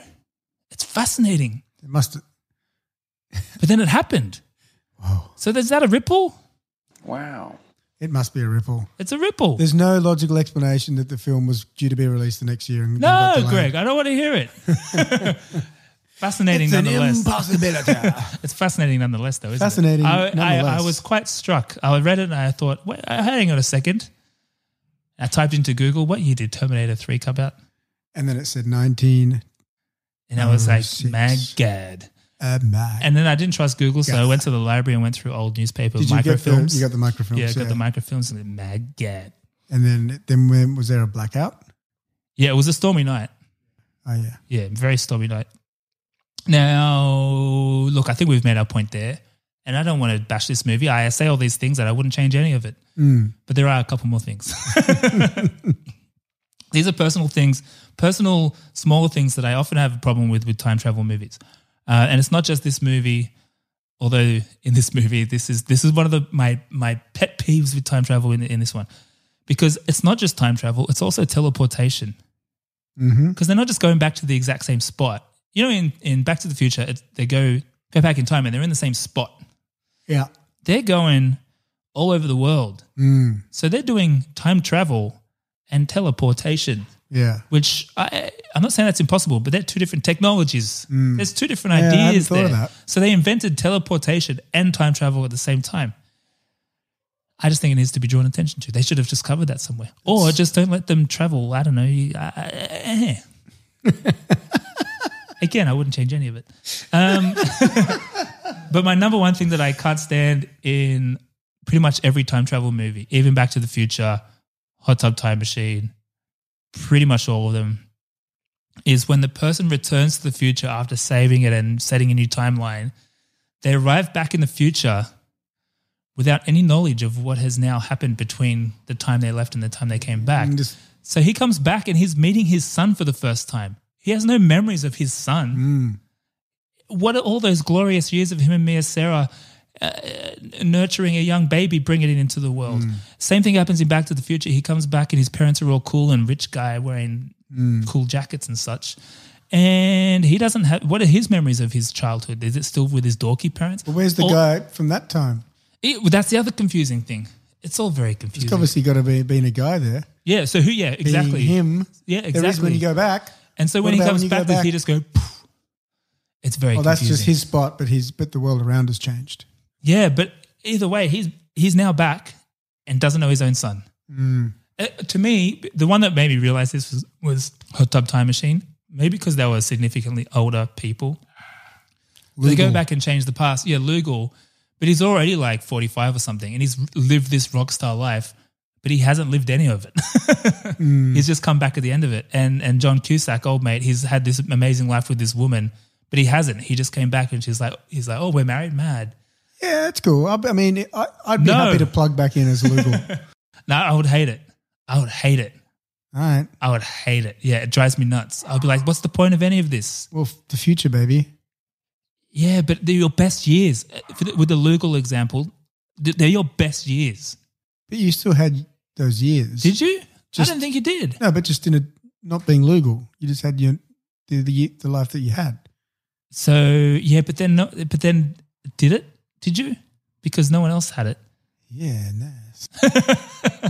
[SPEAKER 3] It's fascinating.
[SPEAKER 4] It must. have-
[SPEAKER 3] But then it happened. Wow. So is that a ripple?
[SPEAKER 4] Wow. It must be a ripple.
[SPEAKER 3] It's a ripple.
[SPEAKER 4] There's no logical explanation that the film was due to be released the next year. And got
[SPEAKER 3] No,
[SPEAKER 4] delayed.
[SPEAKER 3] Greg, I don't want to hear it.
[SPEAKER 4] (laughs)
[SPEAKER 3] fascinating
[SPEAKER 4] It's an
[SPEAKER 3] nonetheless.
[SPEAKER 4] impossibility.
[SPEAKER 3] it's fascinating nonetheless, though, isn't
[SPEAKER 4] Fascinating
[SPEAKER 3] it? I, I, I
[SPEAKER 4] nonetheless.
[SPEAKER 3] was quite struck. I read it and I thought, wait, uh, hang on a second. I typed into Google, what year did Terminator 3 come out?
[SPEAKER 4] (laughs) And then it said 19.
[SPEAKER 3] And I was
[SPEAKER 4] Oh,
[SPEAKER 3] like,
[SPEAKER 4] six.
[SPEAKER 3] magad.
[SPEAKER 4] Uh, mad.
[SPEAKER 3] And then I didn't trust Google, so I
[SPEAKER 4] Yeah.
[SPEAKER 3] went to the library and went through old newspaper
[SPEAKER 4] Did you get the-
[SPEAKER 3] microfilms.
[SPEAKER 4] you got the microfilms,
[SPEAKER 3] Yeah, I got
[SPEAKER 4] yeah.
[SPEAKER 3] the microfilms and then magad.
[SPEAKER 4] And then, then when, was there a blackout?
[SPEAKER 3] Yeah, it was a stormy night.
[SPEAKER 4] Oh, yeah.
[SPEAKER 3] Yeah, very stormy night. Now, look, I think we've made our point there. And I don't want to bash this movie. I say all these things that I wouldn't change any of it.
[SPEAKER 4] Mm.
[SPEAKER 3] But there are a couple more things. (laughs) these are personal things, personal, smaller things that I often have a problem with with time travel movies. Uh, and it's not just this movie. Although in this movie, this is this is one of the my my pet peeves with time travel in, in this one, because it's not just time travel; it's also teleportation
[SPEAKER 4] Mm-hmm.
[SPEAKER 3] because they're not just going back to the exact same spot. You know, in, in Back to the Future, it's, they go go back in time and they're in the same spot.
[SPEAKER 4] Yeah.
[SPEAKER 3] They're going all over the world,
[SPEAKER 4] Mm.
[SPEAKER 3] so they're doing time travel and teleportation.
[SPEAKER 4] Yeah.
[SPEAKER 3] Which I, I'm not saying that's impossible, but they're two different technologies.
[SPEAKER 4] Mm.
[SPEAKER 3] There's two different
[SPEAKER 4] Yeah, I hadn't
[SPEAKER 3] ideas
[SPEAKER 4] thought
[SPEAKER 3] there.
[SPEAKER 4] of that.
[SPEAKER 3] So they invented teleportation and time travel at the same time. I just think it needs to be drawn attention to. They should have just covered that somewhere, or just don't let them travel. I don't know. You- I- I- eh.
[SPEAKER 4] (laughs)
[SPEAKER 3] Again, I wouldn't change any of it. Um, (laughs) but my number one thing that I can't stand in pretty much every time travel movie, even Back to the Future, Hot Tub Time Machine, pretty much all of them, is when the person returns to the future after saving it and setting a new timeline, they arrive back in the future without any knowledge of what has now happened between the time they left and the time they came
[SPEAKER 4] Mm,
[SPEAKER 3] back. so he comes back and he's meeting his son for the first time. He has no memories of his son.
[SPEAKER 4] Mm.
[SPEAKER 3] What are all those glorious years of him and Mia Sarah uh, nurturing a young baby, bringing it into the world?
[SPEAKER 4] Mm.
[SPEAKER 3] Same thing happens in Back to the Future. He comes back and his parents are all cool and rich guy wearing
[SPEAKER 4] Mm.
[SPEAKER 3] cool jackets and such. And he doesn't have what are his memories of his childhood? Is it still with his dorky parents?
[SPEAKER 4] But where's the
[SPEAKER 3] Or-
[SPEAKER 4] guy from that time?
[SPEAKER 3] it- well, that's the other confusing thing. It's all very
[SPEAKER 4] It's
[SPEAKER 3] confusing.
[SPEAKER 4] obviously got to be been a guy there.
[SPEAKER 3] yeah. So who? Yeah. Exactly.
[SPEAKER 4] Being him.
[SPEAKER 3] Yeah.
[SPEAKER 4] There is
[SPEAKER 3] Exactly.
[SPEAKER 4] when you go back.
[SPEAKER 3] And so
[SPEAKER 4] What
[SPEAKER 3] when he
[SPEAKER 4] about
[SPEAKER 3] comes
[SPEAKER 4] when you
[SPEAKER 3] back,
[SPEAKER 4] go
[SPEAKER 3] does he
[SPEAKER 4] back?
[SPEAKER 3] just go? "Poof"? It's very.
[SPEAKER 4] Well, that's just
[SPEAKER 3] confusing.
[SPEAKER 4] his spot, but his but the world around has changed.
[SPEAKER 3] Yeah, but either way, he's he's now back and doesn't know his own son.
[SPEAKER 4] Mm.
[SPEAKER 3] Uh, to me, the one that made me realize this was, was Hot Tub Time Machine. Maybe because they were significantly older people. They go
[SPEAKER 4] Lugal.
[SPEAKER 3] back and change the past. Yeah, Lugal, but he's already like forty five or something, and he's lived this rock star life, but he hasn't lived any of it. (laughs)
[SPEAKER 4] Hmm.
[SPEAKER 3] He's just come back at the end of it. And and John Cusack, old mate, he's had this amazing life with this woman, but he hasn't. He just came back and she's like, he's like, oh, we're married, mad.
[SPEAKER 4] Yeah, it's cool. I, I mean, I, I'd be
[SPEAKER 3] No.
[SPEAKER 4] happy to plug back in as legal. (laughs) All
[SPEAKER 3] No, I would hate it. I would hate it.
[SPEAKER 4] right.
[SPEAKER 3] I would hate it. Yeah, it drives me nuts. I'll be like, what's the point of any of this?
[SPEAKER 4] Well, the future, baby.
[SPEAKER 3] Yeah, but they're your best years. Uh, for the- With the legal example, th- they're your best years.
[SPEAKER 4] But you still had those years.
[SPEAKER 3] Did you?
[SPEAKER 4] Just-
[SPEAKER 3] I don't think you did.
[SPEAKER 4] No, but just in a not being legal, you just had your the the, ye- the life that you had.
[SPEAKER 3] So yeah, but then no, but then did it? Did you? Because no one else had it.
[SPEAKER 4] Yeah, nah.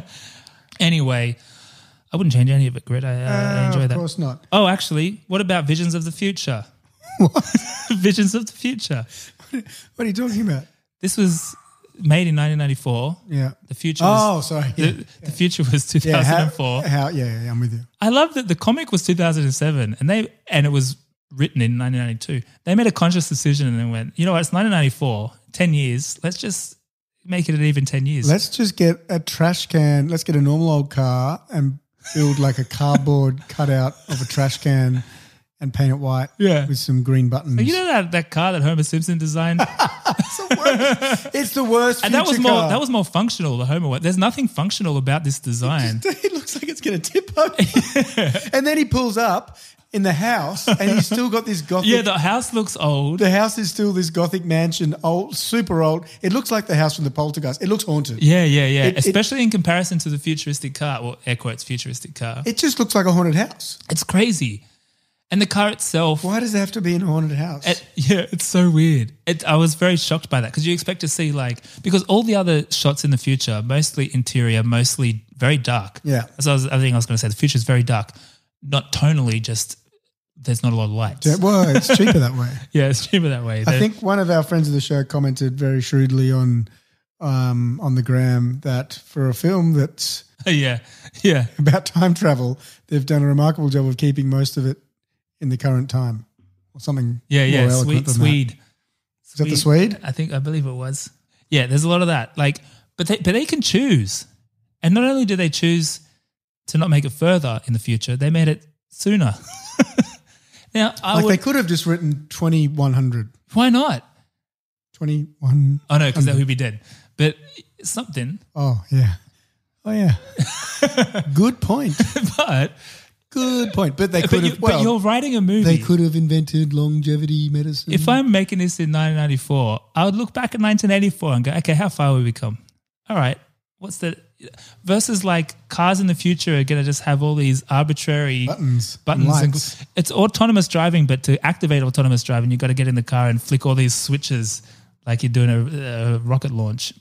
[SPEAKER 3] Anyway, I wouldn't change any of it, Grit. I, I
[SPEAKER 4] Uh,
[SPEAKER 3] enjoy
[SPEAKER 4] of
[SPEAKER 3] that.
[SPEAKER 4] course not.
[SPEAKER 3] Oh, actually, what about Visions of the
[SPEAKER 4] (laughs)
[SPEAKER 3] Future? What? (laughs) Visions of the Future.
[SPEAKER 4] What are you talking about?
[SPEAKER 3] This was made in 1994.
[SPEAKER 4] Yeah.
[SPEAKER 3] The future.
[SPEAKER 4] Oh,
[SPEAKER 3] was,
[SPEAKER 4] sorry.
[SPEAKER 3] The, the future was
[SPEAKER 4] Yeah, how- (laughs)
[SPEAKER 3] 2004.
[SPEAKER 4] how- yeah, yeah, I'm with you.
[SPEAKER 3] I love that the comic was 2007, and they and it was written in 1992. They made a conscious decision and then went, you know what? It's 1994. Ten years. Let's just make it an even ten years.
[SPEAKER 4] Let's just get a trash can. Let's get a normal old car and build like a
[SPEAKER 3] (laughs)
[SPEAKER 4] cardboard cutout of a trash can and paint it white.
[SPEAKER 3] Yeah.
[SPEAKER 4] With some green buttons.
[SPEAKER 3] You know that, that car that Homer Simpson
[SPEAKER 4] (laughs)
[SPEAKER 3] designed?
[SPEAKER 4] it's the worst.
[SPEAKER 3] and that was
[SPEAKER 4] future
[SPEAKER 3] more
[SPEAKER 4] car. (laughs)
[SPEAKER 3] that was more functional. The Homer one. There's nothing functional about this design.
[SPEAKER 4] it looks like it's going to tip
[SPEAKER 3] (laughs)
[SPEAKER 4] over. and then he pulls up in the house and he's still got this gothic.
[SPEAKER 3] yeah, the house looks
[SPEAKER 4] (laughs)
[SPEAKER 3] old.
[SPEAKER 4] the house is still this gothic mansion, old, super old. It looks like the house from the poltergeist. It looks haunted.
[SPEAKER 3] Yeah, yeah, yeah.
[SPEAKER 4] It- it-
[SPEAKER 3] Especially in comparison to the futuristic car, well, air quotes futuristic car.
[SPEAKER 4] It just looks like a haunted house.
[SPEAKER 3] It's crazy. And the car itself,
[SPEAKER 4] Why does it have to be in a haunted house?
[SPEAKER 3] it- yeah, it's so weird. It, I was very shocked by that because you expect to see like because all the other shots in the future, are mostly interior, mostly very dark.
[SPEAKER 4] Yeah.
[SPEAKER 3] So I, was, I think I was going to say the future is very dark, not tonally. Just there's not a lot of lights.
[SPEAKER 4] Yeah, well, it's cheaper that way.
[SPEAKER 3] yeah, it's cheaper that way.
[SPEAKER 4] I think one of our friends of the show commented very shrewdly on um, on the gram that for a film that's
[SPEAKER 3] (laughs)
[SPEAKER 4] (laughs)
[SPEAKER 3] yeah, yeah.
[SPEAKER 4] about time travel, they've done a remarkable job of keeping most of it in the current time or something.
[SPEAKER 3] Yeah, yeah,
[SPEAKER 4] more
[SPEAKER 3] Swede,
[SPEAKER 4] eloquent than that.
[SPEAKER 3] Swede.
[SPEAKER 4] Is that the Swede?
[SPEAKER 3] I think I believe it was. Yeah, there's a lot of that. Like, but they but they can choose, and not only do they choose to not make it further in the future, they made it sooner. (laughs) now, I
[SPEAKER 4] Like
[SPEAKER 3] would.
[SPEAKER 4] they could have just written 2100.
[SPEAKER 3] why not?
[SPEAKER 4] 21.
[SPEAKER 3] Oh no, because that would be dead. But something. (laughs)
[SPEAKER 4] Oh, yeah. Oh, yeah. Good point.
[SPEAKER 3] But
[SPEAKER 4] Good point. But they
[SPEAKER 3] but,
[SPEAKER 4] could
[SPEAKER 3] you,
[SPEAKER 4] have. Well,
[SPEAKER 3] but you're writing a movie.
[SPEAKER 4] they could have invented longevity medicine.
[SPEAKER 3] If I'm making this in 1994, I would look back at 1984 and go, okay, how far have we come? All right, what's the versus like cars in the future are going to just have all these arbitrary
[SPEAKER 4] Buttons,
[SPEAKER 3] buttons. and-
[SPEAKER 4] lights.
[SPEAKER 3] it's autonomous driving, but to activate autonomous driving, you've got to get in the car and flick all these switches like you're doing a, a rocket launch.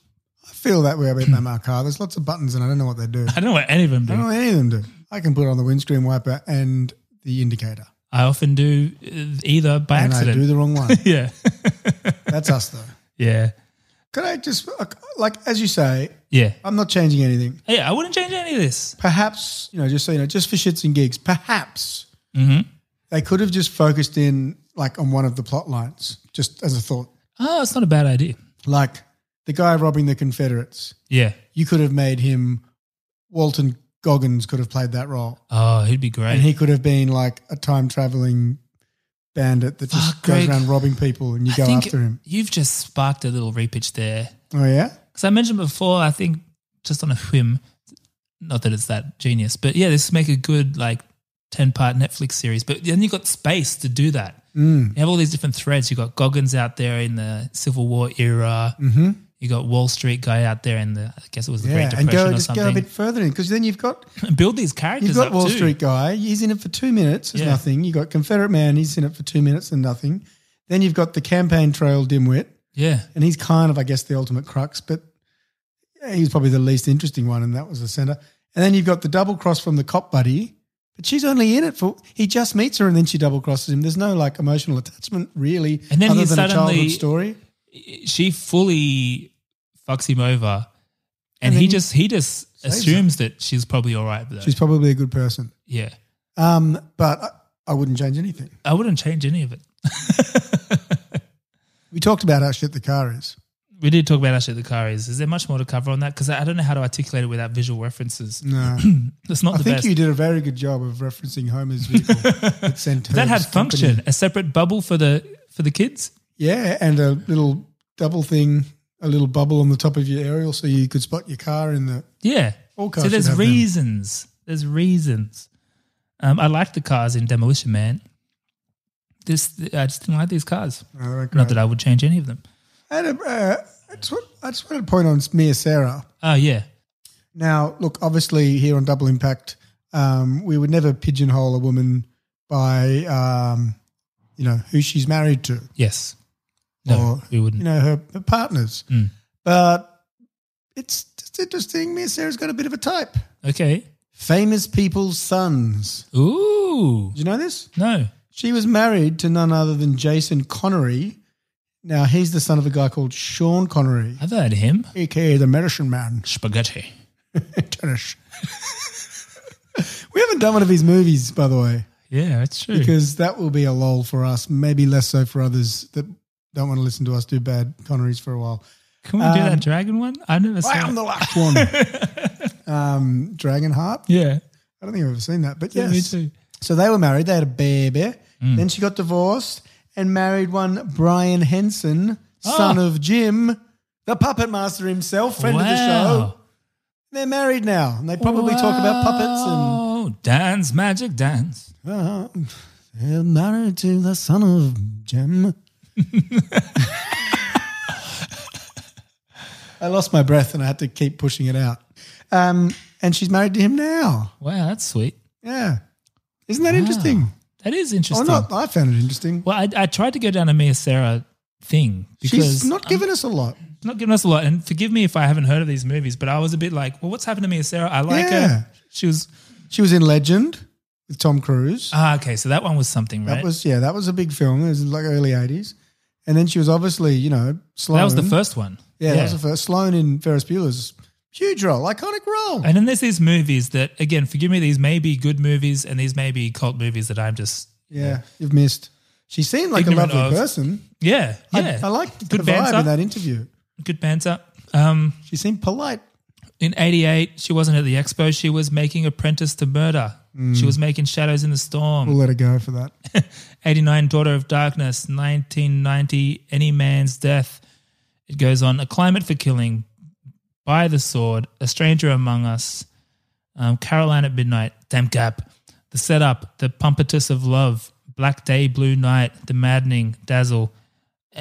[SPEAKER 4] I feel that way about my car. There's lots of buttons and I don't know what they do.
[SPEAKER 3] I don't know what any of them
[SPEAKER 4] I don't know
[SPEAKER 3] do.
[SPEAKER 4] what any of them do. I can put it on the windscreen wiper and the indicator.
[SPEAKER 3] I often do uh, either by
[SPEAKER 4] and
[SPEAKER 3] accident.
[SPEAKER 4] I do the wrong one.
[SPEAKER 3] (laughs) yeah,
[SPEAKER 4] That's us though.
[SPEAKER 3] yeah,
[SPEAKER 4] Could I just like as you say,
[SPEAKER 3] yeah,
[SPEAKER 4] I'm not changing anything.
[SPEAKER 3] yeah. I wouldn't change any of this.
[SPEAKER 4] Perhaps, you know, just so you know, just for shits and gigs, perhaps they could have just focused in like on one of the plot lines, just as a thought.
[SPEAKER 3] Oh, it's not a bad idea.
[SPEAKER 4] Like the guy robbing the Confederates,
[SPEAKER 3] Yeah.
[SPEAKER 4] you could have made him Walton Goggins could have played that role.
[SPEAKER 3] Oh, he'd be great.
[SPEAKER 4] And he could have been like a time traveling bandit that just
[SPEAKER 3] Fuck,
[SPEAKER 4] goes
[SPEAKER 3] Greg.
[SPEAKER 4] around robbing people and you go after him.
[SPEAKER 3] You've just sparked a little repitch there.
[SPEAKER 4] Oh yeah?
[SPEAKER 3] Because I mentioned before, I think just on a whim, not that it's that genius, but yeah, this make a good like 10 part Netflix series. But then you've got space to do that.
[SPEAKER 4] Mm.
[SPEAKER 3] You have all these different threads. You've got Goggins out there in the Civil War era.
[SPEAKER 4] Mm-hmm.
[SPEAKER 3] You got Wall Street guy out there in the, I guess it was the Great
[SPEAKER 4] Yeah,
[SPEAKER 3] Depression
[SPEAKER 4] and go
[SPEAKER 3] or
[SPEAKER 4] just
[SPEAKER 3] something.
[SPEAKER 4] go a bit further in because then you've got
[SPEAKER 3] And (laughs) build these characters
[SPEAKER 4] You've got
[SPEAKER 3] up
[SPEAKER 4] Wall
[SPEAKER 3] too.
[SPEAKER 4] Street guy. He's in it for two minutes. It's
[SPEAKER 3] Yeah.
[SPEAKER 4] nothing. You've got Confederate man. He's in it for two minutes and nothing. Then you've got the campaign trail dimwit,
[SPEAKER 3] Yeah.
[SPEAKER 4] and he's kind of, I guess, the ultimate crux, but he's probably the least interesting one, and that was the center. And then you've got the double cross from the cop buddy, but she's only in it for he just meets her and then she double crosses him. There's no like emotional attachment really,
[SPEAKER 3] And then
[SPEAKER 4] other
[SPEAKER 3] he
[SPEAKER 4] than a
[SPEAKER 3] suddenly-
[SPEAKER 4] childhood story.
[SPEAKER 3] she fully fucks him over, and,
[SPEAKER 4] And
[SPEAKER 3] he
[SPEAKER 4] then
[SPEAKER 3] just he just
[SPEAKER 4] saves
[SPEAKER 3] assumes that she's probably all right with that.
[SPEAKER 4] She's probably a good person,
[SPEAKER 3] yeah,
[SPEAKER 4] um, but I, I wouldn't change anything.
[SPEAKER 3] I wouldn't change any of it. (laughs)
[SPEAKER 4] We talked about how shit the car is.
[SPEAKER 3] We did talk about how shit the car is. Is there much more to cover on that? Because I I don't know how to articulate it without visual references. (clears throat)
[SPEAKER 4] No.
[SPEAKER 3] It's not
[SPEAKER 4] I
[SPEAKER 3] the
[SPEAKER 4] think
[SPEAKER 3] best.
[SPEAKER 4] you did a very good job of referencing
[SPEAKER 3] (laughs)
[SPEAKER 4] Homer's vehicle that sent
[SPEAKER 3] But that had
[SPEAKER 4] Herb's company.
[SPEAKER 3] function, a separate bubble for the for the kids.
[SPEAKER 4] Yeah, and a little double thing a little bubble on the top of your aerial so you could spot your car in the.
[SPEAKER 3] Yeah.
[SPEAKER 4] All cars
[SPEAKER 3] so
[SPEAKER 4] should
[SPEAKER 3] there's
[SPEAKER 4] have them.
[SPEAKER 3] reasons. There's reasons. Um, I like the cars in Demolition Man. This I just didn't like these cars. Not that I would change any of them.
[SPEAKER 4] I, had a, uh, I, just, want- I just wanted to point on Mia Sarah.
[SPEAKER 3] Oh yeah.
[SPEAKER 4] Now, look, obviously here on Double Impact, um, we would never pigeonhole a woman by, um, you know, who she's married to.
[SPEAKER 3] Yes. No,
[SPEAKER 4] or,
[SPEAKER 3] we wouldn't.
[SPEAKER 4] You know, her, her partners.
[SPEAKER 3] Mm.
[SPEAKER 4] But it's just interesting. Mia Sarah's got a bit of a type.
[SPEAKER 3] Okay.
[SPEAKER 4] Famous people's sons.
[SPEAKER 3] Ooh.
[SPEAKER 4] Did you know this?
[SPEAKER 3] No.
[SPEAKER 4] She was married to none other than Jason Connery. Now, he's the son of a guy called Sean Connery.
[SPEAKER 3] I've heard of him.
[SPEAKER 4] AKA the medicine man. (laughs)
[SPEAKER 3] Spaghetti.
[SPEAKER 4] Tennis. (laughs) we haven't done one of his movies, by the way.
[SPEAKER 3] Yeah, that's true.
[SPEAKER 4] Because that will be a lull for us, maybe less so for others that don't want to listen to us do bad Connerys for a while.
[SPEAKER 3] Can we do that dragon one? I never saw
[SPEAKER 4] um, I am
[SPEAKER 3] it.
[SPEAKER 4] the last (laughs) one. um, Dragon Heart.
[SPEAKER 3] Yeah.
[SPEAKER 4] I don't think I've ever seen that, but
[SPEAKER 3] Yeah,
[SPEAKER 4] yes.
[SPEAKER 3] me too.
[SPEAKER 4] So they were married. They had a baby.
[SPEAKER 3] Mm.
[SPEAKER 4] Then she got divorced and married one Brian Henson, son
[SPEAKER 3] Ah.
[SPEAKER 4] of Jim, the puppet master himself, friend of the
[SPEAKER 3] Wow.
[SPEAKER 4] show. They're married now, and they probably talk about puppets and
[SPEAKER 3] Oh, dance, magic dance.
[SPEAKER 4] Uh, they're married to the son of Jim. (laughs) I lost my breath and I had to keep pushing it out. Um, and she's married to him now.
[SPEAKER 3] Wow, that's sweet.
[SPEAKER 4] Yeah. Isn't that interesting?
[SPEAKER 3] That is interesting.
[SPEAKER 4] Or Oh, not? I found it interesting.
[SPEAKER 3] Well, I, I tried to go down a Mia Sarah thing because
[SPEAKER 4] she's not giving us a lot.
[SPEAKER 3] It's not giving us a lot. And forgive me if I haven't heard of these movies, but I was a bit like, well, what's happened to Mia Sarah? I like
[SPEAKER 4] Yeah.
[SPEAKER 3] her. She was
[SPEAKER 4] She was in Legend with Tom Cruise.
[SPEAKER 3] ah, okay. So that one was something, right?
[SPEAKER 4] That was yeah, that was a big film. It was like early eighties, and then she was obviously you know Sloan.
[SPEAKER 3] that was the first one.
[SPEAKER 4] Yeah, that was the first. Sloan in Ferris Bueller's huge role, iconic role.
[SPEAKER 3] And then there's these movies that, again, forgive me, these may be good movies and these may be cult movies that I'm just
[SPEAKER 4] Yeah, you've missed. She seemed like
[SPEAKER 3] Ignorant
[SPEAKER 4] a lovely
[SPEAKER 3] of-
[SPEAKER 4] person.
[SPEAKER 3] yeah
[SPEAKER 4] I-
[SPEAKER 3] yeah.
[SPEAKER 4] I, liked
[SPEAKER 3] Good
[SPEAKER 4] the vibe
[SPEAKER 3] banter.
[SPEAKER 4] in that interview.
[SPEAKER 3] good banter. Um,
[SPEAKER 4] She seemed polite.
[SPEAKER 3] in '88, she wasn't at the expo. She was making Apprentice to Murder.
[SPEAKER 4] Mm.
[SPEAKER 3] She was making Shadows in the Storm.
[SPEAKER 4] We'll let her go for
[SPEAKER 3] (laughs)
[SPEAKER 4] that.
[SPEAKER 3] 89 Daughter of Darkness, 1990 Any Man's Death. It goes on A Climate for Killing, By the Sword, A Stranger Among Us, um, Caroline at Midnight, Damn Gap, The Setup, The Pumpetus of Love, Black Day, Blue Night, The Maddening, Dazzle.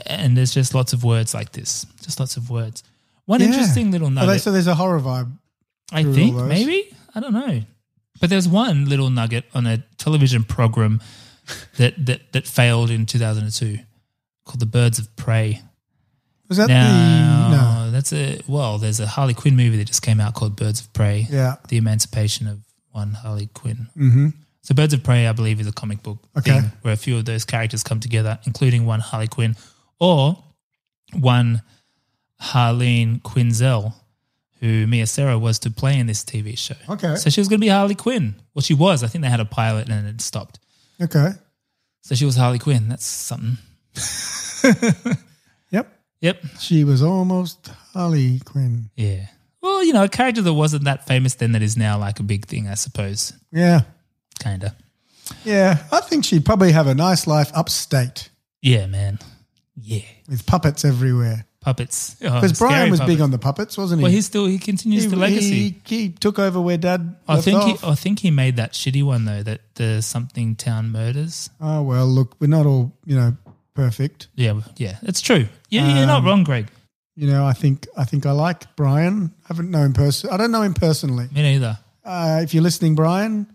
[SPEAKER 3] And there's just lots of words like this, just lots of words. One
[SPEAKER 4] Yeah.
[SPEAKER 3] interesting little
[SPEAKER 4] Oh, they-
[SPEAKER 3] nugget.
[SPEAKER 4] so there's a horror vibe.
[SPEAKER 3] I
[SPEAKER 4] through
[SPEAKER 3] think
[SPEAKER 4] all those.
[SPEAKER 3] maybe I don't know, but there's one little nugget on a television program (laughs) that that that failed in 2002 called "The Birds of Prey."
[SPEAKER 4] Was that
[SPEAKER 3] Now,
[SPEAKER 4] the no?
[SPEAKER 3] that's a well. There's a Harley Quinn movie that just came out called "Birds of Prey."
[SPEAKER 4] Yeah.
[SPEAKER 3] the emancipation of one Harley Quinn.
[SPEAKER 4] Mm-hmm.
[SPEAKER 3] So, Birds of Prey, I believe, is a comic book
[SPEAKER 4] Okay.
[SPEAKER 3] thing where a few of those characters come together, including one Harley Quinn or one Harleen Quinzel, who Mia Sarah was to play in this TV show.
[SPEAKER 4] Okay.
[SPEAKER 3] So, she was going to be Harley Quinn. Well, she was. I think they had a pilot and it stopped.
[SPEAKER 4] Okay.
[SPEAKER 3] So, she was Harley Quinn. That's something.
[SPEAKER 4] Yep.
[SPEAKER 3] Yep.
[SPEAKER 4] She was almost Harley Quinn.
[SPEAKER 3] Yeah. Well, you know, a character that wasn't that famous then that is now like a big thing, I suppose.
[SPEAKER 4] Yeah.
[SPEAKER 3] Kind of.
[SPEAKER 4] Yeah. I think she'd probably have a nice life upstate
[SPEAKER 3] Yeah, man. Yeah.
[SPEAKER 4] with puppets everywhere.
[SPEAKER 3] Puppets. Oh,
[SPEAKER 4] Because Brian was big on the puppets, wasn't he?
[SPEAKER 3] Well, he still he continues
[SPEAKER 4] He-
[SPEAKER 3] the legacy.
[SPEAKER 4] He, he took over where Dad.
[SPEAKER 3] I
[SPEAKER 4] left
[SPEAKER 3] think
[SPEAKER 4] off.
[SPEAKER 3] he, I think he made that shitty one though that the something town murders.
[SPEAKER 4] Oh well, look, we're not all you know perfect.
[SPEAKER 3] Yeah, yeah, it's true. Yeah, you're not
[SPEAKER 4] Um,
[SPEAKER 3] wrong, Greg.
[SPEAKER 4] You know, I think I think I like Brian. I haven't known him person. I don't know him personally.
[SPEAKER 3] Me neither.
[SPEAKER 4] Uh, if you're listening, Brian,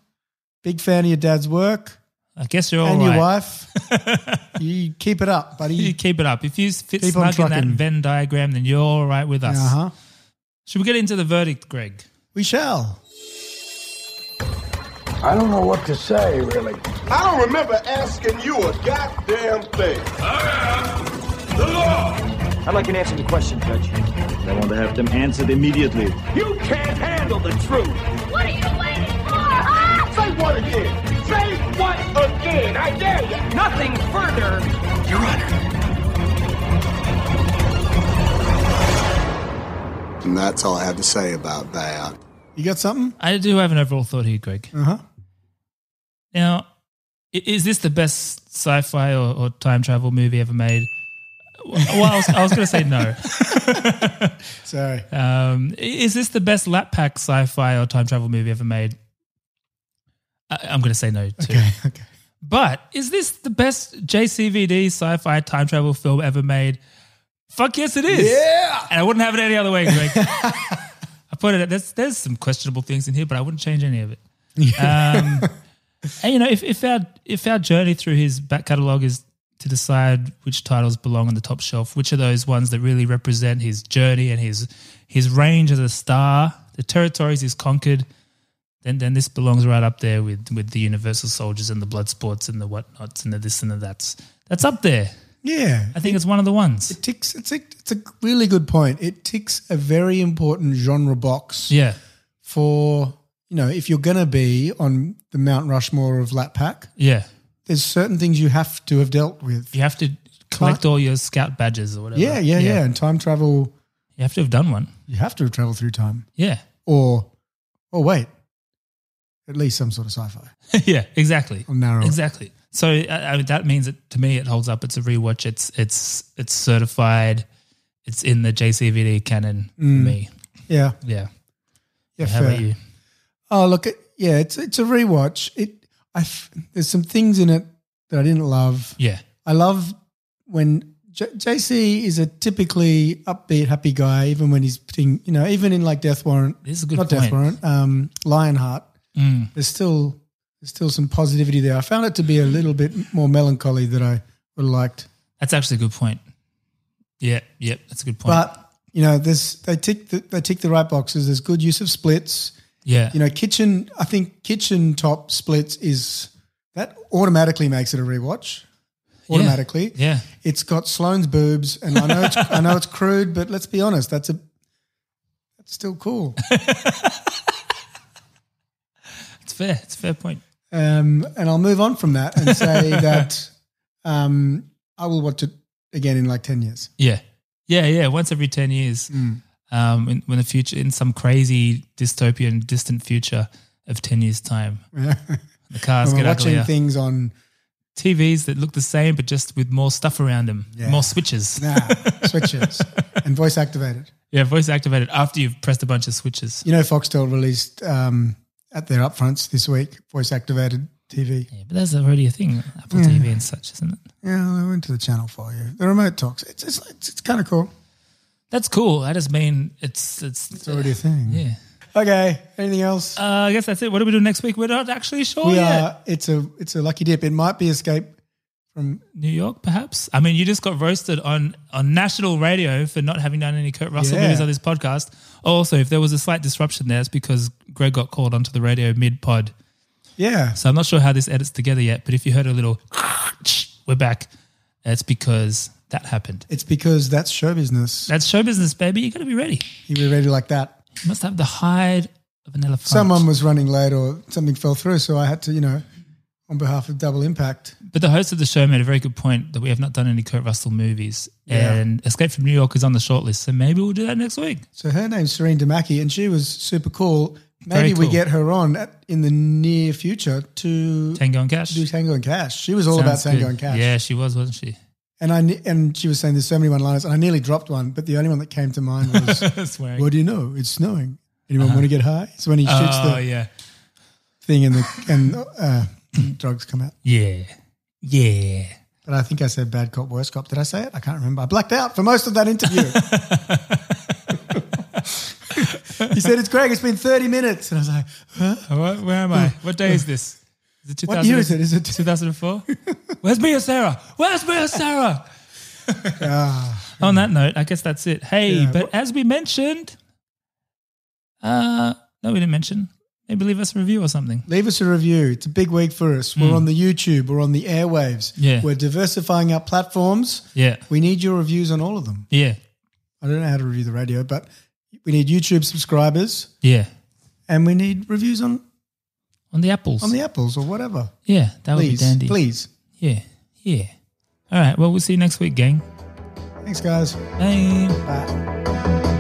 [SPEAKER 4] big fan of your dad's work
[SPEAKER 3] I guess you're all right.
[SPEAKER 4] and your wife.
[SPEAKER 3] (laughs)
[SPEAKER 4] you keep it up,
[SPEAKER 3] You
[SPEAKER 4] buddy.
[SPEAKER 3] keep it up. If you fit
[SPEAKER 4] Keep on
[SPEAKER 3] snug in that
[SPEAKER 4] trucking.
[SPEAKER 3] Venn diagram, then you're all right with us.
[SPEAKER 4] Uh huh.
[SPEAKER 3] Should we get into the verdict, Greg?
[SPEAKER 4] We shall.
[SPEAKER 5] I don't know what to say, really. I don't remember asking you a goddamn thing.
[SPEAKER 8] I'd like an answer to the question, Judge.
[SPEAKER 16] I want to have them answered immediately.
[SPEAKER 8] You can't handle the truth.
[SPEAKER 9] What are you waiting for?
[SPEAKER 5] Ah, Say what again? Say what again? I dare you.
[SPEAKER 8] Nothing further, Your Honor.
[SPEAKER 17] And that's all I have to say about that.
[SPEAKER 4] You got something?
[SPEAKER 3] I do have an overall thought here, Greg.
[SPEAKER 4] Uh huh.
[SPEAKER 3] Now, i- is this the best sci-fi or, or time travel movie ever made? Well, I was, I was going to say no.
[SPEAKER 4] Sorry.
[SPEAKER 3] Um, is this the best lap pack sci-fi or time travel movie ever made? I, I'm going to say no too.
[SPEAKER 4] Okay, okay.
[SPEAKER 3] But is this the best JCVD sci-fi time travel film ever made? Fuck yes, it is.
[SPEAKER 4] Yeah.
[SPEAKER 3] And I wouldn't have it any other way, Greg. (laughs) I put it. There's there's some questionable things in here, but I wouldn't change any of it. Um, and you know, if, if our if our journey through his back catalogue is to decide which titles belong on the top shelf, which are those ones that really represent his journey and his his range as a star, the territories he's conquered, then then this belongs right up there with with the Universal Soldiers and the Blood Sports and the whatnots and the this and the that's. That's up there.
[SPEAKER 4] Yeah.
[SPEAKER 3] I think it's one of the ones.
[SPEAKER 4] It ticks. It's a, it's a really good point. It ticks a very important genre box.
[SPEAKER 3] Yeah.
[SPEAKER 4] For you know, if you're gonna be on the Mount Rushmore of Lat Pack,
[SPEAKER 3] Yeah.
[SPEAKER 4] there's certain things you have to have dealt with.
[SPEAKER 3] You have to collect all your scout badges or whatever.
[SPEAKER 4] Yeah, yeah, yeah. And time travel,
[SPEAKER 3] You have to have done one.
[SPEAKER 4] you have to have traveled through time,
[SPEAKER 3] Yeah. (laughs)
[SPEAKER 4] or oh wait, at least some sort of sci-fi.
[SPEAKER 3] yeah, exactly.
[SPEAKER 4] Or narrow.
[SPEAKER 3] Exactly. So I, I mean, that means that to me it holds up. It's a rewatch. It's it's it's certified. It's in the JCVD canon for
[SPEAKER 4] Mm.
[SPEAKER 3] me.
[SPEAKER 4] Yeah,
[SPEAKER 3] Yeah.
[SPEAKER 4] yeah.
[SPEAKER 3] How
[SPEAKER 4] fair.
[SPEAKER 3] about you?
[SPEAKER 4] Oh look, it, yeah, it's it's a rewatch. It I f- there's some things in it that I didn't love.
[SPEAKER 3] Yeah.
[SPEAKER 4] I love when J- JC is a typically upbeat, happy guy, even when he's putting, you know, even in like Death Warrant.
[SPEAKER 3] This is a good
[SPEAKER 4] Not Death
[SPEAKER 3] point.
[SPEAKER 4] Warrant, um, Lionheart.
[SPEAKER 3] Mm.
[SPEAKER 4] There's still there's still some positivity there. I found it to be a little bit more melancholy than I would have liked.
[SPEAKER 3] That's actually a good point. Yeah. Yep. That's a good point.
[SPEAKER 4] But you know, there's they tick the, they tick the right boxes. There's good use of splits.
[SPEAKER 3] yeah.
[SPEAKER 4] You know, kitchen. I think kitchen top splits is that automatically makes it a rewatch.
[SPEAKER 3] Yeah.
[SPEAKER 4] Automatically,
[SPEAKER 3] yeah.
[SPEAKER 4] it's got Sloane's boobs, and
[SPEAKER 3] (laughs)
[SPEAKER 4] I know it's, I know it's crude, but let's be honest, that's a that's
[SPEAKER 3] (laughs)
[SPEAKER 4] still cool.
[SPEAKER 3] It's fair. It's a fair point.
[SPEAKER 4] Um, and I'll move on from that and
[SPEAKER 3] (laughs)
[SPEAKER 4] say that um, I will watch it again in like ten years.
[SPEAKER 3] Yeah. Yeah. Yeah. Once every 10 years.
[SPEAKER 4] Mm.
[SPEAKER 3] Um, in, when the future, in some crazy dystopian, distant future of 10 years'
[SPEAKER 4] (laughs)
[SPEAKER 3] time, the cars
[SPEAKER 4] When
[SPEAKER 3] get
[SPEAKER 4] we're watching
[SPEAKER 3] uglier.
[SPEAKER 4] things
[SPEAKER 3] (laughs)
[SPEAKER 4] on
[SPEAKER 3] TVs that look the same, but just with more stuff around them,
[SPEAKER 4] Yeah.
[SPEAKER 3] more switches.
[SPEAKER 4] nah, ah, switches and voice activated.
[SPEAKER 3] Yeah, voice activated after you've pressed a bunch of switches.
[SPEAKER 4] You know, Foxtel released um, at their upfronts this week voice activated TV.
[SPEAKER 3] Yeah, but that's already a thing, Apple
[SPEAKER 4] Mm.
[SPEAKER 3] TV and such, isn't it?
[SPEAKER 4] Yeah, I went to the channel for you. The remote talks. It's it's, it's, it's kind of cool.
[SPEAKER 3] That's cool. I just mean it's it's,
[SPEAKER 4] It's already a thing.
[SPEAKER 3] yeah.
[SPEAKER 4] Okay. Anything else?
[SPEAKER 3] Uh, oh, I guess that's it. What do we do next week? We're not actually sure
[SPEAKER 4] we
[SPEAKER 3] yet.
[SPEAKER 4] are. It's a it's a lucky dip. It might be escape from.
[SPEAKER 3] New York, perhaps. I mean, you just got roasted on on national radio for not having done any Kurt Russell
[SPEAKER 4] Yeah.
[SPEAKER 3] movies on this podcast. Also, if there was a slight disruption there, it's because Greg got called onto the radio mid pod.
[SPEAKER 4] Yeah.
[SPEAKER 3] So I'm not sure how this edits together yet, but if you heard a little, (laughs) we're back. That's because that happened.
[SPEAKER 4] It's because that's show business.
[SPEAKER 3] That's show business, baby. You got to be ready.
[SPEAKER 4] You were ready like that.
[SPEAKER 3] You must have the hide of an elephant.
[SPEAKER 4] Someone was running late or something fell through, so I had to, you know, on behalf of Double Impact.
[SPEAKER 3] But the host of the show made a very good point that we have not done any Kurt Russell movies,
[SPEAKER 4] Yeah.
[SPEAKER 3] and Escape from New York is on the shortlist. So maybe we'll do that next week.
[SPEAKER 4] So her name's Serene Damaki, and she was super cool.
[SPEAKER 3] Very
[SPEAKER 4] Maybe we
[SPEAKER 3] cool.
[SPEAKER 4] get her on at, in the near future to
[SPEAKER 3] Tango and Cash.
[SPEAKER 4] do Tango and Cash. She was all
[SPEAKER 3] Sounds
[SPEAKER 4] about Tango
[SPEAKER 3] good.
[SPEAKER 4] and Cash.
[SPEAKER 3] Yeah, she was, wasn't she?
[SPEAKER 4] And I ne- and she was saying there's so many one-liners, and I nearly dropped one, but the only one that came to
[SPEAKER 3] (laughs)
[SPEAKER 4] mind was,
[SPEAKER 3] Swearing.
[SPEAKER 4] "What do you know? It's snowing. Anyone want to get high?" It's when he shoots
[SPEAKER 3] Uh-huh. Oh,
[SPEAKER 4] the
[SPEAKER 3] yeah.
[SPEAKER 4] thing, and the and uh, (clears throat) drugs come out.
[SPEAKER 3] Yeah. Yeah.
[SPEAKER 4] But I think I said bad cop, worst cop. Did I say it? I can't remember. I blacked out for most of
[SPEAKER 3] (laughs)
[SPEAKER 4] that interview. he said, It's Greg, it's been 30 minutes. And I was like, huh?
[SPEAKER 3] What, (laughs) where am
[SPEAKER 4] (laughs)
[SPEAKER 3] I? What day is this? Is it 2000,
[SPEAKER 4] What year is it? Is it- (laughs)
[SPEAKER 3] 2004? (laughs) Where's Mia Sarah? Where's Mia Sarah? On that note, I guess that's it. Hey,
[SPEAKER 4] Ah. Yeah.
[SPEAKER 3] but as we mentioned, uh, no, we didn't mention. Maybe leave us a review or something.
[SPEAKER 4] Leave us a review. It's a big week for us. We're on the YouTube, we're on the airwaves.
[SPEAKER 3] Hmm. Yeah.
[SPEAKER 4] We're diversifying our platforms.
[SPEAKER 3] Yeah.
[SPEAKER 4] We need your reviews on all of them.
[SPEAKER 3] Yeah.
[SPEAKER 4] I don't know how to review the radio, but we need YouTube subscribers
[SPEAKER 3] Yeah.
[SPEAKER 4] and we need reviews on,
[SPEAKER 3] On the apples.
[SPEAKER 4] on the apples or whatever.
[SPEAKER 3] yeah, that would be
[SPEAKER 4] Please.
[SPEAKER 3] dandy.
[SPEAKER 4] Please.
[SPEAKER 3] Yeah. Yeah. All right. Well, we'll see you next week, gang.
[SPEAKER 4] Thanks, guys.
[SPEAKER 3] Bye.
[SPEAKER 4] Bye.